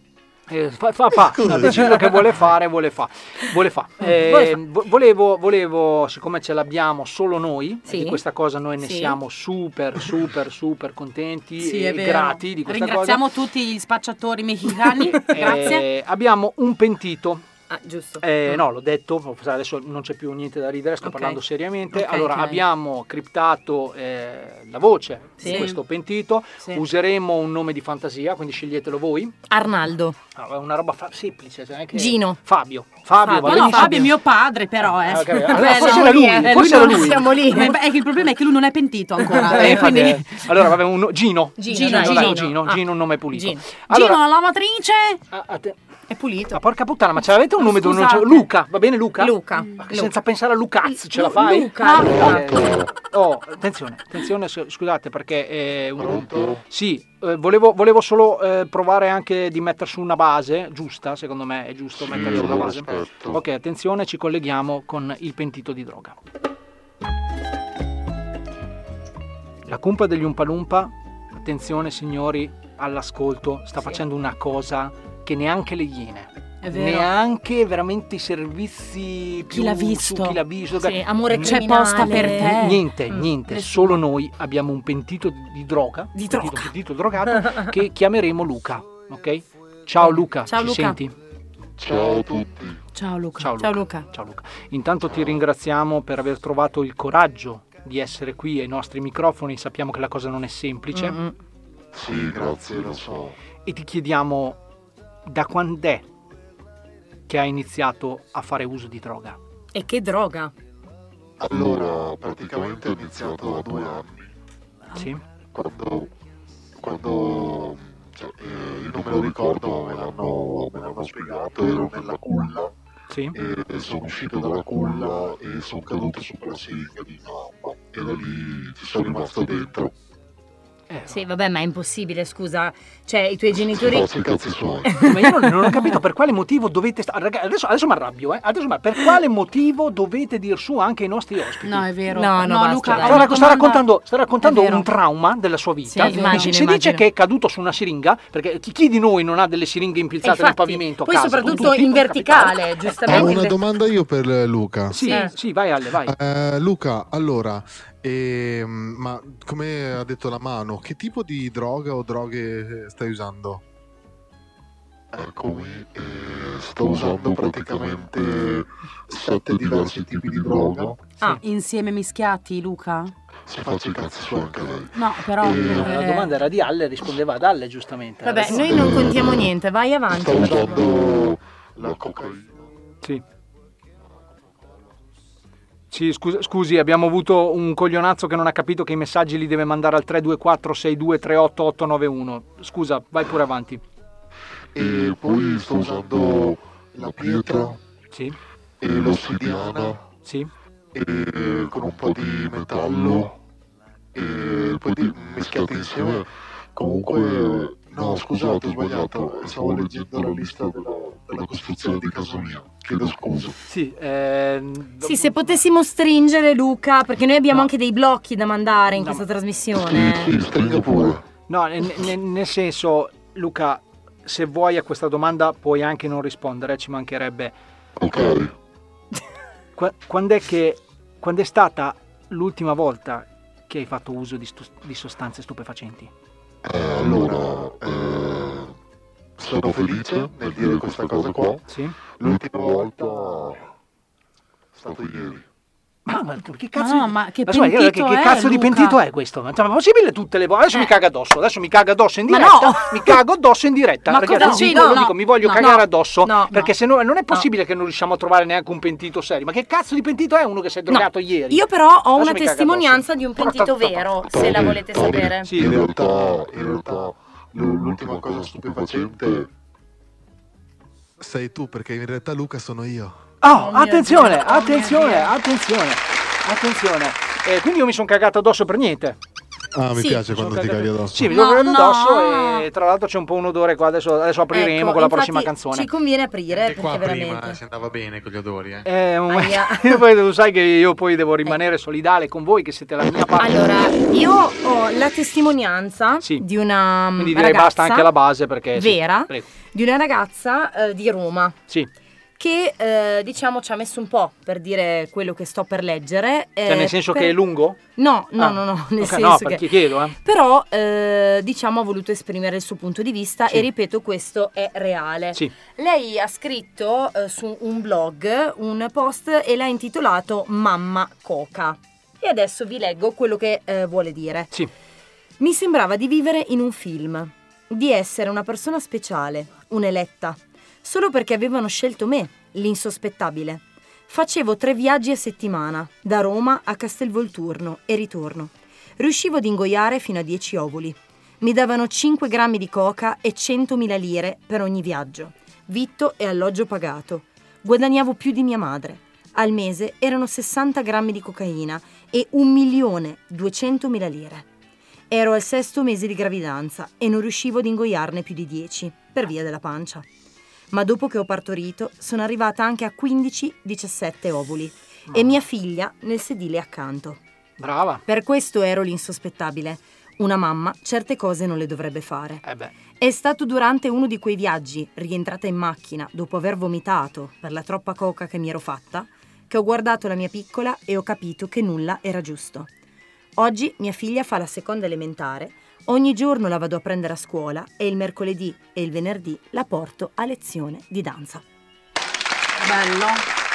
Speaker 6: Eh, fa, fa, fa.
Speaker 5: Scusa.
Speaker 6: ha deciso che vuole fare, vuole fa. Vuole fa. Eh,
Speaker 3: Vuole fa.
Speaker 6: vo- volevo, volevo, siccome ce l'abbiamo solo noi, e
Speaker 3: Sì.
Speaker 6: di questa cosa noi ne
Speaker 8: Sì.
Speaker 6: siamo super, super, super contenti
Speaker 8: Sì,
Speaker 6: e
Speaker 8: è vero.
Speaker 6: grati di questa cosa.
Speaker 8: Ringraziamo tutti gli spacciatori messicani. Grazie.
Speaker 6: Eh, abbiamo un pentito.
Speaker 3: Ah, giusto.
Speaker 6: Eh,
Speaker 8: Mm.
Speaker 6: no, l'ho detto, adesso non c'è più niente da ridere, sto
Speaker 8: Ok.
Speaker 6: parlando seriamente.
Speaker 8: Ok,
Speaker 6: allora,
Speaker 8: ok.
Speaker 6: abbiamo criptato eh, la voce di
Speaker 3: Sì.
Speaker 6: questo pentito,
Speaker 3: Sì.
Speaker 6: useremo un nome di fantasia, quindi sceglietelo voi.
Speaker 3: Arnaldo.
Speaker 6: Ah, è una roba fa- semplice, cioè non è che-
Speaker 3: Gino.
Speaker 6: Fabio. Fabio, va
Speaker 8: Fabio, no,
Speaker 6: benissimo.
Speaker 8: Fabio è mio padre, però. Eh.
Speaker 6: Ah, ok, allora forse era lui,
Speaker 8: eh,
Speaker 6: forse era
Speaker 8: non-
Speaker 6: lui.
Speaker 8: Siamo lì. Eh, beh, è che il problema è che lui non è pentito ancora.
Speaker 6: Eh,
Speaker 8: eh,
Speaker 6: infatti,
Speaker 8: quindi-
Speaker 6: eh. Allora, vabbè, un, Gino.
Speaker 8: Gino,
Speaker 6: Gino,
Speaker 8: dai,
Speaker 6: dai,
Speaker 8: Gino. Ah,
Speaker 6: Gino, Gino, un nome pulito.
Speaker 8: Gino,
Speaker 6: Allora, Ah,
Speaker 8: la lavatrice.
Speaker 6: È pulito. Ma porca puttana, ma ce l'avete un nome dove non c'è...
Speaker 8: Scusate.
Speaker 6: Luca, va bene Luca?
Speaker 8: Luca.
Speaker 6: Ma che Senza pensare a Lucazzo, ce la fai?
Speaker 8: Luca.
Speaker 6: Eh, Oh, attenzione, attenzione, s- scusate perché... eh, un- Sì, eh, volevo, volevo solo eh, provare anche di mettere su una base, giusta, secondo me è giusto mettere su una base. Ok, attenzione, ci colleghiamo con il pentito di droga. La cumpa degli Umpalumpa, attenzione signori all'ascolto, sta
Speaker 27: Sì.
Speaker 6: facendo una cosa che neanche le iene.
Speaker 27: È vero.
Speaker 6: Neanche veramente i servizi più
Speaker 8: l'ha
Speaker 6: su
Speaker 8: visto?
Speaker 6: chi l'ha visto. cioè, mm.
Speaker 8: Sì, amore
Speaker 6: Niente.
Speaker 8: C'è posta per criminale. te.
Speaker 6: Niente,
Speaker 8: Mm.
Speaker 6: niente.
Speaker 8: Nessuno.
Speaker 6: Solo noi abbiamo un pentito di droga. Di droga. Un pentito drogato che chiameremo Luca. Ok? Ciao Luca,
Speaker 8: Ciao
Speaker 6: ci
Speaker 8: Luca.
Speaker 6: senti? Ciao a tutti.
Speaker 8: Ciao Luca.
Speaker 6: Ciao,
Speaker 8: Ciao
Speaker 6: Luca.
Speaker 8: Luca.
Speaker 6: Ciao Luca. Intanto ti ringraziamo per aver trovato il coraggio di essere qui ai nostri microfoni. Sappiamo che la cosa non è semplice.
Speaker 8: Mm-mm.
Speaker 4: Sì, grazie, lo so.
Speaker 6: E ti chiediamo da quand'è che hai iniziato a fare uso di droga?
Speaker 3: E che droga.
Speaker 4: Allora, praticamente ho iniziato a due anni,
Speaker 8: Ah,
Speaker 6: Sì?
Speaker 4: quando, quando cioè, eh, io non me lo ricordo, me l'hanno, me l'hanno spiegato, ero nella culla
Speaker 6: Sì?
Speaker 4: e sono uscito dalla culla e sono caduto su quella siringa di mamma e da lì ci sono rimasto dentro.
Speaker 6: Eh,
Speaker 3: Sì, vabbè, ma è impossibile, scusa. Cioè, i tuoi genitori...
Speaker 4: Faccio i cazzi suoi.
Speaker 6: Ma io non, non ho capito per quale motivo dovete sta- raga- adesso, adesso mi arrabbio, eh. Adesso mi- per quale motivo dovete dir su anche ai nostri ospiti?
Speaker 8: No, è vero.
Speaker 3: No, no, basta,
Speaker 8: Luca.
Speaker 3: dai.
Speaker 8: mi
Speaker 6: Sta, racco- sta
Speaker 8: raccomando-
Speaker 6: raccontando, sta raccontando
Speaker 8: È vero.
Speaker 6: un trauma della sua vita.
Speaker 8: Sì, immagino,
Speaker 6: si dice
Speaker 8: immagino.
Speaker 6: che è caduto su una siringa, perché chi, chi di noi non ha delle siringhe
Speaker 3: Eh,
Speaker 6: impilzate
Speaker 3: infatti.
Speaker 6: nel pavimento? a
Speaker 3: Poi
Speaker 6: casa?
Speaker 3: soprattutto
Speaker 6: Tutti,
Speaker 3: in
Speaker 6: può capitare.
Speaker 3: verticale,
Speaker 10: Ho
Speaker 3: giustamente.
Speaker 10: una domanda io per eh, Luca.
Speaker 6: Sì, sì, vai Ale, vai.
Speaker 10: Eh, Luca, allora, ehm, ma come ha detto la mano, che tipo di droga o droghe eh, stai usando?
Speaker 4: Eccomi, eh, sto usando praticamente sette diversi tipi di droga.
Speaker 8: Ah, insieme mischiati, Luca?
Speaker 4: Si faccio i cazzi suoi anche lei.
Speaker 8: No, però.
Speaker 6: La
Speaker 8: eh,
Speaker 6: domanda era di Alle, rispondeva ad Alle, giustamente.
Speaker 3: Vabbè, noi non contiamo niente, vai avanti.
Speaker 4: Sto usando la cocaina.
Speaker 6: Sì. Sì, scusa- scusi, abbiamo avuto un coglionazzo che non ha capito che i messaggi li deve mandare al 324-6238-891. Scusa, vai pure avanti.
Speaker 4: E Eh, poi sto usando la pietra.
Speaker 6: Sì.
Speaker 4: E l'ossidiana.
Speaker 6: Sì.
Speaker 4: E eh, con un po' di metallo. E poi di- mischiate insieme. Comunque, no, scusate, ho sbagliato. Stavo leggendo la lista della, della costruzione di casa mia. Chiedo scusa.
Speaker 6: Sì,
Speaker 4: eh,
Speaker 6: ehm,
Speaker 3: Sì, se potessimo stringere Luca, perché noi abbiamo anche dei blocchi da mandare in questa trasmissione.
Speaker 4: Stringa pure.
Speaker 6: No, ne- ne- nel senso, Luca, se vuoi a questa domanda puoi anche non rispondere, ci mancherebbe.
Speaker 4: Ok.
Speaker 6: Quando è che quando è stata l'ultima volta che hai fatto uso di, stu- di sostanze stupefacenti?
Speaker 4: Eh, allora, eh, sono felice nel dire questa cosa qua.
Speaker 6: Sì.
Speaker 4: L'ultima volta è stato ieri.
Speaker 6: Ma, ma tu- che
Speaker 8: Ma
Speaker 6: cazzo,
Speaker 8: no,
Speaker 6: di-
Speaker 8: ma che
Speaker 6: scusa,
Speaker 8: pentito
Speaker 6: che, che
Speaker 8: è,
Speaker 6: cazzo di
Speaker 8: Luca?
Speaker 6: pentito è questo? Ma cioè, ma possibile tutte le volte? Adesso mi caga addosso, adesso mi caga addosso in
Speaker 8: Ma
Speaker 6: diretta.
Speaker 8: no!
Speaker 6: Mi cago addosso in diretta.
Speaker 8: Ma
Speaker 6: ragazzi,
Speaker 8: cosa
Speaker 6: vi
Speaker 8: dici?
Speaker 6: giuro,
Speaker 8: No,
Speaker 6: dico, mi voglio
Speaker 8: no,
Speaker 6: cagare
Speaker 8: no,
Speaker 6: addosso.
Speaker 8: no,
Speaker 6: perché se no non è possibile che non riusciamo a trovare neanche un pentito serio. Ma che cazzo di pentito è uno che si è drogato ieri?
Speaker 3: Io però ho
Speaker 6: Adesso
Speaker 3: una
Speaker 6: mi caga
Speaker 3: testimonianza di un pentito vero, se la volete sapere.
Speaker 4: In realtà, in realtà, l- l'ultima cosa stupefacente
Speaker 5: Sei tu, perché in realtà Luca sono io.
Speaker 6: Oh, attenzione, attenzione, attenzione, attenzione. Eh, quindi io mi sono cagato addosso per niente.
Speaker 10: Ah, mi
Speaker 6: Sì.
Speaker 10: piace
Speaker 6: Sono
Speaker 10: quando ti
Speaker 6: cagato-
Speaker 10: caghi addosso.
Speaker 6: Sì, mi sono
Speaker 3: No,
Speaker 6: cagato
Speaker 3: no.
Speaker 6: addosso e tra l'altro c'è un po' un odore qua, adesso, adesso apriremo
Speaker 3: Ecco,
Speaker 6: con la prossima
Speaker 3: infatti
Speaker 6: canzone.
Speaker 3: Ci conviene aprire
Speaker 5: E qua
Speaker 3: perché veramente.
Speaker 5: prima si andava bene con gli odori, eh.
Speaker 6: Eh, un-
Speaker 3: Aia.
Speaker 6: io poi lo sai che io poi
Speaker 3: Eh.
Speaker 6: devo rimanere solidale con voi che siete la
Speaker 3: Mm,
Speaker 6: mia parte.
Speaker 3: Allora, io ho la testimonianza di una mm,
Speaker 6: quindi direi
Speaker 3: ragazza
Speaker 6: basta anche la base perché sì,
Speaker 3: vera
Speaker 6: prego.
Speaker 3: di una ragazza eh, di Roma
Speaker 6: Sì.
Speaker 3: che eh, diciamo ci ha messo un po' per dire quello che sto per leggere.
Speaker 6: Cioè,
Speaker 3: eh,
Speaker 6: nel senso
Speaker 3: per-
Speaker 6: che è lungo?
Speaker 3: No, no,
Speaker 6: Ah.
Speaker 3: no, no, nel
Speaker 6: Ok,
Speaker 3: senso
Speaker 6: no,
Speaker 3: che
Speaker 6: perché chiedo, eh.
Speaker 3: Però eh, diciamo ha voluto esprimere il suo punto di vista
Speaker 6: Sì.
Speaker 3: e ripeto questo è reale.
Speaker 6: Sì.
Speaker 3: Lei ha scritto eh, su un blog un post e l'ha intitolato Mamma Coca. E adesso vi leggo quello che eh, vuole dire.
Speaker 6: Sì.
Speaker 3: Mi sembrava di vivere in un film, di essere una persona speciale, un'eletta, solo perché avevano scelto me, l'insospettabile. Facevo tre viaggi a settimana, da Roma a Castelvolturno e ritorno. Riuscivo ad ingoiare fino a 10 ovuli. Mi davano 5 grammi di coca e 100.000 lire per ogni viaggio. Vitto e alloggio pagato. Guadagnavo più di mia madre. Al mese erano 60 grammi di cocaina e 1.200.000 lire. Ero al sesto mese di gravidanza e non riuscivo ad ingoiarne più di 10 per via della pancia. Ma dopo che ho partorito sono arrivata anche a 15-17 ovuli e mia figlia nel sedile accanto.
Speaker 6: Brava.
Speaker 3: Per questo ero l'insospettabile. Una mamma certe cose non le dovrebbe fare. È stato durante uno di quei viaggi, rientrata in macchina dopo aver vomitato per la troppa coca che mi ero fatta, che ho guardato la mia piccola e ho capito che nulla era giusto. Oggi mia figlia fa la seconda elementare, ogni giorno la vado a prendere a scuola e il mercoledì e il venerdì la porto a lezione di danza.
Speaker 8: Bello.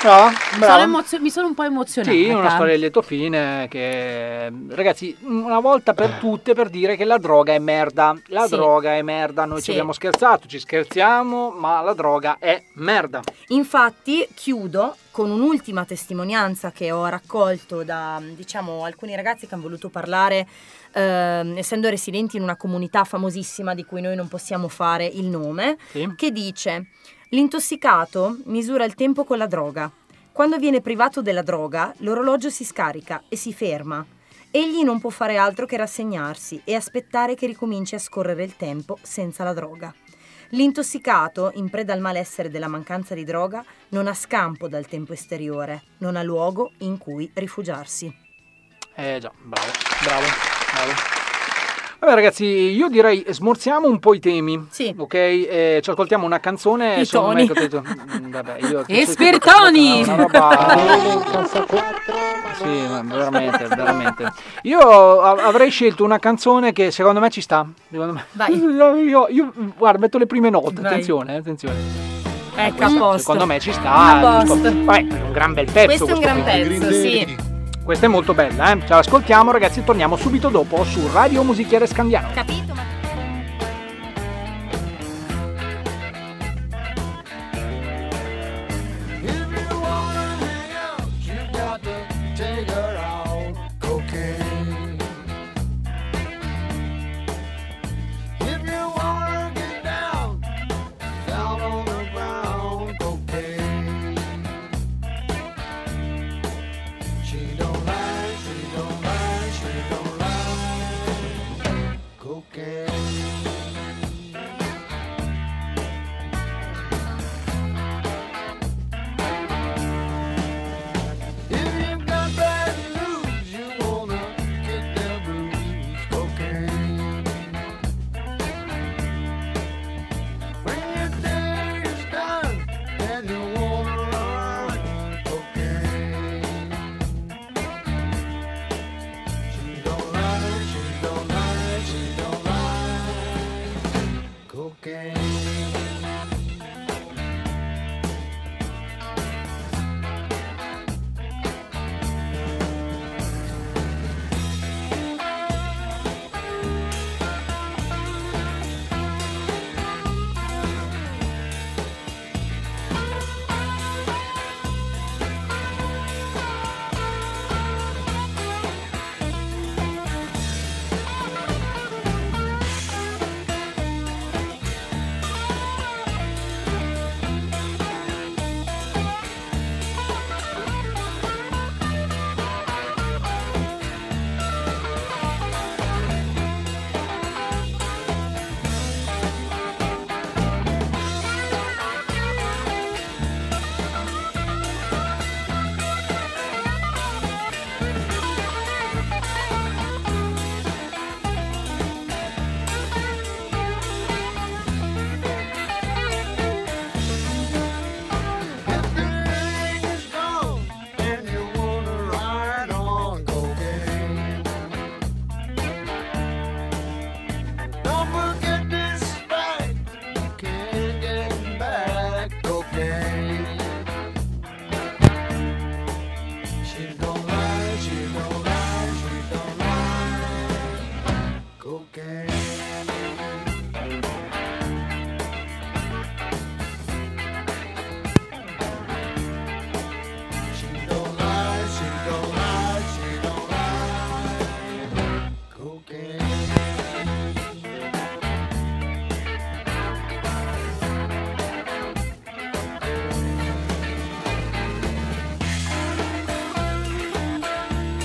Speaker 6: No,
Speaker 8: Sono
Speaker 6: bravo.
Speaker 8: emozio- mi sono un po' emozionata.
Speaker 6: Sì, una storia di lieto fine che ragazzi, una volta per tutte per dire che la droga è merda. La
Speaker 3: Eh. Sì.
Speaker 6: droga è merda, noi
Speaker 3: Sì.
Speaker 6: ci abbiamo scherzato, ci scherziamo, ma la droga è merda.
Speaker 3: Infatti chiudo con un'ultima testimonianza che ho raccolto da diciamo, alcuni ragazzi che hanno voluto parlare, ehm, essendo residenti in una comunità famosissima di cui noi non possiamo fare il nome,
Speaker 27: Sì.
Speaker 3: che dice l'intossicato misura il tempo con la droga. Quando viene privato della droga, l'orologio si scarica e si ferma. Egli non può fare altro che rassegnarsi e aspettare che ricominci a scorrere il tempo senza la droga. L'intossicato, in preda al malessere della mancanza di droga, non ha scampo dal tempo esteriore, non ha luogo in cui rifugiarsi.
Speaker 6: Eh già, bravo, bravo, bravo. Vabbè ragazzi, io direi smorziamo un po' i temi, sì. ok? Eh, ci ascoltiamo una canzone.
Speaker 8: I
Speaker 6: secondo
Speaker 8: toni.
Speaker 6: me che ho detto- mm, vabbè, io
Speaker 8: Espertoni!
Speaker 6: Una roba... sì, ma veramente, veramente. Io a- avrei scelto una canzone che secondo me ci sta. Secondo me. Io, io- io- guarda, metto le prime note,
Speaker 3: Vai.
Speaker 6: attenzione, eh, attenzione.
Speaker 3: Ecco,
Speaker 6: Questo,
Speaker 3: a posto.
Speaker 6: Secondo me ci
Speaker 3: A
Speaker 6: sta.
Speaker 3: posto.
Speaker 6: giusto? Vabbè, è un gran bel
Speaker 3: Questo
Speaker 6: pezzo.
Speaker 3: è un gran
Speaker 6: qui.
Speaker 3: pezzo, sì.
Speaker 6: Questa è molto bella, eh? Ce l'ascoltiamo ragazzi, torniamo subito dopo su Radio Musichiere Scandiano.
Speaker 3: Capito? Ma...
Speaker 27: you got to take her out cocaine. If you wanna get down, down on the ground, cocaine. She don't like, she don't like, she don't like cocaine.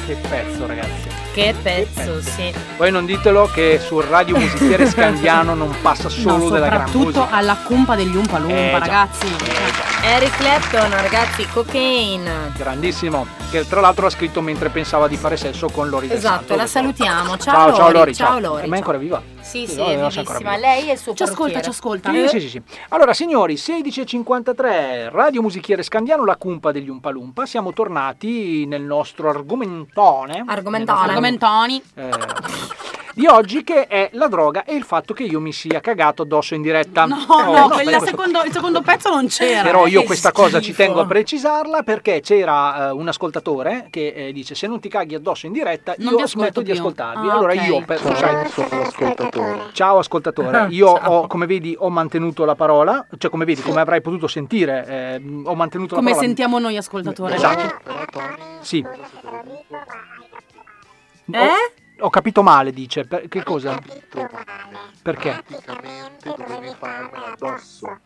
Speaker 6: Che pezzo, ragazzi.
Speaker 3: Che pezzo, sì.
Speaker 6: Voi non ditelo che sul radio musichiere scandiano non passa solo
Speaker 8: no,
Speaker 6: della gran
Speaker 8: soprattutto
Speaker 6: musica.
Speaker 8: alla cumpa degli Umpa Lumpa,
Speaker 6: Eh, già.
Speaker 8: ragazzi.
Speaker 3: Eric Clapton, ragazzi, cocaine.
Speaker 6: Grandissimo, che tra l'altro l'ha scritto mentre pensava di fare sesso con Lori del
Speaker 3: Esatto,
Speaker 6: Santo.
Speaker 3: la salutiamo.
Speaker 6: Ciao,
Speaker 3: Ciao,
Speaker 6: ciao
Speaker 3: Lori.
Speaker 6: Lori, ciao.
Speaker 3: Ciao Lori.
Speaker 6: Ma è ancora viva?
Speaker 3: Sì,
Speaker 6: Sì,
Speaker 3: sì,
Speaker 6: no,
Speaker 3: è
Speaker 6: non so ancora
Speaker 3: bellissima.
Speaker 6: viva.
Speaker 3: Lei e il suo
Speaker 8: Ci ascolta,
Speaker 3: parrucchiere.
Speaker 8: ci ascolta.
Speaker 6: Sì, sì, sì, sì. Allora, signori, 16.53, Radio Musichiere Scandiano, la cumpa degli Umpalumpa. Siamo tornati nel nostro argomentone.
Speaker 3: Argomentone.
Speaker 8: Argomentoni.
Speaker 6: Eh, di oggi che è la droga e il fatto che io mi sia cagato addosso in diretta.
Speaker 8: No,
Speaker 6: Oh,
Speaker 8: no,
Speaker 6: beh,
Speaker 8: quella
Speaker 6: questo-
Speaker 8: secondo- il secondo pezzo non c'era.
Speaker 6: Però io
Speaker 8: Che
Speaker 6: questa cosa ci
Speaker 8: schifo.
Speaker 6: tengo a precisarla perché c'era eh, un ascoltatore che eh, dice se non ti caghi addosso in diretta
Speaker 8: Non vi
Speaker 6: io
Speaker 8: ascolto
Speaker 6: smetto di
Speaker 8: più."
Speaker 6: ascoltarvi.
Speaker 8: Ah,
Speaker 6: allora
Speaker 8: ok.
Speaker 6: io per,
Speaker 8: Ciao,
Speaker 6: sai- Ciao ascoltatore,
Speaker 8: Ah,
Speaker 6: io ho, come vedi ho mantenuto la parola, cioè come vedi come avrai potuto sentire eh, ho mantenuto
Speaker 8: Come
Speaker 6: la parola. Mm,
Speaker 8: sentiamo noi Eh. ascoltatori.
Speaker 6: Esatto. Sì.
Speaker 8: Eh?
Speaker 6: Ho, ho capito male, dice. Per- che cosa? Perché?
Speaker 4: Praticamente dovevi farmela addosso.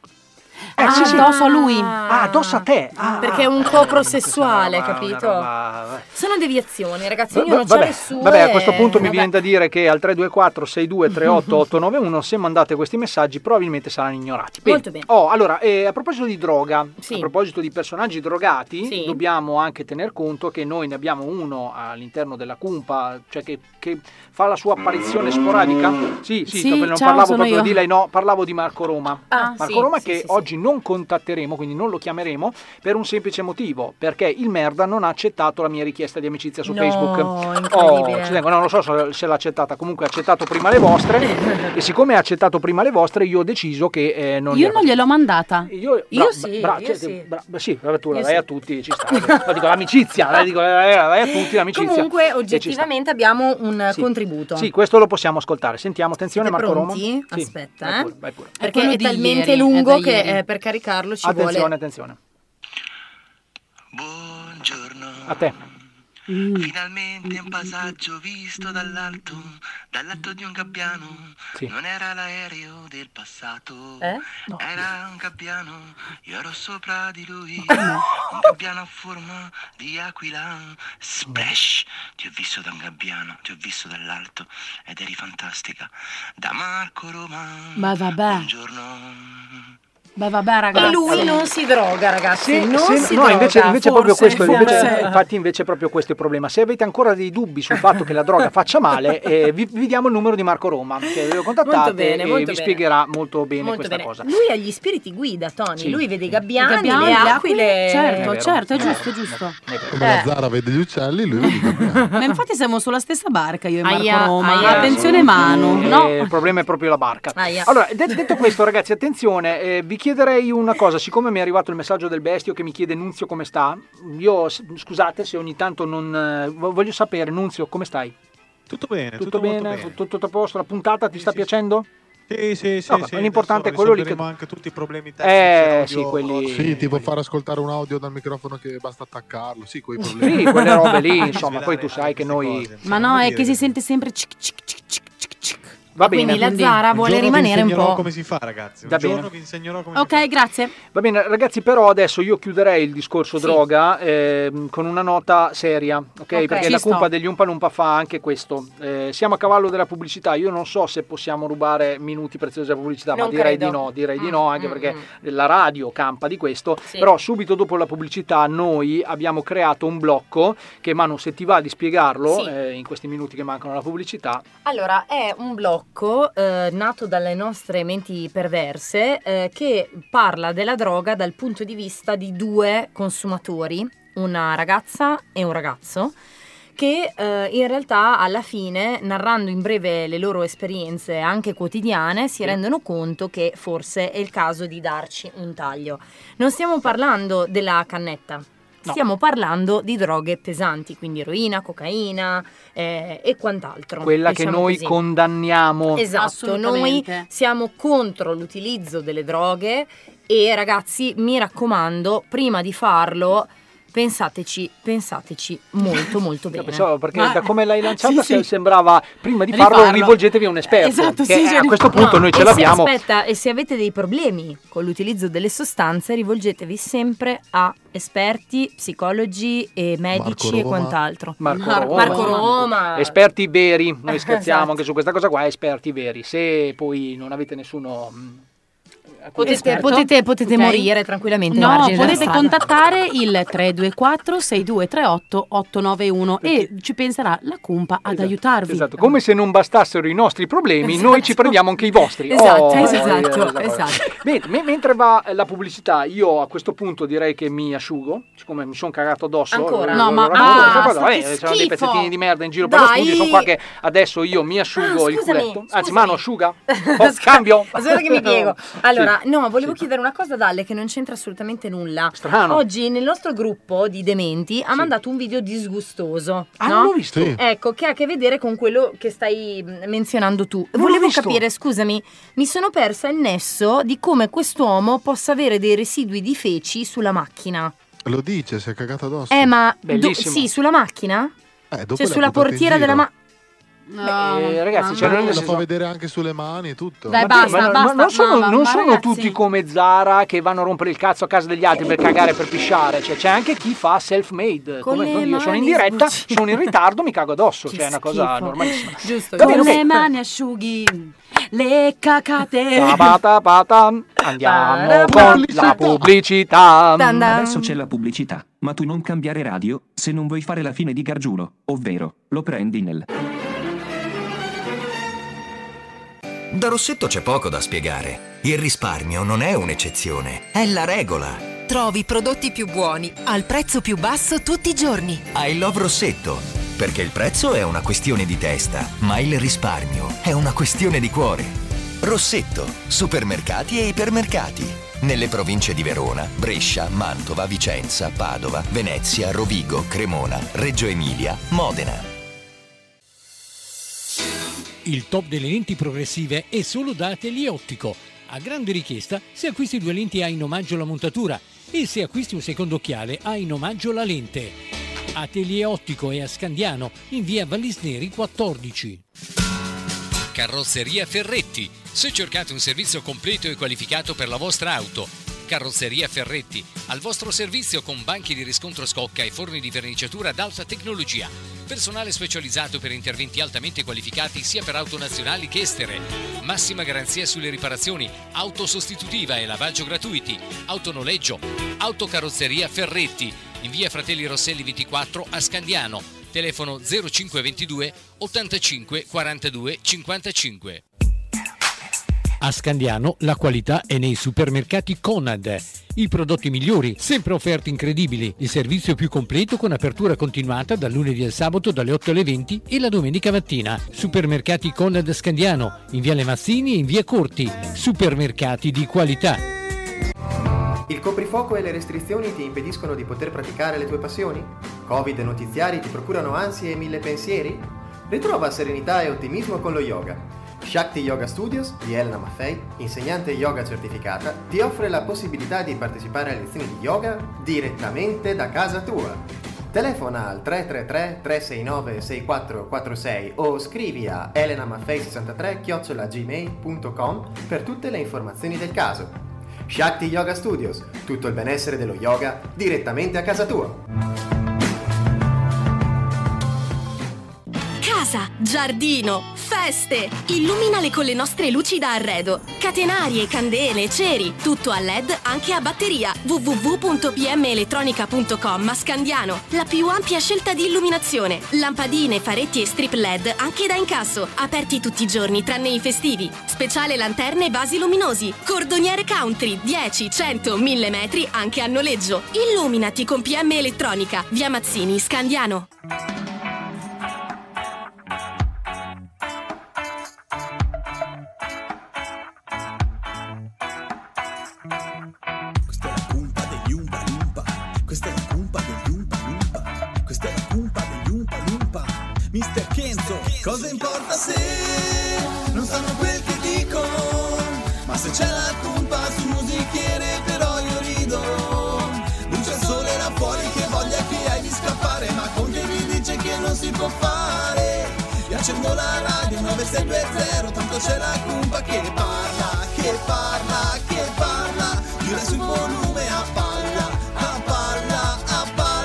Speaker 6: Eh,
Speaker 3: Ah,
Speaker 6: sì, sì.
Speaker 3: addosso a lui.
Speaker 6: Ah, addosso a te. Ah,
Speaker 3: Perché è un copro sessuale,
Speaker 6: questa roba,
Speaker 3: capito?
Speaker 6: una roba-
Speaker 3: Sono deviazioni, ragazzi. Io
Speaker 6: Va-
Speaker 3: non c'ho
Speaker 6: vabbè,
Speaker 3: le sue.
Speaker 6: vabbè,
Speaker 8: eh,
Speaker 6: a questo punto mi
Speaker 3: vabbè.
Speaker 6: viene da dire che al 324 6238 891 se mandate questi messaggi probabilmente saranno ignorati.
Speaker 3: Molto bene.
Speaker 6: Oh, allora, eh, a proposito di droga, a proposito di personaggi drogati, dobbiamo anche tener conto che noi ne abbiamo uno all'interno della cumpa, cioè che, che fa la sua apparizione sporadica. Sì, sì,
Speaker 8: Sì,
Speaker 6: sto- non
Speaker 8: ciao,
Speaker 6: parlavo
Speaker 8: sono
Speaker 6: proprio
Speaker 8: io.
Speaker 6: di lei, no, parlavo di Marco Roma.
Speaker 8: Ah,
Speaker 6: Marco
Speaker 8: sì,
Speaker 6: Roma
Speaker 8: sì,
Speaker 6: che
Speaker 8: sì, sì.
Speaker 6: oggi non contatteremo, quindi non lo chiameremo, per un semplice motivo, perché il merda non ha accettato la mia richiesta di amicizia su
Speaker 8: No,
Speaker 6: Facebook.
Speaker 8: incredibile.
Speaker 6: Oh, ci tengo, no, non lo so se- se l'ha accettata, comunque ha accettato prima le vostre e siccome ha accettato prima le vostre io ho deciso che eh, non
Speaker 8: Io
Speaker 6: le-
Speaker 8: non gliel'ho mandata.
Speaker 6: Io,
Speaker 8: Io
Speaker 6: bra-
Speaker 8: sì,
Speaker 6: bra-
Speaker 8: io
Speaker 6: cioè,
Speaker 8: sì.
Speaker 6: bra- beh, sì, vabbè, tu la
Speaker 3: Io
Speaker 6: dai
Speaker 3: sì.
Speaker 6: a tutti ci sta. Ma dico l'amicizia, dai, dico, dai, dai a tutti l'amicizia.
Speaker 3: Comunque,
Speaker 6: E ci sta.
Speaker 3: oggettivamente abbiamo un
Speaker 6: Sì.
Speaker 3: contributo.
Speaker 6: Sì, questo lo possiamo ascoltare. Sentiamo, attenzione
Speaker 3: Siete
Speaker 6: Marco
Speaker 3: pronti?
Speaker 6: Roma. Sì,
Speaker 3: Aspetta,
Speaker 6: vai
Speaker 3: eh.
Speaker 6: pure, vai pure.
Speaker 3: Perché
Speaker 8: quello
Speaker 3: è
Speaker 8: di
Speaker 3: talmente
Speaker 8: ieri,
Speaker 3: lungo
Speaker 8: è da
Speaker 3: che
Speaker 8: ieri.
Speaker 3: eh, per caricarlo ci
Speaker 6: attenzione,
Speaker 3: vuole.
Speaker 6: attenzione. Buongiorno. A te.
Speaker 11: Finalmente un passaggio visto dall'alto, dall'alto di un gabbiano.
Speaker 6: Sì.
Speaker 11: Non era l'aereo del passato,
Speaker 3: Eh? No.
Speaker 11: era un gabbiano. Io ero sopra di lui, un gabbiano a forma di aquila. Splash! Ti ho visto da un gabbiano, ti ho visto dall'alto ed eri fantastica. Da Marco Roma.
Speaker 8: Ma vabbè. Ma vabbè, ragazzi.
Speaker 3: E lui non si droga, ragazzi.
Speaker 8: Sì,
Speaker 3: non
Speaker 8: sì,
Speaker 3: si
Speaker 6: no,
Speaker 3: droga.
Speaker 6: invece, invece è proprio
Speaker 3: forse,
Speaker 6: questo, invece-
Speaker 3: forse.
Speaker 6: infatti invece è proprio questo il problema. Se avete ancora dei dubbi sul fatto che la droga faccia male, eh, vi, vi diamo il numero di Marco Roma, che lo contattate
Speaker 3: Molto bene,
Speaker 6: e
Speaker 3: molto
Speaker 6: vi
Speaker 3: bene.
Speaker 6: spiegherà molto bene
Speaker 3: Molto
Speaker 6: questa
Speaker 3: bene.
Speaker 6: cosa.
Speaker 3: Lui ha gli spiriti guida, Tony.
Speaker 6: Sì.
Speaker 3: Lui vede i gabbiani, Eh,
Speaker 8: I gabbiani,
Speaker 3: le
Speaker 8: le
Speaker 3: aquile.
Speaker 8: aquile, certo,
Speaker 6: È vero,
Speaker 8: certo, è
Speaker 6: è vero.
Speaker 8: giusto, è giusto.
Speaker 10: Come la
Speaker 8: Eh.
Speaker 10: Zara vede gli uccelli, lui vede i gabbiani.
Speaker 8: Ma infatti siamo sulla stessa barca io e Marco
Speaker 3: Aia,
Speaker 8: Roma.
Speaker 3: aia.
Speaker 8: Attenzione Manu,
Speaker 6: Eh,
Speaker 8: no?
Speaker 6: Il problema è proprio la barca.
Speaker 8: Aia.
Speaker 6: Allora, de- detto questo, ragazzi, attenzione, eh, vi chiederei una cosa. Siccome mi è arrivato il messaggio del bestio che mi chiede Nunzio come sta, io s- scusate se ogni tanto non. eh, vo- voglio sapere, Nunzio, come stai?
Speaker 5: Tutto bene, tutto,
Speaker 6: Tutto
Speaker 5: molto
Speaker 6: bene?
Speaker 5: bene.
Speaker 6: Tutto, tutto a posto? La puntata ti sta piacendo?
Speaker 5: Sì, sì, sì,
Speaker 6: No,
Speaker 5: sì,
Speaker 6: l'importante è
Speaker 5: adesso
Speaker 6: quello lì che.
Speaker 5: risolveremo anche tutti i problemi
Speaker 6: Eh,
Speaker 5: tecnici, cioè,
Speaker 6: sì,
Speaker 5: audio,
Speaker 6: quelli.
Speaker 10: Sì, tipo far ascoltare un audio dal microfono che basta attaccarlo. Sì, quei problemi.
Speaker 6: Sì, quelle robe lì, insomma, poi tu sai che noi.
Speaker 8: Ma no, è che si sente sempre cic cic cic cic cic cic.
Speaker 6: Va
Speaker 8: Quindi
Speaker 6: bene.
Speaker 8: la
Speaker 6: Quindi-
Speaker 8: Zara vuole
Speaker 6: giorno vi
Speaker 8: rimanere un
Speaker 6: insegnerò
Speaker 8: po'.
Speaker 6: come
Speaker 5: si fa, ragazzi. Un
Speaker 6: Va
Speaker 5: giorno
Speaker 6: bene.
Speaker 5: vi insegnerò come
Speaker 8: Ok, grazie.
Speaker 6: Va bene, ragazzi, però adesso io chiuderei il discorso droga ehm, con una nota seria, ok?
Speaker 8: Ok.
Speaker 6: Perché
Speaker 8: Ci
Speaker 6: la
Speaker 8: sto.
Speaker 6: cumpa degli Umpalumpa fa anche questo. Eh, siamo a cavallo della pubblicità, io non so se possiamo rubare minuti preziosi alla pubblicità,
Speaker 13: Non
Speaker 6: ma direi
Speaker 13: credo.
Speaker 6: di no, direi di
Speaker 13: Mm,
Speaker 6: no, anche
Speaker 13: mm,
Speaker 6: perché la radio campa di questo.
Speaker 13: Sì.
Speaker 6: Però subito dopo la pubblicità noi abbiamo creato un blocco che Manu, se ti va di spiegarlo
Speaker 3: Sì.
Speaker 6: eh, in questi minuti che mancano alla pubblicità,
Speaker 3: Allora, è un blocco eh, nato dalle nostre menti perverse eh, che parla della droga dal punto di vista di due consumatori, una ragazza e un ragazzo, che eh, in realtà alla fine, narrando in breve le loro esperienze anche quotidiane, si rendono conto che forse è il caso di darci un taglio. Non stiamo parlando della cannetta.
Speaker 6: No.
Speaker 3: Stiamo parlando di droghe pesanti, quindi eroina, cocaina eh, e quant'altro.
Speaker 6: Quella che
Speaker 3: diciamo
Speaker 6: noi
Speaker 3: così.
Speaker 6: condanniamo.
Speaker 3: Esatto, noi siamo contro l'utilizzo delle droghe e ragazzi, mi raccomando, prima di farlo pensateci, pensateci molto molto bene.
Speaker 6: Pensavo perché da come l'hai lanciata
Speaker 3: Sì,
Speaker 6: se-
Speaker 3: sì.
Speaker 6: sembrava prima di farlo
Speaker 3: Rifarlo.
Speaker 6: rivolgetevi a un esperto.
Speaker 3: Esatto,
Speaker 6: Certo, che
Speaker 3: sì,
Speaker 6: a
Speaker 3: cioè-
Speaker 6: questo punto
Speaker 3: No,
Speaker 6: noi ce
Speaker 3: e se-
Speaker 6: l'abbiamo.
Speaker 3: aspetta, e se avete dei problemi con l'utilizzo delle sostanze, rivolgetevi sempre a esperti, psicologi e medici e
Speaker 6: Roma.
Speaker 3: quant'altro.
Speaker 6: Marco
Speaker 3: Mar-
Speaker 6: Roma.
Speaker 3: Marco Roma.
Speaker 6: Esperti veri, noi scherziamo
Speaker 3: Esatto.
Speaker 6: anche su questa cosa qua, esperti veri. Se poi non avete nessuno... mm, mh, a cui
Speaker 3: Potete,
Speaker 6: pensare-
Speaker 3: potete- potete
Speaker 8: Ok.
Speaker 3: morire tranquillamente.
Speaker 8: No,
Speaker 3: ai margini della
Speaker 8: potete
Speaker 3: strada.
Speaker 8: contattare il 324 6238 891 e ci penserà la Cumpa ad aiutarvi.
Speaker 6: Esatto, come se non bastassero i nostri problemi, noi
Speaker 3: Esatto.
Speaker 6: ci prendiamo anche i vostri.
Speaker 8: Esatto,
Speaker 6: Oh,
Speaker 8: esatto,
Speaker 6: eh, questa cosa. Bene, me- mentre va eh, la pubblicità, io a questo punto direi che mi asciugo, siccome mi sono cagato addosso.
Speaker 3: Ancora?
Speaker 6: eh,
Speaker 3: No,
Speaker 6: lo
Speaker 3: ma-
Speaker 6: racconto
Speaker 3: ah,
Speaker 6: questa cosa,
Speaker 3: basta,
Speaker 6: eh,
Speaker 3: che
Speaker 6: c'erano dei
Speaker 3: schifo.
Speaker 6: pezzettini di merda in giro per lo
Speaker 3: Dai.
Speaker 6: studio, sono qua che adesso io mi asciugo
Speaker 3: Ah,
Speaker 6: il
Speaker 3: scusami,
Speaker 6: culetto. Anzi, mano asciuga. Oh, cambio.
Speaker 3: Aspetta che mi piego.
Speaker 6: Sì.
Speaker 3: Allora, no, volevo chiedere una cosa ad Ale che non c'entra assolutamente nulla.
Speaker 6: Strano.
Speaker 3: Oggi nel nostro gruppo di dementi ha mandato un video disgustoso.
Speaker 6: Ah,
Speaker 3: no?
Speaker 6: non l'ho visto. Sì.
Speaker 3: Ecco, che ha a che vedere con quello che stai mh, menzionando tu.
Speaker 6: Non l'ho
Speaker 3: volevo
Speaker 6: visto.
Speaker 3: capire, scusami, mi sono persa il nesso di come quest'uomo possa avere dei residui di feci sulla macchina.
Speaker 10: Lo dice, si è cagato
Speaker 6: Oh,
Speaker 10: addosso.
Speaker 3: Eh, ma do-
Speaker 10: Bellissimo.
Speaker 3: sì, sulla macchina?
Speaker 10: Eh, dopo
Speaker 3: cioè,
Speaker 10: l'ha
Speaker 3: sulla
Speaker 10: buttato in
Speaker 3: portiera
Speaker 10: giro.
Speaker 3: della macchina.
Speaker 10: Beh,
Speaker 6: ragazzi, cioè,
Speaker 10: ma
Speaker 6: non
Speaker 10: lo
Speaker 6: nel
Speaker 10: fa
Speaker 6: senso-
Speaker 10: vedere anche sulle mani e tutto.
Speaker 6: Ma sì, ma- ma non sono, non sono tutti come Zara che vanno a rompere il cazzo a casa degli altri per cagare, per pisciare. Cioè, c'è anche chi fa self-made.
Speaker 8: Con
Speaker 6: Come
Speaker 8: le
Speaker 6: dico io sono in
Speaker 8: mani
Speaker 6: diretta, sono in ritardo, mi cago addosso.
Speaker 8: Che
Speaker 6: cioè, è una cosa
Speaker 8: schifo.
Speaker 6: normalissima.
Speaker 8: Giusto,
Speaker 6: Va bene,
Speaker 8: con le
Speaker 6: ok.
Speaker 8: mani asciughi, le cacate.
Speaker 6: Tabata, pata, andiamo
Speaker 8: Para,
Speaker 6: con
Speaker 8: pubblicità.
Speaker 6: la pubblicità.
Speaker 8: Dan dan.
Speaker 14: Adesso c'è la pubblicità, ma tu non cambiare radio se non vuoi fare la fine di Gargiulo, ovvero lo prendi nel.
Speaker 16: Da Rossetto c'è poco da spiegare. Il risparmio non è un'eccezione, è la regola.
Speaker 15: Trovi i prodotti più buoni al prezzo più basso tutti i giorni.
Speaker 16: I love Rossetto, perché il prezzo è una questione di testa, ma il risparmio è una questione di cuore. Rossetto, supermercati e ipermercati. Nelle province di Verona, Brescia, Mantova, Vicenza, Padova, Venezia, Rovigo, Cremona, Reggio Emilia, Modena.
Speaker 17: Il top delle lenti progressive è solo da Atelier Ottico. A grande richiesta, se acquisti due lenti hai in omaggio la montatura e se acquisti un secondo occhiale hai in omaggio la lente. Atelier Ottico è a Scandiano, in via Vallisneri 14. Carrozzeria Ferretti. Se cercate un servizio completo e qualificato per la vostra auto, Carrozzeria Ferretti, al vostro servizio con banchi di riscontro scocca e forni di verniciatura ad alta tecnologia. Personale specializzato per interventi altamente qualificati sia per auto nazionali che estere. Massima garanzia sulle riparazioni, auto sostitutiva e lavaggio gratuiti, autonoleggio, autocarrozzeria Ferretti, in via Fratelli Rosselli 24 a Scandiano. Telefono 0522 85 42 55. A Scandiano la qualità è nei supermercati Conad. I prodotti migliori, sempre offerte incredibili. Il servizio più completo con apertura continuata dal lunedì al sabato dalle 8 alle 20 e la domenica mattina. Supermercati Conad Scandiano, in via Lemazzini e in via Corti. Supermercati di qualità.
Speaker 28: Il coprifuoco e le restrizioni ti impediscono di poter praticare le tue passioni? Covid e notiziari ti procurano ansie e mille pensieri? Ritrova serenità e ottimismo con lo yoga. Shakti Yoga Studios di Elena Maffei, insegnante yoga certificata, ti offre la possibilità di partecipare a lezioni di yoga direttamente da casa tua. Telefona al 333 369 6446 o scrivi a elenamaffei63 per tutte le informazioni del caso. Shakti Yoga Studios, tutto il benessere dello yoga direttamente a casa tua.
Speaker 29: Casa, giardino, feste! Illuminale con le nostre luci da arredo. Catenarie, candele, ceri, tutto a LED anche a batteria. www.pmelettronica.com a Scandiano. La più ampia scelta di illuminazione. Lampadine, faretti e strip LED anche da incasso. Aperti tutti i giorni tranne i festivi. Speciale lanterne e vasi luminosi. Cordoniere Country 10, 100, 1000 metri anche a noleggio. Illuminati con PM Elettronica. Via Mazzini, Scandiano.
Speaker 30: Questa è la cumpa degli Umpa Lumpa. Questa è la cumpa degli
Speaker 19: Cosa importa se non sanno quel che dico? Ma se c'è la compa su musichiere però io rido Luce il sole là fuori che voglia che hai di scappare Ma Conte mi dice che non si può fare Io accendo la radio 9620 Tanto c'è la compa che parla, che parla, che parla Gira sul volume a palla, a palla, a palla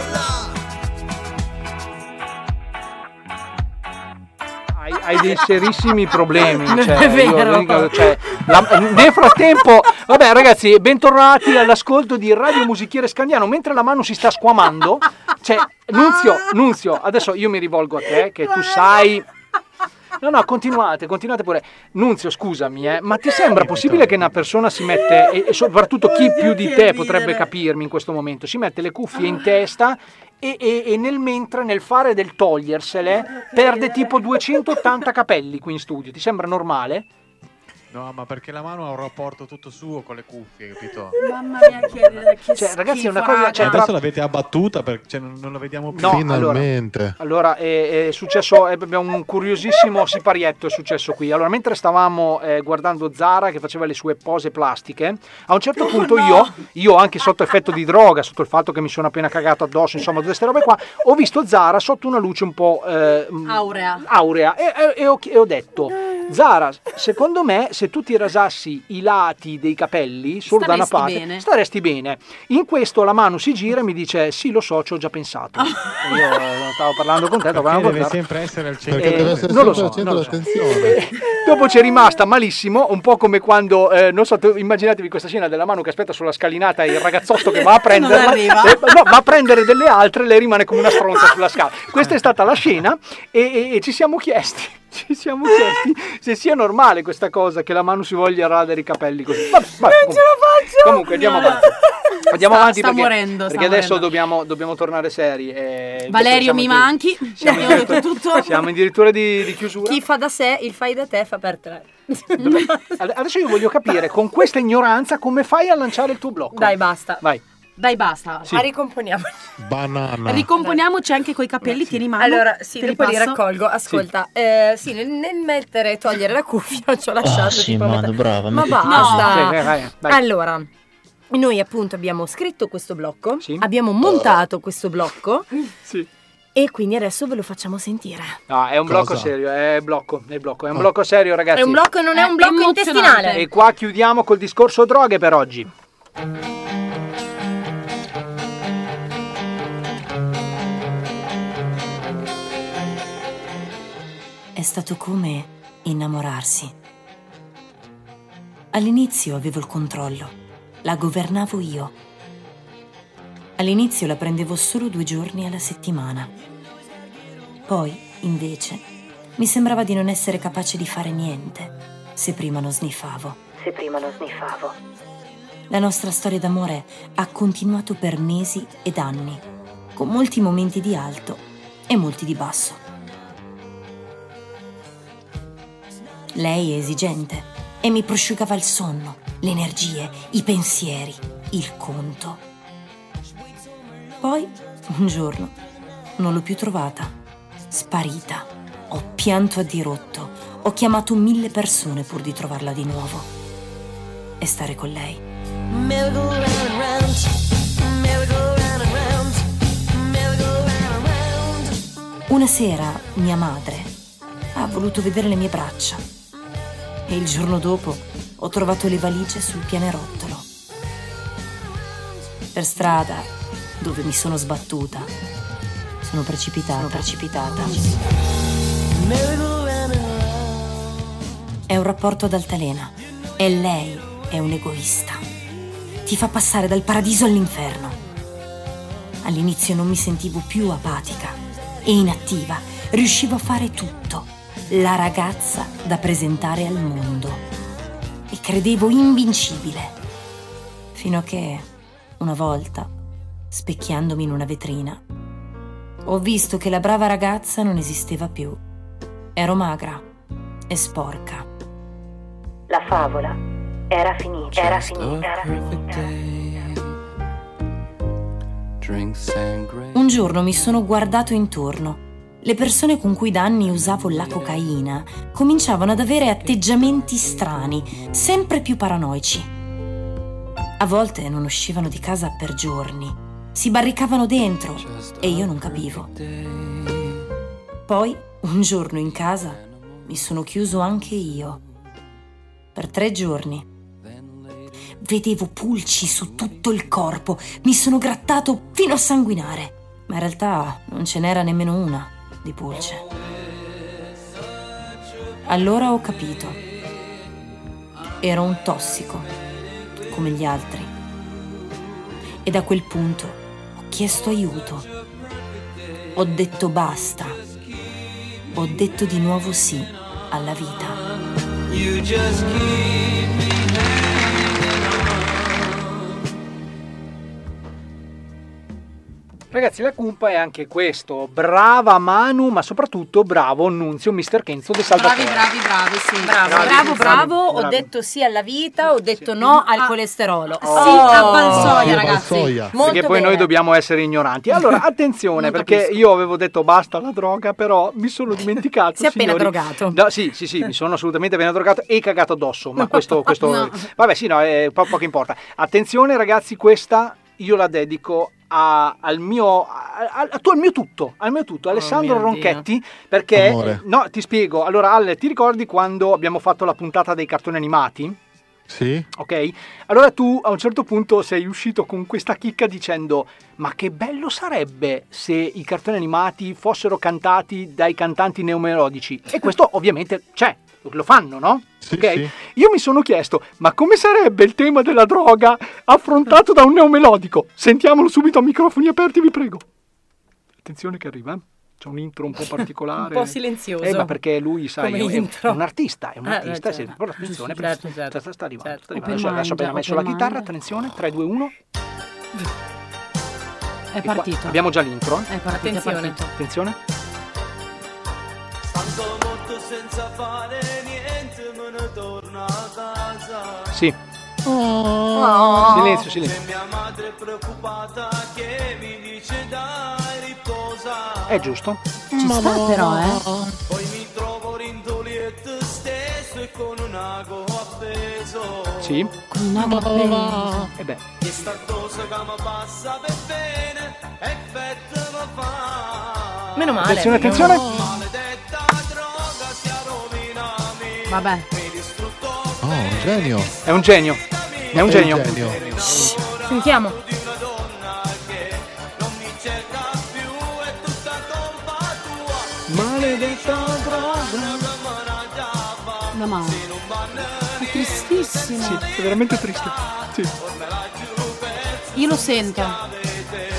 Speaker 6: Hai, hai dei serissimi problemi.
Speaker 20: Non
Speaker 6: cioè,
Speaker 20: è
Speaker 6: io-
Speaker 20: vero.
Speaker 6: l'unica- cioè, la- nel frattempo, vabbè, ragazzi, bentornati all'ascolto di Radio Musichiere Scandiano. Mentre la mano si sta squamando, cioè, Nunzio, Nunzio, adesso io mi rivolgo a te, che tu sai. No, no, continuate, continuate pure. Nunzio, scusami, eh, ma ti sembra possibile che una persona si mette, e, e soprattutto chi più di te potrebbe capirmi in questo momento, si mette le cuffie in testa e, e- e nel mentre, nel fare del togliersele, perde tipo 280 capelli qui in studio. Ti sembra normale?
Speaker 5: No, ma perché la mano ha un rapporto tutto suo con le cuffie, capito?
Speaker 20: Mamma mia, che, che
Speaker 6: Cioè, ragazzi, è una
Speaker 20: schifo,
Speaker 6: cosa-
Speaker 20: raga.
Speaker 6: cioè,
Speaker 5: Adesso
Speaker 6: tra-
Speaker 5: l'avete abbattuta, perché cioè, non, non la vediamo più.
Speaker 6: No, Finalmente. Allora, è, è successo, è- abbiamo un curiosissimo siparietto è successo qui. Allora, mentre stavamo eh, guardando Zara che faceva le sue pose plastiche, a un certo punto io, io anche sotto effetto di droga, sotto il fatto che mi sono appena cagato addosso, insomma, tutte queste robe qua, ho visto Zara sotto una luce un po'... eh, mh,
Speaker 8: Aurea.
Speaker 6: aurea e, e- e ho, e ho detto Zara secondo me se tu ti rasassi i lati dei capelli solo da una
Speaker 8: Staresti
Speaker 6: parte
Speaker 8: bene.
Speaker 6: staresti bene in questo la mano si gira e mi dice sì lo so ci ho già pensato
Speaker 8: Ah.
Speaker 6: E io eh, stavo parlando con te stavo parlando con
Speaker 5: deve
Speaker 6: te
Speaker 5: sempre essere al centro.
Speaker 6: Perché deve essere Eh, non lo so, Eh, non lo so. Dopo c'è rimasta malissimo, un po' come quando, eh, non so, tu- immaginatevi questa scena della mano che aspetta sulla scalinata e il ragazzotto che va a prenderla,
Speaker 20: Non arriva.
Speaker 6: eh, no, va a prendere delle altre e lei rimane come una stronza sulla scala. Questa è stata la scena e, e- e ci siamo chiesti, ci siamo chiesti se sia normale questa cosa che la mano si voglia radere i capelli così. Vabbè, vabbè,
Speaker 20: Non ce la faccio!
Speaker 6: Comunque andiamo
Speaker 20: No, no.
Speaker 6: avanti. Andiamo
Speaker 8: Sta-
Speaker 6: avanti
Speaker 8: sta
Speaker 6: perché,
Speaker 8: morendo, sta
Speaker 6: perché adesso
Speaker 8: morendo.
Speaker 6: dobbiamo, dobbiamo tornare seri. eh,
Speaker 8: Valerio,
Speaker 6: siamo
Speaker 8: mi
Speaker 6: in-
Speaker 8: manchi.
Speaker 6: siamo
Speaker 8: Abbiamo detto tutto.
Speaker 6: Siamo addirittura di, di chiusura.
Speaker 3: Chi fa da sé, il fai da te fa per tre.
Speaker 6: Ad- Adesso io voglio capire con questa ignoranza come fai a lanciare il tuo blocco.
Speaker 3: Dai, basta.
Speaker 6: Vai.
Speaker 8: Dai, basta.
Speaker 6: Sì.
Speaker 3: Ma ricomponiamo.
Speaker 10: Banana.
Speaker 8: Ricomponiamoci anche coi capelli, tieni mano.
Speaker 3: Allora, sì,
Speaker 8: te
Speaker 3: dopo li
Speaker 8: passo.
Speaker 3: raccolgo. Ascolta, eh, sì, nel, nel mettere e togliere la cuffia ci ho lasciato.
Speaker 12: Ah, sì,
Speaker 3: tipo a metà.
Speaker 12: Manu, brava.
Speaker 3: Ma
Speaker 12: metti-
Speaker 3: basta.
Speaker 12: No. Sì, vai, vai, vai.
Speaker 3: Allora, noi appunto abbiamo scritto questo blocco, abbiamo montato questo blocco. E quindi adesso ve lo facciamo sentire.
Speaker 6: No, è un
Speaker 12: Cosa?
Speaker 6: blocco serio, è blocco, è blocco, è un blocco serio, ragazzi.
Speaker 3: È un blocco, non è un blocco intestinale.
Speaker 6: E qua chiudiamo col discorso droghe per oggi.
Speaker 18: È stato come innamorarsi. All'inizio avevo il controllo, la governavo io. All'inizio la prendevo solo due giorni alla settimana. Poi, invece, mi sembrava di non essere capace di fare niente se prima non sniffavo.
Speaker 30: Se prima non sniffavo.
Speaker 18: La nostra storia d'amore ha continuato per mesi ed anni, con molti momenti di alto e molti di basso. Lei è esigente e mi prosciugava il sonno, le energie, i pensieri, il conto. Poi, un giorno, non l'ho più trovata, sparita. Ho pianto a dirotto, ho chiamato mille persone pur di trovarla di nuovo e stare con lei. Una sera mia madre ha voluto vedere le mie braccia e il giorno dopo ho trovato le valigie sul pianerottolo. Per strada, dove mi sono sbattuta, sono precipitata. Sono precipitata. È un rapporto ad altalena e lei è un egoista. Ti fa passare dal paradiso all'inferno. All'inizio non mi sentivo più apatica e inattiva. Riuscivo a fare tutto. La ragazza da presentare al mondo. E credevo invincibile. Fino a che, una volta, specchiandomi in una vetrina, ho visto che la brava ragazza non esisteva più. Ero magra e sporca.
Speaker 30: La favola era finita. Era finita. Era finita.
Speaker 18: Un giorno mi sono guardato intorno le persone con cui da anni usavo la cocaina cominciavano ad avere atteggiamenti strani, sempre più paranoici. A volte non uscivano di casa per giorni, si barricavano dentro e io non capivo. Poi, un giorno in casa, mi sono chiuso anche io. Per tre giorni. Vedevo pulci su tutto il corpo, mi sono grattato fino a sanguinare, ma in realtà non ce n'era nemmeno una di pulce. Allora ho capito. Era un tossico, come gli altri. E da quel punto ho chiesto aiuto. Ho detto basta. Ho detto di nuovo sì alla vita.
Speaker 19: You just keep me
Speaker 6: Ragazzi, la cumpa è anche questo. Brava Manu, ma soprattutto bravo Nunzio, Mr. Kenzo De Salvatore.
Speaker 8: Bravi, bravi, bravi, sì.
Speaker 3: Bravo,
Speaker 6: Bravi,
Speaker 3: bravo,
Speaker 6: bravi,
Speaker 3: bravo, ho
Speaker 6: bravi.
Speaker 3: detto sì alla vita, ho detto no al colesterolo.
Speaker 6: Oh.
Speaker 3: Sì, a
Speaker 6: Sì,
Speaker 3: Valsoia,
Speaker 6: a
Speaker 3: ragazzi.
Speaker 6: Valsoia.
Speaker 3: Molto
Speaker 6: perché poi
Speaker 3: bene.
Speaker 6: noi dobbiamo essere ignoranti. Allora, attenzione, perché io avevo detto basta alla droga, però mi sono dimenticato.
Speaker 3: Si è appena
Speaker 6: signori.
Speaker 3: drogato.
Speaker 6: No, sì, sì, sì, mi sono assolutamente appena drogato e cagato addosso. Ma questo. questo
Speaker 3: No.
Speaker 6: Vabbè, sì, no, eh, po- poco importa. Attenzione, ragazzi, questa io la dedico. a- al mio a- a- a tu- al mio tutto al mio
Speaker 3: Oh,
Speaker 6: tutto Alessandro
Speaker 9: mio Dio.
Speaker 6: Ronchetti perché
Speaker 10: Amore.
Speaker 6: no ti spiego allora Al ti ricordi quando abbiamo fatto la puntata dei cartoni animati
Speaker 10: Sì?
Speaker 6: Ok? Allora tu a un certo punto sei uscito con questa chicca dicendo: Ma che bello sarebbe se i cartoni animati fossero cantati dai cantanti neomelodici. E questo ovviamente c'è, lo fanno, no? ok? Io mi sono chiesto: Ma come sarebbe il tema della droga affrontato da un neomelodico? Sentiamolo subito a microfoni aperti, vi prego. Attenzione che arriva. eh. C'è un intro un po' particolare.
Speaker 3: Un po' silenzioso.
Speaker 6: Eh, ma perché lui, sai,
Speaker 3: Come
Speaker 6: è, è un-
Speaker 3: intro.
Speaker 6: è un artista, è un
Speaker 3: Ah, certo.
Speaker 6: artista, sempre attenzione,
Speaker 3: Certo,
Speaker 6: perché
Speaker 3: certo.
Speaker 6: sta, sta arrivando,
Speaker 3: Certo.
Speaker 6: sta arrivando. Adesso,
Speaker 3: Open
Speaker 6: adesso appena
Speaker 3: mind,
Speaker 6: messo la
Speaker 3: open
Speaker 6: chitarra,
Speaker 3: mind.
Speaker 6: attenzione, 3, 2, 1.
Speaker 8: È partito.
Speaker 6: abbiamo già l'intro. eh?
Speaker 8: È partito, è Attenzione. partito.
Speaker 6: Attenzione.
Speaker 19: Sto molto senza fare niente, me ne torno a casa.
Speaker 6: Sì.
Speaker 19: Oh.
Speaker 6: Silenzio, silenzio.
Speaker 19: C'è mia madre preoccupata che mi dice dai riposa.
Speaker 6: È giusto.
Speaker 19: Ci sta Mamma. però,
Speaker 8: eh.
Speaker 19: Poi mi trovo rindulietto stesso e con un ago appeso.
Speaker 6: Sì.
Speaker 8: Con una
Speaker 19: Mamma.
Speaker 6: E Eh beh,
Speaker 19: Che sta cosa che mi passa per bene, effetto mi fa.
Speaker 3: Meno male.
Speaker 6: Attenzione, attenzione.
Speaker 19: Maledetta droga sia rovinami.
Speaker 8: Vabbè.
Speaker 10: Oh, un genio.
Speaker 6: È un genio. È un genio.
Speaker 3: Sentiamo.
Speaker 19: Maledetta droga.
Speaker 8: No, ma è tristissimo.
Speaker 6: Sì, è veramente triste. Sì.
Speaker 8: Io lo sento.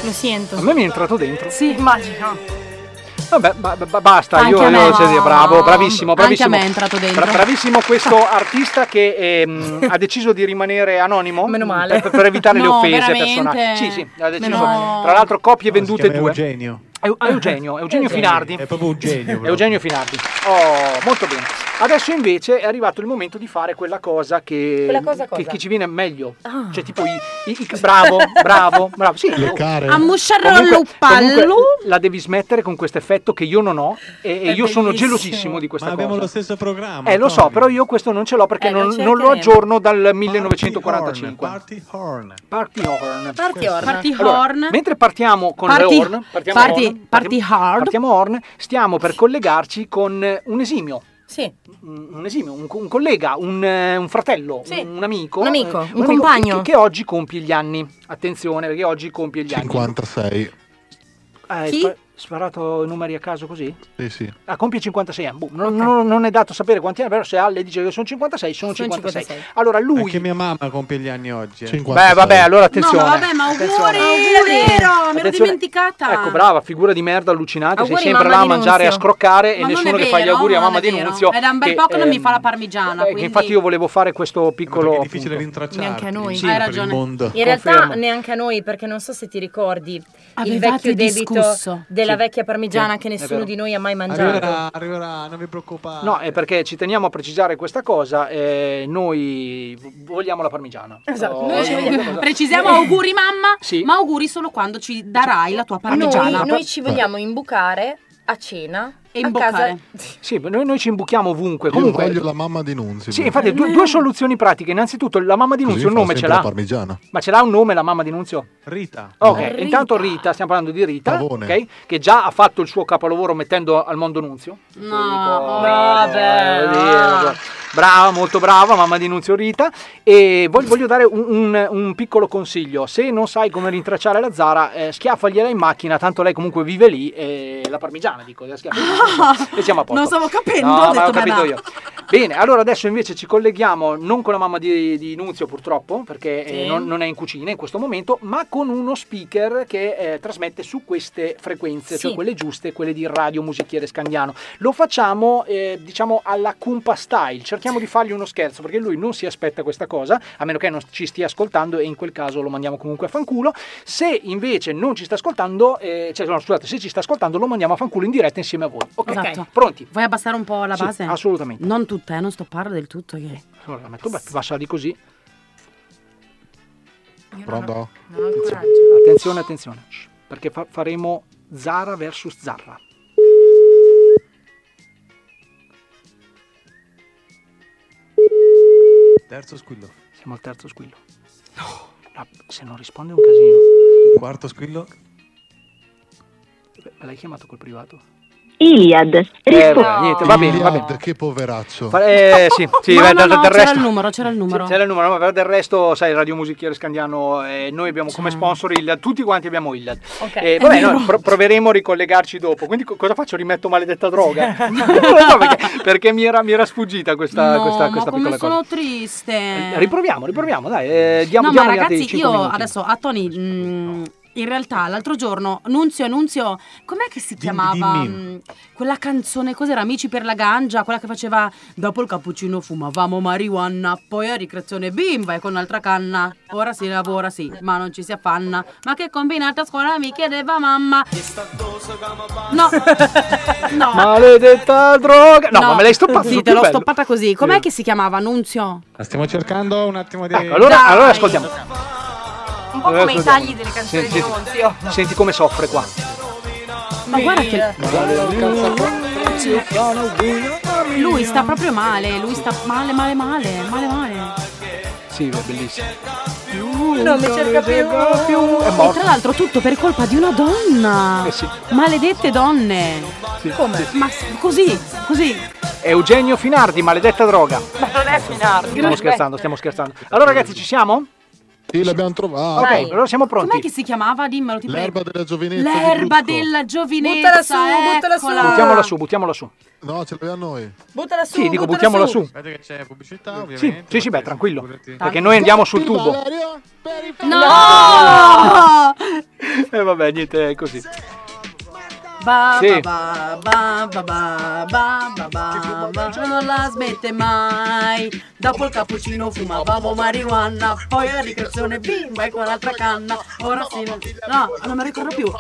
Speaker 3: Lo sento.
Speaker 6: A me mi è entrato dentro.
Speaker 8: Sì, immagino.
Speaker 6: Vabbè, ba- ba- basta,
Speaker 8: Anche
Speaker 6: io,
Speaker 8: a me.
Speaker 6: io- sì, sì, bravo, bravissimo, bravissimo.
Speaker 8: Anche a me è entrato dentro.
Speaker 6: bravissimo questo artista che ehm, ha deciso di rimanere anonimo mh, Per, per evitare le
Speaker 8: No,
Speaker 6: offese
Speaker 8: veramente.
Speaker 6: personali. Sì, sì, ha deciso.
Speaker 8: Meno male.
Speaker 6: Tra l'altro copie vendute
Speaker 5: chiama
Speaker 6: due.
Speaker 5: Eugenio.
Speaker 6: È Eu- è Eugenio, è
Speaker 5: Eugenio.
Speaker 6: Eugenio Finardi.
Speaker 5: È proprio Eugenio, proprio.
Speaker 6: Eugenio Finardi. Oh, molto bene. Adesso invece è arrivato il momento di fare quella cosa che,
Speaker 3: Quella cosa Ah.
Speaker 6: che,
Speaker 3: cosa?
Speaker 6: che ci viene meglio. Cioè tipo i, i- i- bravo, bravo, bravo. Sì,
Speaker 10: Le care.
Speaker 8: Ammusciarlo
Speaker 6: Comunque-
Speaker 8: lo pallo.
Speaker 6: comunque la devi smettere con questo effetto che io non ho e, e
Speaker 5: È
Speaker 6: io sono
Speaker 5: bellissimo.
Speaker 6: gelosissimo di questa
Speaker 5: Ma abbiamo
Speaker 6: cosa.
Speaker 5: lo stesso programma.
Speaker 6: eh, lo so, però io questo non ce l'ho perché
Speaker 5: Eh, lo
Speaker 6: non, non lo
Speaker 5: cercheremo.
Speaker 6: aggiorno dal 1945.
Speaker 5: Party horn.
Speaker 6: Party horn.
Speaker 3: Party horn. Party
Speaker 6: Allora,
Speaker 3: horn.
Speaker 6: mentre partiamo con
Speaker 8: Party-
Speaker 6: le horn, partiamo
Speaker 8: party-
Speaker 6: horn, partiamo- partiamo horn, stiamo per collegarci con eh, un esimio. Un un esimio, un, co- un collega, un, eh, un fratello, un, amico.
Speaker 3: Un amico,
Speaker 6: eh,
Speaker 3: un compagno.
Speaker 6: Che, che oggi compie gli anni. Attenzione, perché oggi compie gli anni. Eh,
Speaker 10: 56.
Speaker 6: Hai
Speaker 10: Chi?
Speaker 6: spa- sparato numeri a caso così?
Speaker 10: Sì, sì.
Speaker 6: Ah, compie 56 anni. Boh, non, non- non è dato sapere quanti anni, però se Alle dice che sono 56, sono, 56. Allora lui...
Speaker 5: Anche mia mamma compie gli anni oggi. eh.
Speaker 6: Beh, vabbè, allora attenzione.
Speaker 8: No, ma vabbè, ma auguri,
Speaker 6: Attenzione.
Speaker 8: è vero, me l'ho
Speaker 6: Attenzione.
Speaker 8: dimenticata.
Speaker 6: Ecco, brava, figura di merda allucinante,
Speaker 8: Auguri,
Speaker 6: sei sempre
Speaker 8: mamma
Speaker 6: là a
Speaker 8: di
Speaker 6: mangiare e a
Speaker 8: Nunzio.
Speaker 6: scroccare
Speaker 8: Ma
Speaker 6: e
Speaker 8: non
Speaker 6: nessuno
Speaker 8: è
Speaker 6: che fa gli
Speaker 8: vero,
Speaker 6: auguri a
Speaker 8: non
Speaker 6: mamma
Speaker 8: è
Speaker 6: di
Speaker 8: vero.
Speaker 6: Nunzio.
Speaker 8: È da un bel
Speaker 6: che,
Speaker 8: po' che non mi fa la
Speaker 6: ehm,
Speaker 8: parmigiana,
Speaker 6: eh, che
Speaker 8: quindi-
Speaker 6: infatti io volevo fare questo piccolo... È
Speaker 5: difficile rintracciarti
Speaker 3: Neanche a noi.
Speaker 5: Certo, in
Speaker 3: Hai
Speaker 5: giro per il
Speaker 3: ragione.
Speaker 5: mondo.
Speaker 3: In realtà
Speaker 5: Confermo.
Speaker 3: neanche a noi, perché non so se ti ricordi il
Speaker 8: Avevate
Speaker 3: vecchio debito
Speaker 8: discusso.
Speaker 3: della
Speaker 8: Sì.
Speaker 3: vecchia parmigiana
Speaker 6: Sì,
Speaker 3: che
Speaker 6: è
Speaker 3: nessuno
Speaker 6: vero.
Speaker 3: di noi ha mai mangiato.
Speaker 5: Arriverà, arriverà, non vi preoccupate.
Speaker 6: No, è perché ci teniamo a precisare questa cosa, eh, noi vogliamo la parmigiana.
Speaker 8: Esatto.
Speaker 6: Oh,
Speaker 8: Noi ci
Speaker 6: no,
Speaker 8: vogliamo-
Speaker 6: cosa-
Speaker 8: Precisiamo auguri mamma, ma auguri solo quando ci darai la tua parmigiana.
Speaker 3: Noi, noi ci vogliamo imbucare a cena
Speaker 8: e
Speaker 3: a casa.
Speaker 6: Sì, ma noi, noi ci imbuchiamo ovunque.
Speaker 10: Io
Speaker 6: Comunque,
Speaker 10: voglio la mamma di Nunzi.
Speaker 6: Sì,
Speaker 8: Eh,
Speaker 6: infatti, due, due soluzioni pratiche. Innanzitutto, la mamma di
Speaker 10: Così
Speaker 6: Nunzio un
Speaker 10: fa
Speaker 6: nome ce
Speaker 10: sempre la
Speaker 6: l'ha.
Speaker 10: parmigiana.
Speaker 6: Ma ce l'ha un nome la mamma di Nunzio?
Speaker 5: Rita.
Speaker 6: Ok,
Speaker 10: Rita.
Speaker 6: intanto Rita, stiamo parlando di Rita,
Speaker 10: Pavone.
Speaker 6: ok, che già ha fatto il suo capolavoro mettendo al mondo Nunzio.
Speaker 8: No,
Speaker 6: Eh, lì, eh, Brava, molto brava, mamma di Nunzio Rita. E voglio, voglio dare un, un- un piccolo consiglio. Se non sai come rintracciare la Zara, eh, schiaffagliela in macchina, tanto lei comunque vive lì. E la parmigiana, dico, la schiaffi in macchina e siamo a posto.
Speaker 8: non stavo capendo,
Speaker 6: No,
Speaker 8: ho
Speaker 6: ma
Speaker 8: detto,
Speaker 6: ho
Speaker 8: "Beh,
Speaker 6: capito
Speaker 8: ma-".
Speaker 6: io. Bene, allora adesso invece ci colleghiamo non con la mamma di, di Nunzio purtroppo, perché eh,
Speaker 8: Sì.
Speaker 6: non, non è in cucina in questo momento, ma con uno speaker che eh, trasmette su queste frequenze, cioè
Speaker 8: Sì.
Speaker 6: quelle giuste, quelle di Radio Musichiere Scandiano. Lo facciamo eh, diciamo alla Cumpa Style, cerchiamo di fargli uno scherzo, perché lui non si aspetta questa cosa, a meno che non ci stia ascoltando e in quel caso lo mandiamo comunque a fanculo. Se invece non ci sta ascoltando, eh, cioè, no, scusate, se ci sta ascoltando lo mandiamo a fanculo in diretta insieme a voi. Ok,
Speaker 8: Esatto.
Speaker 6: pronti?
Speaker 8: Vuoi abbassare un po' la
Speaker 6: Sì,
Speaker 8: base?
Speaker 6: assolutamente.
Speaker 8: Non tutta, eh, non sto parlando del tutto. Che...
Speaker 6: Allora, la metto più bassa di così.
Speaker 10: Pronto?
Speaker 6: Attenzione, attenzione, shh, perché fa- faremo Zara versus Zarra.
Speaker 5: Terzo squillo.
Speaker 6: Siamo al terzo squillo. No, se non risponde è un casino.
Speaker 5: Quarto squillo.
Speaker 6: Beh, Me l'hai chiamato col privato?
Speaker 10: Iliad.
Speaker 6: Eh, vabbè, niente, va bene, va bene.
Speaker 10: Che poveraccio.
Speaker 6: Fa- eh, sì, sì,
Speaker 8: No,
Speaker 6: beh,
Speaker 8: no,
Speaker 6: del-
Speaker 8: no,
Speaker 6: del
Speaker 8: c'era
Speaker 6: resto-
Speaker 8: il numero, c'era il numero.
Speaker 6: Sì, C'era il numero, ma per del resto, sai, Radio Musichiere Scandiano, eh, noi abbiamo come sponsor Iliad, tutti quanti abbiamo Iliad.
Speaker 8: Ok.
Speaker 6: Eh,
Speaker 8: È
Speaker 6: vabbè,
Speaker 8: vero.
Speaker 6: no, pro- proveremo a ricollegarci dopo. Quindi co- cosa faccio? Rimetto maledetta droga? Non lo so perché, perché mi, era, mi era sfuggita questa,
Speaker 8: No,
Speaker 6: questa,
Speaker 8: ma
Speaker 6: questa
Speaker 8: come
Speaker 6: piccola
Speaker 8: sono
Speaker 6: cosa. Eh,
Speaker 8: triste.
Speaker 6: Riproviamo, riproviamo, dai, eh, diamo,
Speaker 8: no,
Speaker 6: diamo
Speaker 8: ma
Speaker 6: gli altri
Speaker 8: ragazzi,
Speaker 6: cinque
Speaker 8: io
Speaker 6: minuti.
Speaker 8: adesso a Tony. mh, in realtà l'altro giorno Nunzio Nunzio, com'è che si chiamava
Speaker 6: dimmi.
Speaker 8: mh, quella canzone, cos'era Amici per la Gangia, quella che faceva dopo il cappuccino fumavamo marijuana, poi a ricreazione bim vai con un'altra canna, ora si lavora sì, ma non ci si affanna, ma che combinata a scuola mi chiedeva mamma. No. no.
Speaker 6: Maledetta droga! No, ma me l'hai stoppato
Speaker 8: Sì,
Speaker 6: sul
Speaker 8: te
Speaker 6: più
Speaker 8: l'ho
Speaker 6: bello.
Speaker 8: stoppata così. Com'è che si chiamava Nunzio?
Speaker 5: La Ah, stiamo cercando un attimo di...
Speaker 6: Ecco, allora, allora ascoltiamo.
Speaker 3: Un po'
Speaker 6: Eh,
Speaker 3: come i tagli delle canzoni di Nunzio.
Speaker 6: Senti come soffre qua.
Speaker 8: Ma guarda che. Lui sta proprio male, lui sta male, male, male, male, male.
Speaker 6: Sì, è bellissimo.
Speaker 8: Non mi cerca più.
Speaker 6: È
Speaker 8: E
Speaker 6: morto.
Speaker 8: tra l'altro tutto per colpa di una
Speaker 6: Eh
Speaker 8: donna. Maledette donne. Come? Ma s- così, così.
Speaker 6: Eugenio Finardi, maledetta droga.
Speaker 8: Ma non
Speaker 3: Eh,
Speaker 8: è finardi.
Speaker 6: Stiamo scherzando, stiamo scherzando. Allora, ragazzi, ci siamo?
Speaker 10: Sì, l'abbiamo trovata.
Speaker 6: Ok,
Speaker 8: Vai.
Speaker 6: allora siamo pronti.
Speaker 8: Com'è che si chiamava? Dimmelo, ti prego.
Speaker 10: L'erba della giovinezza. di
Speaker 8: L'erba
Speaker 10: Brusco.
Speaker 8: della giovinezza.
Speaker 3: Buttala su, buttala su.
Speaker 8: eccola.
Speaker 6: Buttiamola su, buttiamomola su.
Speaker 10: No, ce l'abbiamo noi.
Speaker 3: Buttala su,
Speaker 6: Sì, dico,
Speaker 3: buttala
Speaker 6: buttiamola
Speaker 3: su.
Speaker 6: su.
Speaker 5: Aspetta che c'è pubblicità,
Speaker 6: Sì,
Speaker 5: ovviamente.
Speaker 6: sì, sì, beh, tranquillo. Perché noi andiamo sul tubo.
Speaker 8: No!
Speaker 6: E Eh, vabbè, niente, è così.
Speaker 8: Ba,
Speaker 6: Sì.
Speaker 8: ba, ba, ba, ba, ba, ba, ba, ba, ba, non la smette mai. Dopo il cappuccino fumavamo marijuana, poi a ricreazione bimba e con l'altra canna. Ora sì, no, non mi ricordo più.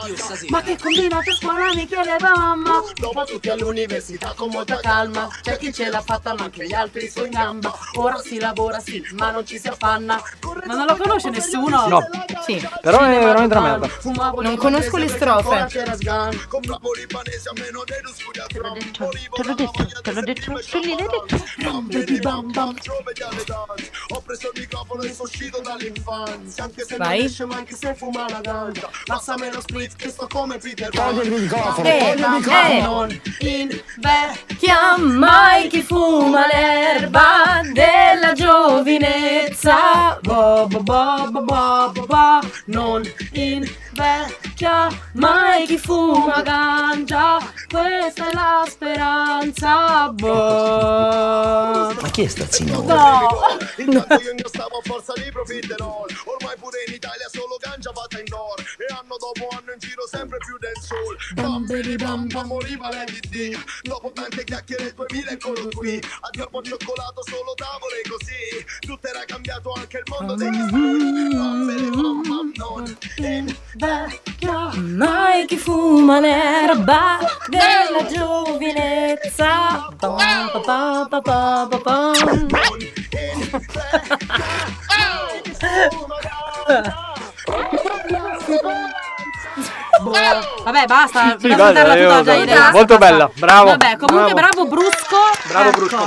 Speaker 8: Ma che combinate scuola mi chiedeva mamma. Dopo tutti all'università con molta calma, c'è chi ce l'ha fatta ma anche gli altri sono in gamba. Ora si lavora sì, ma non ci si affanna. Ma non lo conosce nessuno?
Speaker 6: No.
Speaker 8: Sì.
Speaker 6: Però è veramente una merda.
Speaker 3: Non conosco le strofe.
Speaker 30: Te l'ho detto, te l'ho detto, te l'hai detto.
Speaker 19: Ho preso il microfono e sono uscito dall'infanzia Anche se
Speaker 3: Vai.
Speaker 19: non esce ma anche se fuma la ganja Passami lo split che sto come Peter Pan
Speaker 3: Togli il microfono,
Speaker 19: Eh,
Speaker 3: togli il
Speaker 19: eh.
Speaker 3: microfono. Invecchia mai chi fuma l'erba della giovinezza. Bo, bo, bo, bo, bo, bo, bo. Non invecchia mai chi fuma ganja. Questa è la speranza. Bo.
Speaker 30: Ma chi è sta signora?
Speaker 3: No.
Speaker 19: Intanto io indossavo a forza di profiterol Ormai pure in Italia solo ganja fatta in nord E anno dopo anno in giro sempre più del sol Bam bidi bam bam moriva l'EDD Dopo tante chiacchiere 2000 eccolo qui A corpo di cioccolato solo tavole così Tutto era cambiato anche il mondo degli star Bam bidi bam bam non
Speaker 3: Invecchia mai chi fuma l'erba della giovinezza. Ba, ba, ba, ba, ba, ba.
Speaker 19: Bo-
Speaker 8: Boh. Vabbè, basta.
Speaker 6: Sì,
Speaker 8: la
Speaker 6: bella,
Speaker 8: puntata
Speaker 6: io-
Speaker 8: tutta già in realtà.
Speaker 6: molto bella, bravo.
Speaker 8: Vabbè, comunque
Speaker 6: bravo.
Speaker 8: bravo, Brusco.
Speaker 6: Bravo
Speaker 8: Ecco.
Speaker 6: Brusco.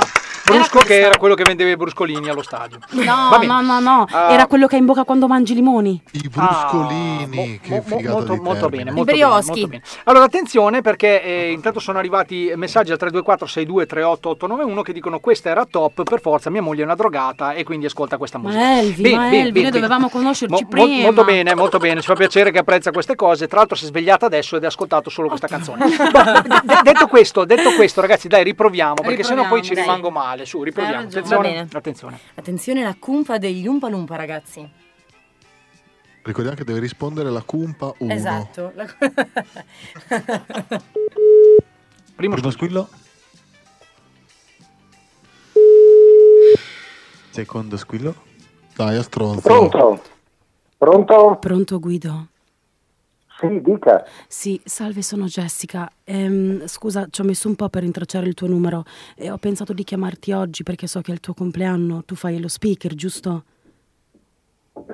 Speaker 6: Brusco che era quello che vendeva i bruscolini allo stadio.
Speaker 8: No,
Speaker 6: Va bene.
Speaker 8: no, no, no.
Speaker 6: Ah.
Speaker 8: Era quello che hai in bocca quando mangi i limoni. Ah.
Speaker 10: I
Speaker 6: bruscolini,
Speaker 10: che figata
Speaker 6: Ah, molto,
Speaker 10: di
Speaker 6: molto
Speaker 10: termine.
Speaker 6: bene,
Speaker 10: I
Speaker 6: molto bene,
Speaker 8: brioschi.
Speaker 6: molto bene. Allora attenzione perché eh, intanto sono arrivati messaggi al 324-6238891 che dicono questa era top, per forza mia moglie è una drogata e quindi ascolta questa musica.
Speaker 8: Ma Elvi,
Speaker 6: Bene,
Speaker 8: ma
Speaker 6: bene,
Speaker 8: Elvi,
Speaker 6: bene,
Speaker 8: noi
Speaker 6: bene.
Speaker 8: dovevamo conoscerci
Speaker 6: Mo- mo-
Speaker 8: prima.
Speaker 6: molto bene, molto bene, ci fa piacere che apprezza queste cose. Tra l'altro si è svegliata adesso ed ha ascoltato solo questa canzone. Ma, de- de- detto questo, detto questo, ragazzi, dai, riproviamo, perché sennò poi
Speaker 3: Riproviamo,
Speaker 6: ci
Speaker 3: dai.
Speaker 6: rimango male. Su, riproviamo.
Speaker 3: Hai ragione. Va
Speaker 6: Attenzione,
Speaker 3: bene.
Speaker 6: attenzione.
Speaker 3: Attenzione la cumpa degli Umpa Lumpa, ragazzi.
Speaker 10: Ricordiamo che deve rispondere la Cumpa 1.
Speaker 3: Esatto. La-
Speaker 6: Primo,
Speaker 5: squillo. Secondo squillo.
Speaker 10: Dai, a stronzo.
Speaker 9: Pronto? Pronto?
Speaker 8: Pronto Guido?
Speaker 9: Sì, dica.
Speaker 8: Sì, salve, sono Jessica. Ehm, scusa, ci ho messo un po' per intracciare il tuo numero e ho pensato di chiamarti oggi perché so che è il tuo compleanno, tu fai lo speaker, giusto?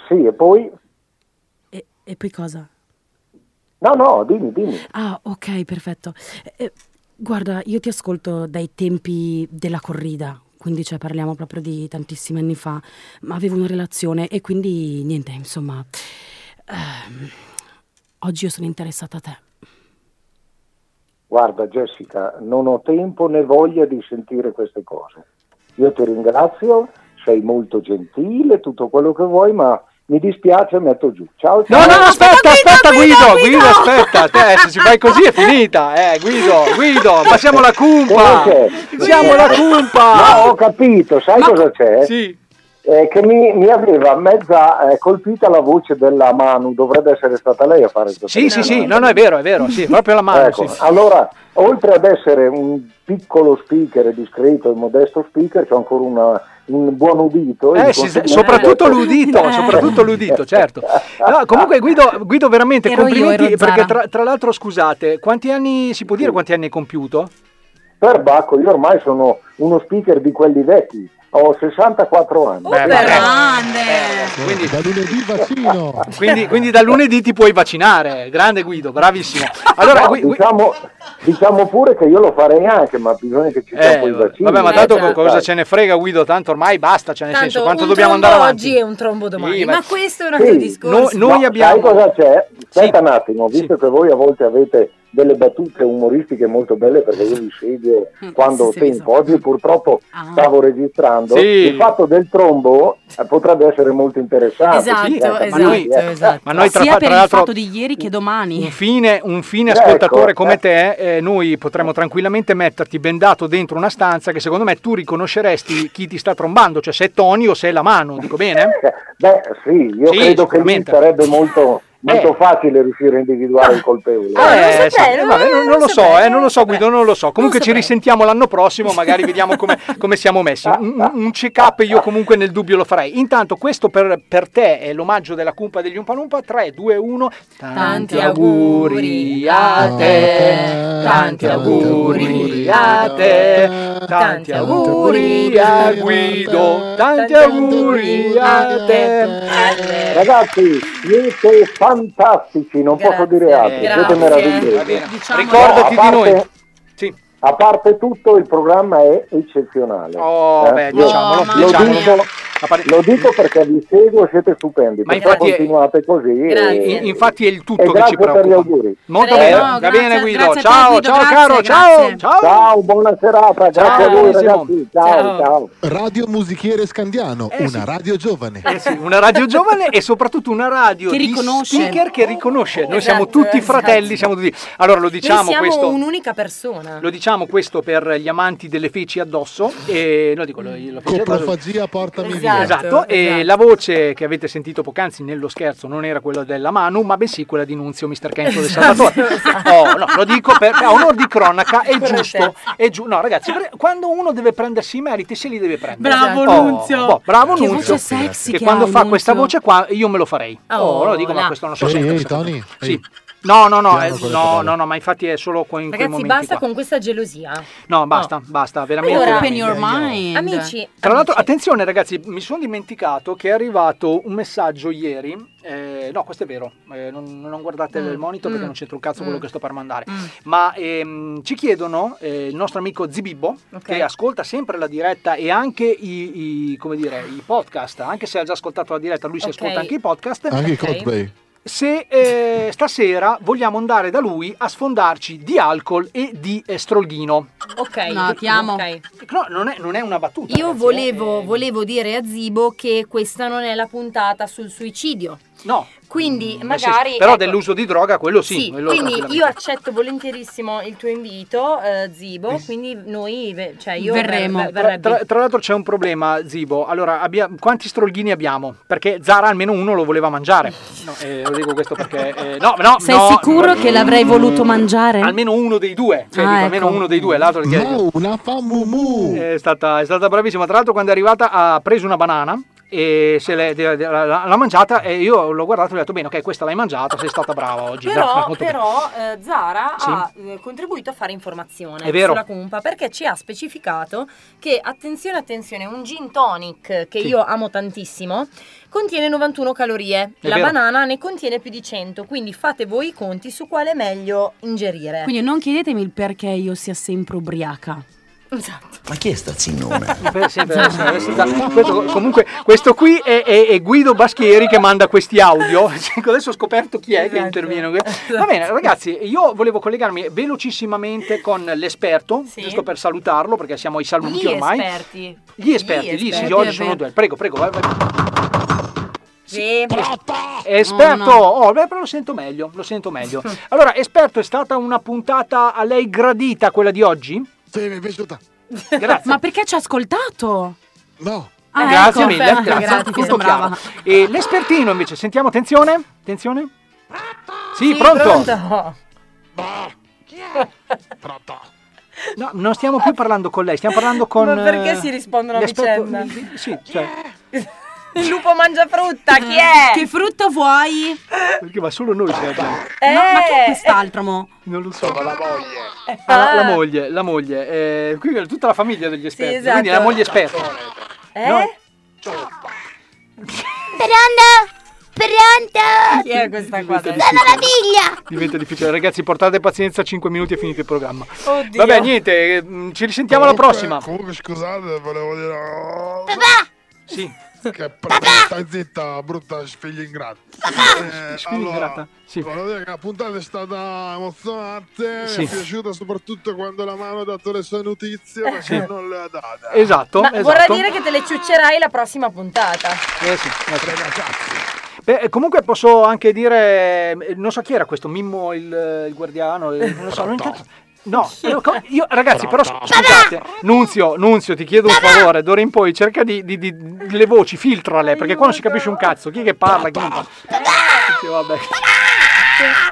Speaker 9: Sì, e poi?
Speaker 8: E, e poi cosa?
Speaker 9: No, no, dimmi, dimmi.
Speaker 8: Ah, ok, perfetto. Eh, guarda, io ti ascolto dai tempi della corrida, quindi cioè parliamo proprio di tantissimi anni fa, ma avevo una relazione e quindi niente, insomma. ehm, oggi io sono interessata a te.
Speaker 9: Guarda Jessica, non ho tempo né voglia di sentire queste cose. Io ti ringrazio, sei molto gentile, tutto quello che vuoi, ma mi dispiace, metto giù. Ciao, ciao.
Speaker 6: No, no, no, aspetta, aspetta, Guido, Guido, aspetta, te, se ci fai così è finita, eh, Guido, Guido, ma siamo la cumpa,
Speaker 9: Cosa c'è?
Speaker 6: siamo la cumpa.
Speaker 9: No, ho capito, sai cosa c'è?
Speaker 6: Sì.
Speaker 9: Eh, che mi, mi aveva mezza eh, colpita la voce della Manu, dovrebbe essere stata lei a fare questo.
Speaker 6: Sì, sì, sì, no, no, è vero, è vero, sì, proprio la mano,
Speaker 9: Ecco,
Speaker 6: sì.
Speaker 9: Allora, oltre ad essere un piccolo speaker, discreto e modesto speaker, c'ho ancora una- un buon udito. e
Speaker 6: Eh,
Speaker 9: di
Speaker 6: sì,
Speaker 9: conseguenza-
Speaker 6: soprattutto
Speaker 9: Eh.
Speaker 6: l'udito, soprattutto l'udito, certo. No, comunque Guido, Guido veramente
Speaker 9: Ero io,
Speaker 6: complimenti
Speaker 9: ero Zara.
Speaker 6: perché tra, tra l'altro scusate, quanti anni si può dire quanti anni hai compiuto?
Speaker 9: Perbacco, io ormai sono uno speaker di quelli vecchi, ho 64
Speaker 6: Oh,
Speaker 9: anni.
Speaker 6: Eh, Quindi,
Speaker 10: da lunedì vaccino.
Speaker 6: Quindi, quindi da lunedì ti puoi vaccinare, grande Guido, bravissimo. Allora,
Speaker 9: No,
Speaker 6: Gui- Gui-
Speaker 9: diciamo, diciamo pure che io lo farei anche, ma bisogna che ci sia
Speaker 6: Eh, certo.
Speaker 9: poi il vaccino.
Speaker 6: vabbè, ma tanto co- cosa
Speaker 9: Dai.
Speaker 6: ce ne frega Guido? Tanto ormai basta, cioè nel
Speaker 3: certo. Tanto
Speaker 6: senso, quanto
Speaker 3: un
Speaker 6: dobbiamo
Speaker 3: trombo
Speaker 6: andare avanti?
Speaker 3: oggi e un trombo domani,
Speaker 6: Sì,
Speaker 3: ma...
Speaker 6: ma-
Speaker 3: questo è un altro
Speaker 9: Sì,
Speaker 3: discorso.
Speaker 6: no- noi
Speaker 9: No,
Speaker 6: abbiamo-
Speaker 9: Sai cosa c'è? Aspetta un attimo, visto che voi a volte avete delle battute umoristiche molto belle perché io vi seguo
Speaker 6: Mm,
Speaker 9: quando ho
Speaker 21: sì,
Speaker 9: tempo. Oggi purtroppo
Speaker 21: Ah.
Speaker 9: stavo registrando.
Speaker 6: Sì.
Speaker 9: Il fatto del trombo eh, potrebbe essere molto interessante. Eh,
Speaker 8: Esatto,
Speaker 9: Sì, eh, ma
Speaker 8: esatto,
Speaker 9: noi-
Speaker 8: esatto.
Speaker 6: Ma noi tra,
Speaker 8: Sia
Speaker 6: fa-
Speaker 8: per
Speaker 6: tra
Speaker 8: il
Speaker 6: l'altro
Speaker 8: fatto di ieri che domani.
Speaker 6: un fine, un fine
Speaker 8: Ecco,
Speaker 6: ascoltatore come
Speaker 8: eh.
Speaker 6: te, eh, noi potremmo tranquillamente metterti bendato dentro una stanza che secondo me tu riconosceresti chi ti sta trombando, cioè se è Tony o se è la mano, dico bene?
Speaker 9: Beh, sì, io
Speaker 6: Sì,
Speaker 9: credo che lì
Speaker 6: sicuramente.
Speaker 9: sarebbe molto, molto
Speaker 6: Eh.
Speaker 9: facile riuscire a individuare il colpevole.
Speaker 6: Eh, sì, vabbè, non, non lo so, eh, non lo so Guido, non lo so. Comunque ci risentiamo l'anno prossimo, magari vediamo come, come siamo messi. Un, un- un check-up io comunque nel dubbio lo farei. Intanto questo per, per te è l'omaggio della cumpa degli Umpalumpa. 3, 2, 1. Tanti auguri a te, tanti auguri a te, tanti auguri a Guido, tanti auguri Ah, certo. a te.
Speaker 9: Ragazzi, siete fantastici, non posso dire altro, siete meravigliosi.
Speaker 6: Ricordati
Speaker 9: No, a
Speaker 6: di noi.
Speaker 9: parte- A parte tutto, il programma è eccezionale. Eh?
Speaker 6: Oh, beh,
Speaker 9: Io
Speaker 6: diciamolo,
Speaker 9: lo,
Speaker 6: diciamolo.
Speaker 9: dico, lo dico perché vi seguo, siete stupendi.
Speaker 6: Ma
Speaker 9: perché
Speaker 6: infatti è-
Speaker 9: continuate così.
Speaker 6: In-
Speaker 9: e-
Speaker 6: infatti è il tutto
Speaker 9: e
Speaker 6: che ci
Speaker 9: grazie per gli
Speaker 6: preoccupa.
Speaker 9: auguri.
Speaker 6: Molto bene, va bene Guido. ciao, ciao caro, ciao, ciao.
Speaker 9: Ciao, buona serata, grazie a voi
Speaker 10: carissimo.
Speaker 9: ragazzi. Ciao, ciao.
Speaker 10: Radio Musichiere Scandiano, una radio giovane.
Speaker 6: Eh sì, una radio giovane e soprattutto una radio
Speaker 10: Che
Speaker 6: di
Speaker 10: riconosce.
Speaker 6: speaker che riconosce. Noi siamo
Speaker 3: Esatto,
Speaker 6: tutti
Speaker 3: esatto.
Speaker 6: fratelli, siamo tutti. Allora lo
Speaker 3: Noi
Speaker 6: diciamo
Speaker 3: siamo
Speaker 6: questo.
Speaker 3: un'unica persona.
Speaker 6: Lo diciamo questo per gli amanti delle feci addosso e no dico lo, lo
Speaker 10: Coprofagia, portami via.
Speaker 6: Esatto, e la voce che avete sentito poc'anzi nello scherzo non era quella della Manu, ma bensì quella di Nunzio Mister Kenzo del
Speaker 8: Esatto,
Speaker 6: Salvatore. Oh, no, lo dico per, a onor di cronaca, è
Speaker 8: Per
Speaker 6: giusto. È giu- no, ragazzi, per- quando uno deve prendersi i meriti, se li deve prendere.
Speaker 8: Bravo
Speaker 6: Oh,
Speaker 8: Nunzio.
Speaker 6: boh, bravo
Speaker 8: Che
Speaker 6: Nunzio.
Speaker 8: voce sexy
Speaker 6: che
Speaker 8: che
Speaker 6: quando
Speaker 8: ha
Speaker 6: fa
Speaker 8: Nunzio.
Speaker 6: questa voce qua, io me lo farei.
Speaker 8: Oh,
Speaker 6: Oh, lo dico, ma
Speaker 8: là.
Speaker 6: questo non so
Speaker 10: Ehi,
Speaker 6: se.
Speaker 10: ehi, Tony,
Speaker 6: Sì. No, no, no,
Speaker 10: Piano
Speaker 6: eh,
Speaker 10: con le
Speaker 6: no,
Speaker 10: parole.
Speaker 6: no, no, ma infatti è solo que- in quei
Speaker 3: Ragazzi,
Speaker 6: momenti
Speaker 3: basta
Speaker 6: qua.
Speaker 3: con questa gelosia.
Speaker 6: No, basta, basta, veramente.
Speaker 3: Allora-
Speaker 6: veramente.
Speaker 3: mind. Amici,
Speaker 6: Tra l'altro, attenzione ragazzi, mi sono dimenticato che è arrivato un messaggio ieri. eh, no, questo è vero, eh, non, non guardate
Speaker 21: Mm,
Speaker 6: il monitor
Speaker 21: mm,
Speaker 6: perché non c'entra un cazzo quello
Speaker 21: mm.
Speaker 6: che sto per mandare. Ma ehm, ci chiedono eh, il nostro amico Zibibbo, che ascolta sempre la diretta e anche i, i- come dire, i podcast, anche se ha già ascoltato la diretta, lui si
Speaker 10: Ok.
Speaker 6: ascolta anche i podcast.
Speaker 10: Anche i Coldplay.
Speaker 6: Se eh, stasera vogliamo andare da lui a sfondarci di alcol e di eh, strollino.
Speaker 3: Ok,
Speaker 8: No, ti amo.
Speaker 6: No, non è, non è una battuta.
Speaker 3: Io
Speaker 6: ragazzi, eh.
Speaker 3: volevo, volevo dire a Zibo che questa non è la puntata sul suicidio.
Speaker 6: No.
Speaker 3: Quindi
Speaker 6: Nel senso-
Speaker 3: magari...
Speaker 6: Eh però
Speaker 3: ecco,
Speaker 6: dell'uso di droga, quello sì.
Speaker 3: sì,
Speaker 6: quello
Speaker 3: quindi
Speaker 6: tranquillamente.
Speaker 3: io accetto volentierissimo il tuo invito, eh, Zibo, quindi noi, ve- cioè io ver- ver-
Speaker 6: Tra,
Speaker 3: verrebbi.
Speaker 6: tra- tra l'altro c'è un problema, Zibo. Allora, abbia- quanti strolghini abbiamo? Perché Zara almeno uno lo voleva mangiare. No, eh, lo dico questo perché... eh, no, no,
Speaker 8: Sei
Speaker 6: no,
Speaker 8: sicuro
Speaker 6: no.
Speaker 8: che l'avrei voluto mangiare?
Speaker 6: Almeno uno dei due. Cioè,
Speaker 8: Ah,
Speaker 6: dico,
Speaker 8: ecco.
Speaker 6: almeno uno dei due. L'altro Eh,
Speaker 10: una famumu.
Speaker 6: È stata, è stata bravissima. Tra l'altro quando è arrivata ha preso una banana e se l'è- de- de- l'ha l'ha mangiata e io l'ho guardato e ho detto bene ok questa l'hai mangiata sei stata brava oggi No,
Speaker 3: Però,
Speaker 6: molto bene.
Speaker 3: però, eh, Zara
Speaker 6: Sì.
Speaker 3: ha eh, contribuito a fare informazione
Speaker 6: È vero.
Speaker 3: sulla Cumpa perché ci ha specificato che, attenzione, attenzione, un gin tonic che
Speaker 6: Sì.
Speaker 3: io amo tantissimo contiene 91 calorie,
Speaker 8: È
Speaker 3: la
Speaker 8: vero.
Speaker 3: banana ne contiene più di 100, quindi fate voi i conti su quale è meglio ingerire.
Speaker 8: Quindi non chiedetemi il perché io sia sempre ubriaca.
Speaker 3: Esatto.
Speaker 6: Ma chi è sta zinnone? comunque, questo qui è, è- è Guido Baschieri che manda questi audio. Cioè, Adesso ho scoperto chi è che
Speaker 3: Esatto.
Speaker 6: interviene. Va bene, ragazzi, io volevo collegarmi velocissimamente con l'esperto, giusto per salutarlo, perché siamo ai
Speaker 3: Gli
Speaker 6: saluti ormai.
Speaker 3: esperti.
Speaker 6: Gli esperti, gli,
Speaker 3: esperti,
Speaker 6: oggi
Speaker 3: è
Speaker 6: sono
Speaker 3: vero.
Speaker 6: due. Prego, prego, vai, vai.
Speaker 3: Sì.
Speaker 6: Esperto,
Speaker 3: Eh, No, no.
Speaker 6: oh, beh, però lo sento meglio, lo sento meglio. Allora, esperto, è stata una puntata a lei gradita quella di oggi?
Speaker 10: Sì, mi è piaciuta.
Speaker 8: Ma perché ci ha ascoltato?
Speaker 10: No.
Speaker 8: Ah,
Speaker 6: grazie
Speaker 8: ecco,
Speaker 6: mille,
Speaker 8: perfetto,
Speaker 6: grazie,
Speaker 8: grazie,
Speaker 6: tutto
Speaker 8: mi sembrava.
Speaker 6: chiaro. E l'espertino invece, sentiamo, attenzione, attenzione. Sì, pronto. No, non stiamo più parlando con lei, stiamo parlando con...
Speaker 3: Ma perché
Speaker 6: eh,
Speaker 3: si rispondono a
Speaker 6: l'esperto-
Speaker 3: vicenda?
Speaker 6: Sì, cioè,
Speaker 3: Il lupo mangia frutta, chi è?
Speaker 8: Che frutta vuoi?
Speaker 6: perché ma solo noi ce l'abbiamo.
Speaker 8: No, ma chi è quest'altro mo?
Speaker 6: Non lo so. la moglie.
Speaker 8: Eh, Ah.
Speaker 6: la moglie, la moglie. eh, qui è tutta la famiglia degli esperti,
Speaker 3: esatto.
Speaker 6: quindi la moglie esperta.
Speaker 3: Eh?
Speaker 6: No.
Speaker 7: Pronto? Pronto?
Speaker 3: Chi è questa qua?
Speaker 7: Sono la figlia!
Speaker 6: Diventa difficile, ragazzi, portate pazienza, 5 minuti e finito il programma.
Speaker 7: Oddio.
Speaker 6: Vabbè, niente, eh, mh, ci risentiamo alla prossima.
Speaker 10: Comunque, scusate, volevo dire. oh.
Speaker 6: Sì.
Speaker 10: Che prego, stai zitta, brutta sfiglia ingrata. Eh,
Speaker 6: sfiglia ingrata,
Speaker 10: Volevo dire che la puntata è stata emozionante.
Speaker 6: Sì.
Speaker 10: Mi è piaciuta soprattutto quando la mano ha dato le sue notizie perché
Speaker 6: Eh, Sì.
Speaker 10: non le ha date.
Speaker 6: Esatto,
Speaker 3: Ma
Speaker 6: esatto.
Speaker 3: vorrà dire che te le ciuccerai la prossima puntata.
Speaker 6: Eh sì, eh sì. Beh, eh, comunque posso anche dire, eh, non so chi era questo, Mimmo il, il guardiano, eh, non lo so, non cazzo- No, io- io, ragazzi, però scusate, Nunzio, Nunzio, ti chiedo un favore, d'ora in poi cerca di, di- di- di- le voci, filtrale, perché qua non si capisce un cazzo, chi è che parla, chi non parla. Sì, vabbè.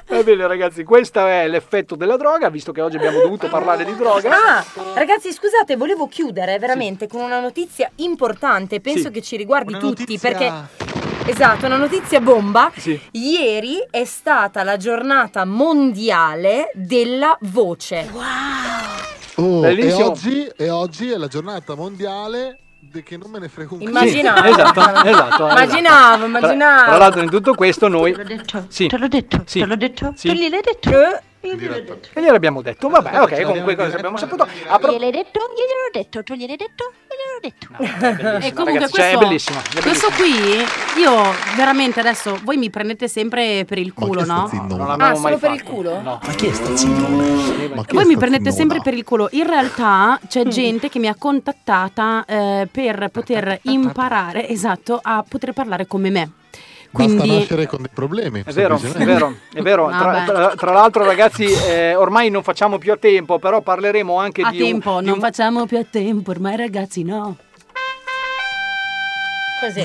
Speaker 6: Va bene ragazzi, questo è l'effetto della droga, visto che oggi abbiamo dovuto parlare di droga.
Speaker 3: Ah, ragazzi, scusate, volevo chiudere veramente con una notizia importante, penso
Speaker 6: Sì.
Speaker 3: che ci riguardi tutti, perché esatto, una notizia bomba.
Speaker 6: Sì.
Speaker 3: Ieri è stata la giornata mondiale della voce.
Speaker 10: Oh, e,
Speaker 3: Bellissimo.
Speaker 10: oggi, e oggi è la giornata mondiale di che non me ne frega un cazzo.
Speaker 3: Immaginavo.
Speaker 6: Esatto, esatto.
Speaker 3: Immaginavo,
Speaker 6: esatto.
Speaker 3: immaginavo.
Speaker 6: Tra, tra l'altro in tutto questo noi... Sì. Te l'ho detto, te l'ho detto, tu gliel'hai detto.
Speaker 8: Eh?
Speaker 6: E gliel'abbiamo detto, vabbè, ok, comunque cosa abbiamo saputo. A pro-
Speaker 7: Gliel'hai detto? Gliel'ho detto, tu gliel'hai detto? Gliel'ho detto.
Speaker 8: E Eh, comunque
Speaker 6: ragazzi, cioè,
Speaker 8: questo,
Speaker 6: è bellissimo, è
Speaker 8: questo qui, io veramente adesso, voi mi prendete sempre per il culo, no?
Speaker 6: non
Speaker 8: Ah,
Speaker 6: l'abbiamo
Speaker 8: solo
Speaker 6: mai
Speaker 8: per il
Speaker 6: fatto.
Speaker 8: culo?
Speaker 6: No. Ma chi è sta zinnone?
Speaker 8: Voi mi prendete sempre per il culo. In realtà
Speaker 6: Mm.
Speaker 8: c'è gente che mi ha contattata eh, per poter imparare, esatto, a poter parlare come me.
Speaker 10: Basta
Speaker 8: Quindi
Speaker 10: nascere con dei problemi.
Speaker 6: È vero, è
Speaker 10: semplicemente.
Speaker 6: vero, è vero. Tra,
Speaker 8: Vabbè.
Speaker 6: tra- tra l'altro, ragazzi, eh, ormai non facciamo più a tempo, però parleremo anche
Speaker 8: a
Speaker 6: di un-
Speaker 8: tempo,
Speaker 6: di
Speaker 8: non
Speaker 6: un-
Speaker 8: facciamo più a tempo, ormai ragazzi no.
Speaker 3: Così.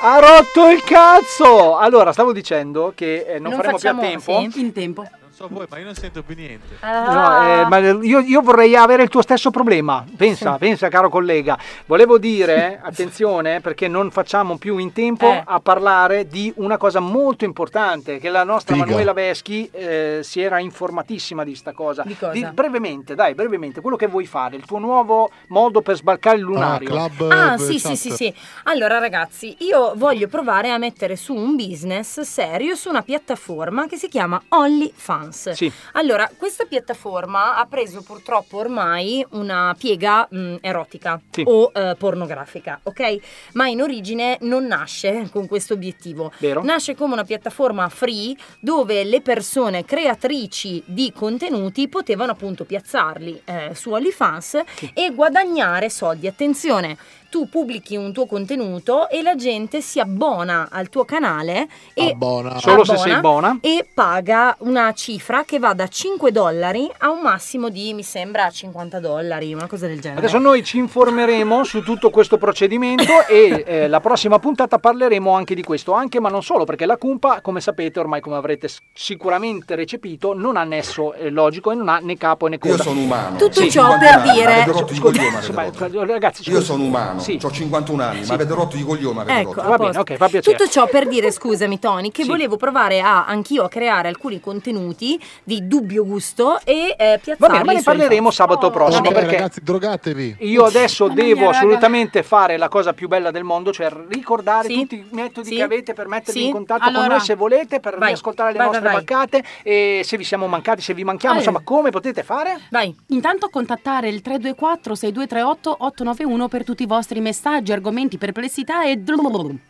Speaker 6: Ha rotto il cazzo! Allora, stavo dicendo che eh, non,
Speaker 8: Non
Speaker 6: faremo più a
Speaker 8: facciamo-
Speaker 6: tempo.
Speaker 8: sì, in tempo.
Speaker 31: so voi, ma io non sento più niente.
Speaker 6: No, eh,
Speaker 17: Ah.
Speaker 6: ma io, io vorrei avere il tuo stesso problema. Pensa, pensa, caro collega. Volevo dire, attenzione, perché non facciamo più in tempo
Speaker 17: Eh.
Speaker 6: a parlare di una cosa molto importante, che la nostra
Speaker 17: Figa.
Speaker 6: Manuela Veschi eh, si era informatissima di sta cosa.
Speaker 17: Di cosa?
Speaker 6: brevemente, dai, brevemente, quello che vuoi fare, il tuo nuovo modo per sbalcare il lunario. eh,
Speaker 3: Ah, sì,
Speaker 6: esatto.
Speaker 3: sì, sì, sì. Allora, ragazzi, io voglio provare a mettere su un business serio su una piattaforma che si chiama OnlyFans.
Speaker 6: Sì.
Speaker 3: Allora, questa piattaforma ha preso purtroppo ormai una piega mh, erotica
Speaker 18: Sì.
Speaker 3: o eh, pornografica, ok? Ma in origine non nasce con questo obiettivo.
Speaker 18: Vero.
Speaker 3: Nasce come una piattaforma free dove le persone creatrici di contenuti potevano appunto piazzarli eh, su OnlyFans e guadagnare soldi. Attenzione, tu pubblichi un tuo contenuto e la gente si abbona al tuo canale e
Speaker 10: Abbona.
Speaker 6: Solo se sei buona.
Speaker 3: e paga una cifra che va da 5 dollari a un massimo di mi sembra 50 dollari, una cosa del genere.
Speaker 6: Eh, Adesso noi ci informeremo su tutto questo procedimento e eh, la prossima puntata parleremo anche di questo, anche ma non solo, perché la Cumpa, come sapete, ormai come avrete s- sicuramente recepito, non ha nesso eh, logico e non ha né capo né coda. Io sono
Speaker 9: umano.
Speaker 3: Tutto ciò per dire-
Speaker 9: Avete rotto i coglioni, avete
Speaker 6: ragazzi,
Speaker 9: Io
Speaker 6: scusi.
Speaker 9: sono umano, ho 51 anni, ma avete rotto i coglioni, avete
Speaker 3: Ecco,
Speaker 9: rotto.
Speaker 3: a posto. Tutto ciò per dire, scusami Tony, che
Speaker 9: Sì.
Speaker 3: volevo provare a, anch'io a creare alcuni contenuti di dubbio gusto e eh, piazzarli
Speaker 6: Va bene, ma ne
Speaker 3: sui-
Speaker 6: parleremo
Speaker 3: Oh,
Speaker 6: sabato prossimo
Speaker 10: Ok,
Speaker 6: perché
Speaker 10: ragazzi, drogatevi.
Speaker 6: io adesso
Speaker 3: Mamma mia,
Speaker 6: devo
Speaker 3: raga.
Speaker 6: assolutamente fare la cosa più bella del mondo, cioè ricordare
Speaker 3: Sì.
Speaker 6: tutti i metodi
Speaker 3: Sì.
Speaker 6: che avete per mettervi
Speaker 3: Sì.
Speaker 6: in contatto con
Speaker 3: Allora.
Speaker 6: noi se volete, per
Speaker 3: Vai.
Speaker 6: riascoltare le
Speaker 3: Vai,
Speaker 6: nostre
Speaker 3: vai, vai.
Speaker 6: baccate e se vi siamo mancati, se vi manchiamo,
Speaker 8: Vai.
Speaker 6: insomma come potete fare?
Speaker 3: Vai.
Speaker 8: Intanto contattare il 324 6238 891 per tutti i vostri messaggi, argomenti, perplessità e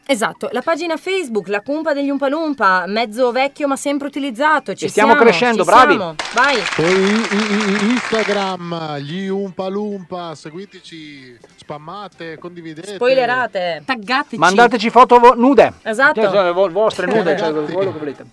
Speaker 3: Esatto, la pagina Facebook, la cumpa degli Umpalumpa, mezzo vecchio ma sempre utilizzato, ci
Speaker 10: E stiamo
Speaker 3: siamo,
Speaker 10: crescendo,
Speaker 3: ci
Speaker 10: bravi.
Speaker 3: siamo. Vai.
Speaker 10: Poi i- i- i- Instagram, gli Umpa Lumpa, seguiteci, spammate, condividete.
Speaker 3: Spoilerate.
Speaker 8: Taggateci.
Speaker 6: Mandateci foto vo- nude.
Speaker 3: Esatto.
Speaker 6: Cioè, le vo- vostre
Speaker 31: Eh,
Speaker 6: nude, cioè,
Speaker 31: ragazzi.
Speaker 6: quello che volete.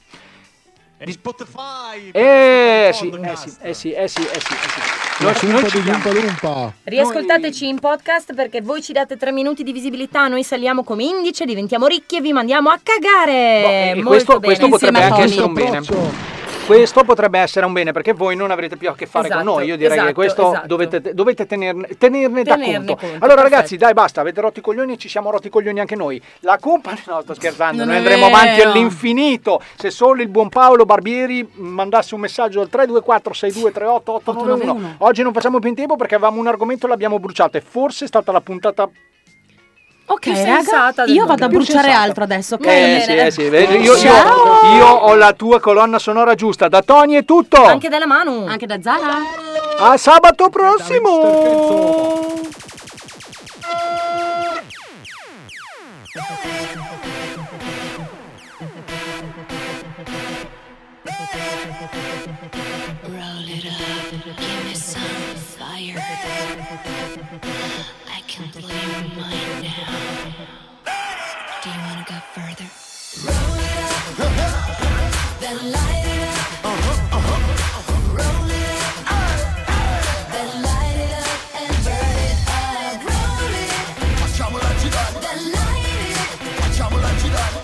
Speaker 31: Di Spotify!
Speaker 6: Eh sì, eh sì, eh sì, eh sì, eh sì, eh sì.
Speaker 10: La
Speaker 6: Noi-
Speaker 10: cumpa
Speaker 6: noi ci
Speaker 10: degli
Speaker 6: siamo.
Speaker 10: Umpa Lumpa.
Speaker 3: Riascoltateci in podcast perché voi ci date tre minuti di visibilità, noi saliamo come indice, diventiamo ricchi e vi mandiamo a cagare.
Speaker 6: E
Speaker 3: Eh, Molto
Speaker 6: questo,
Speaker 3: bene.
Speaker 6: questo potrebbe anche essere un bene. Questo potrebbe essere un bene perché voi non avrete più a che fare
Speaker 3: Esatto,
Speaker 6: con noi. Io direi
Speaker 3: esatto,
Speaker 6: che questo
Speaker 3: esatto.
Speaker 6: dovete, dovete tenerne, tenerne da
Speaker 3: Tenerne
Speaker 6: conto.
Speaker 3: conto,
Speaker 6: Allora, ragazzi, dai, basta. Avete rotto i coglioni e ci siamo rotti i coglioni anche noi. La compagnia. No, sto scherzando.
Speaker 17: Non
Speaker 6: noi
Speaker 17: è
Speaker 6: andremo
Speaker 17: vero.
Speaker 6: avanti all'infinito. Se solo il buon Paolo Barbieri mandasse un messaggio al 324 6238 891 Oggi non facciamo più in tempo perché avevamo un argomento e l'abbiamo bruciato. E forse è stata la puntata
Speaker 8: Ok,
Speaker 3: Più sensata
Speaker 8: raga,
Speaker 3: del
Speaker 8: io vado a
Speaker 3: mondo.
Speaker 8: bruciare
Speaker 3: Più sensata.
Speaker 8: altro adesso, ok?
Speaker 6: Eh, sì, eh, sì, vedi, Io, io-
Speaker 8: Ciao.
Speaker 6: io ho la tua colonna sonora giusta. Da Tony è tutto.
Speaker 3: Anche dalla Manu.
Speaker 8: Anche da Zara.
Speaker 6: A sabato prossimo.
Speaker 4: Roll it up, give me some fire. I can blow your mind now. Do you wanna go further?
Speaker 32: Facciamola girare Facciamola girare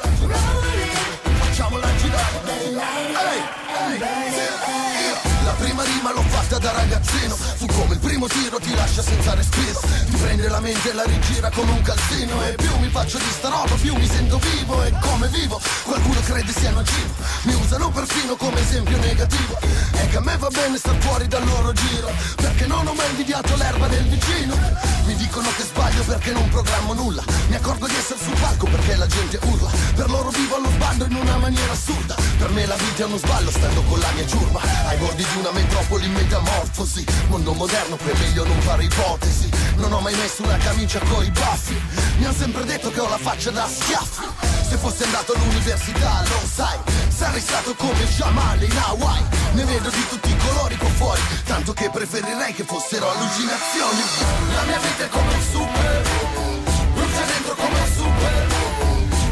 Speaker 32: Facciamola girare Ehi, ehi, sì. La prima rima l'ho fatta da ragazzino Fu come il primo tiro ti lascia senza respiro Ti prende la mente e la rigira come un calzino E più mi faccio di sta roba più mi sento vivo E come vivo qualcuno crede sia nocivo Mi usano perfino come esempio negativo E che a me va bene star fuori dal loro giro Perché non ho mai invidiato l'erba del vicino Mi dicono che sbaglio perché non programmo nulla Mi accorgo di essere sul palco perché la gente urla Per loro vivo allo sbando in una maniera assurda Per me la vita è uno sballo stando con la mia ciurma Ai bordi di una metropoli in metamorfosi Mondo moderno per meglio non fare ipotesi Non ho mai messo una camicia coi baffi Mi hanno sempre detto che ho la faccia da schiaffi Se fossi andato all'università lo sai Sarei stato come Jamal in Hawaii Ne vedo di tutti i colori qua fuori Tanto che preferirei che fossero allucinazioni La mia vita è come un super Brucia dentro come un super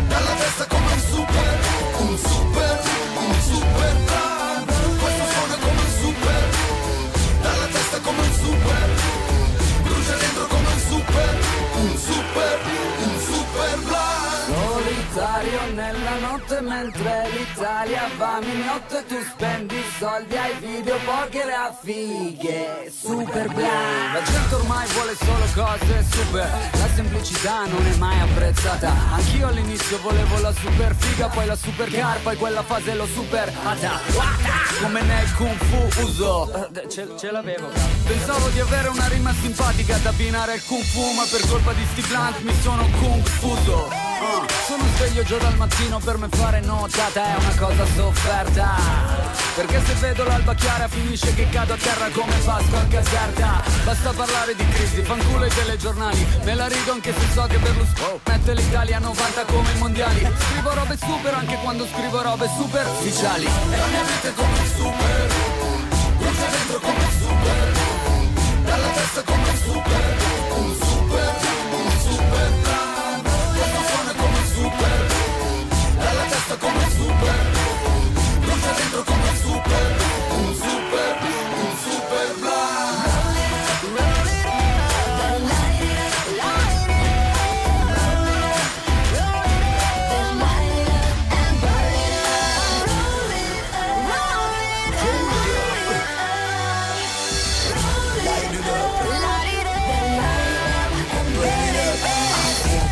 Speaker 32: Dalla testa come un super Un super, un super Questo suona come un super Dalla testa come un super Brucia dentro come un super Un super, un super plan
Speaker 27: Solitario nella notte notte mentre l'Italia va mignotte Tu spendi soldi ai video poker e a fighe Super bla La gente ormai vuole solo cose super La semplicità non è mai apprezzata Anch'io all'inizio volevo la super figa Poi la super car, poi quella fase l'ho super adatta Come nel kung fu uso Eh, Ce, ce l'avevo Pensavo di avere una rima simpatica da abbinare al kung fu Ma per colpa di sti blunt mi sono confuso Ah, Sono sveglio già dal mattino per me fare notata è una cosa sofferta Perché se vedo l'alba chiara finisce che cado a terra come Pasqua a caserta Basta parlare di crisi, fanculo i telegiornali Me la rido anche se so che Berlusconi mette l'Italia a 90 come i mondiali Scrivo robe super anche quando scrivo robe superficiali E la mia vita è come un super Brucia dentro come un super Dalla testa come un super Un super, un super questo suona come un super Dalla testa come un super Brucia dentro come un super Un super, un super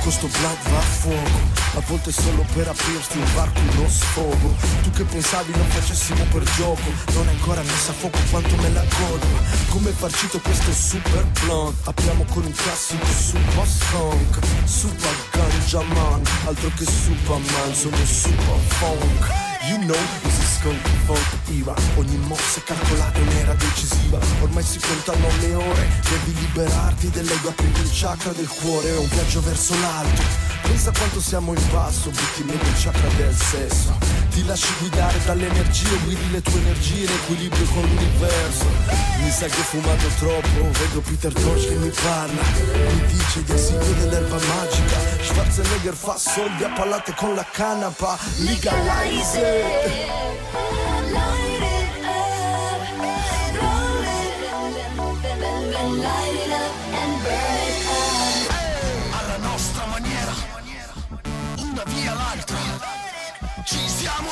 Speaker 22: Questo blood va a fuoco, a volte solo per aprirti un barco uno sfogo. Tu che pensavi non facessimo per gioco, non è ancora messa a fuoco quanto me la godo. Come farcito questo super blonde, apriamo con un classico super funk, super ganja man, altro che superman, sono super funk. You know, this is skunk funk IVA Ogni mossa è calcolata in era decisiva Ormai si contano le ore Devi liberarti dell'ego Aprire il chakra del cuore È un viaggio verso l'alto Pensa quanto siamo in basso Vittime del chakra del sesso Ti lasci guidare dall'energia Guidi le tue energie in equilibrio con l'universo Mi sa che ho fumato troppo Vedo Peter Tosh che mi parla Mi dice di esibire dell'erba magica Schwarzenegger fa soldi a palate con la canapa Legalize it.
Speaker 4: Alla nostra maniera, una via l'altra. Ci siamo,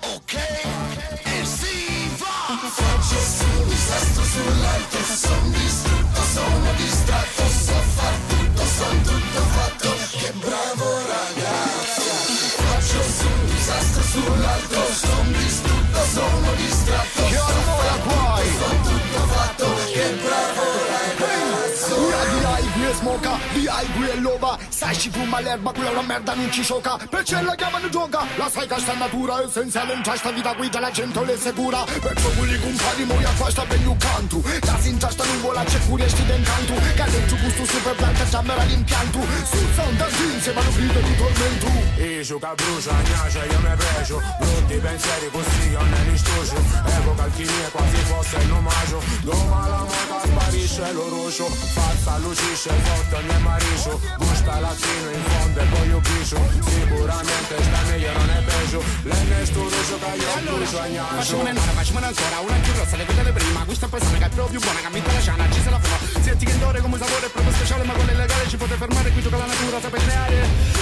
Speaker 4: ok? E si va! Faccio su un disastro sull'altro, son distrutto, sono distratto, so far tutto, son tutto fatto. Che bravo ragazzo! Faccio su un disastro sull'altro, son distrutto, sono distratto. Che allora guai! Son tutto fatto, che bravo ragazzo!
Speaker 32: Una di là il grey smoca, di là il grey loba Sai ci fuma l'erba, quella è una merda, non ci sciocca Perché la chiamano gioca, la sai che sta natura Essenziale in questa vita guida, la gente le segura Per popoli compari, muoia questa per gli canto Da si ingiasta nuvola, c'è furia e sti d'incanto Cadeggio gusto super planta, camera l'impianto Sul sound da insieme hanno grido di tormento
Speaker 7: Isu che brucia, gnace, io mi pregio Brutti pensieri così io ne distruggio Evoca alchimia quasi fosse un omaggio Dove la moda sparisce l'oroscio Falsa lucisce, forte nel mariscio Gusta latino in fondo e poi ufficio Sicuramente sta meglio non è peggio Lei ne sturisce che io brucio a
Speaker 32: Facciamo
Speaker 7: gnace
Speaker 32: un'enorme, facciamone ancora Una più rossa, di quella di prima Questa è paesana che è proprio buona Cammina la ciana, ci se la fuma Senti che indore come sapore è proprio speciale Ma con legale ci potete fermare Qui tocca la natura, sape creare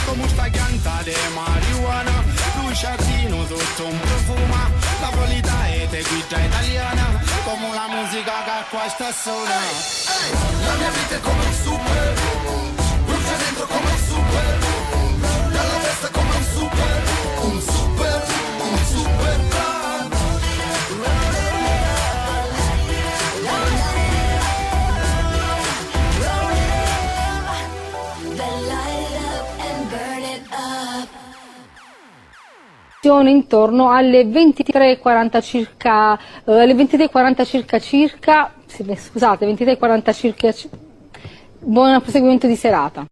Speaker 32: Come sta cantare marijuana Luciardino sotto un profumo La qualità è te guida italiana Come la musica che qua sta suona
Speaker 4: La mia vita è come un super Brucia dentro come un super Dalla testa come un super Un super, un super plan
Speaker 3: Sono intorno alle 23.40 circa, eh, alle 23.40 circa circa, sì, beh, scusate, 23.40 circa, ci- buon proseguimento di serata.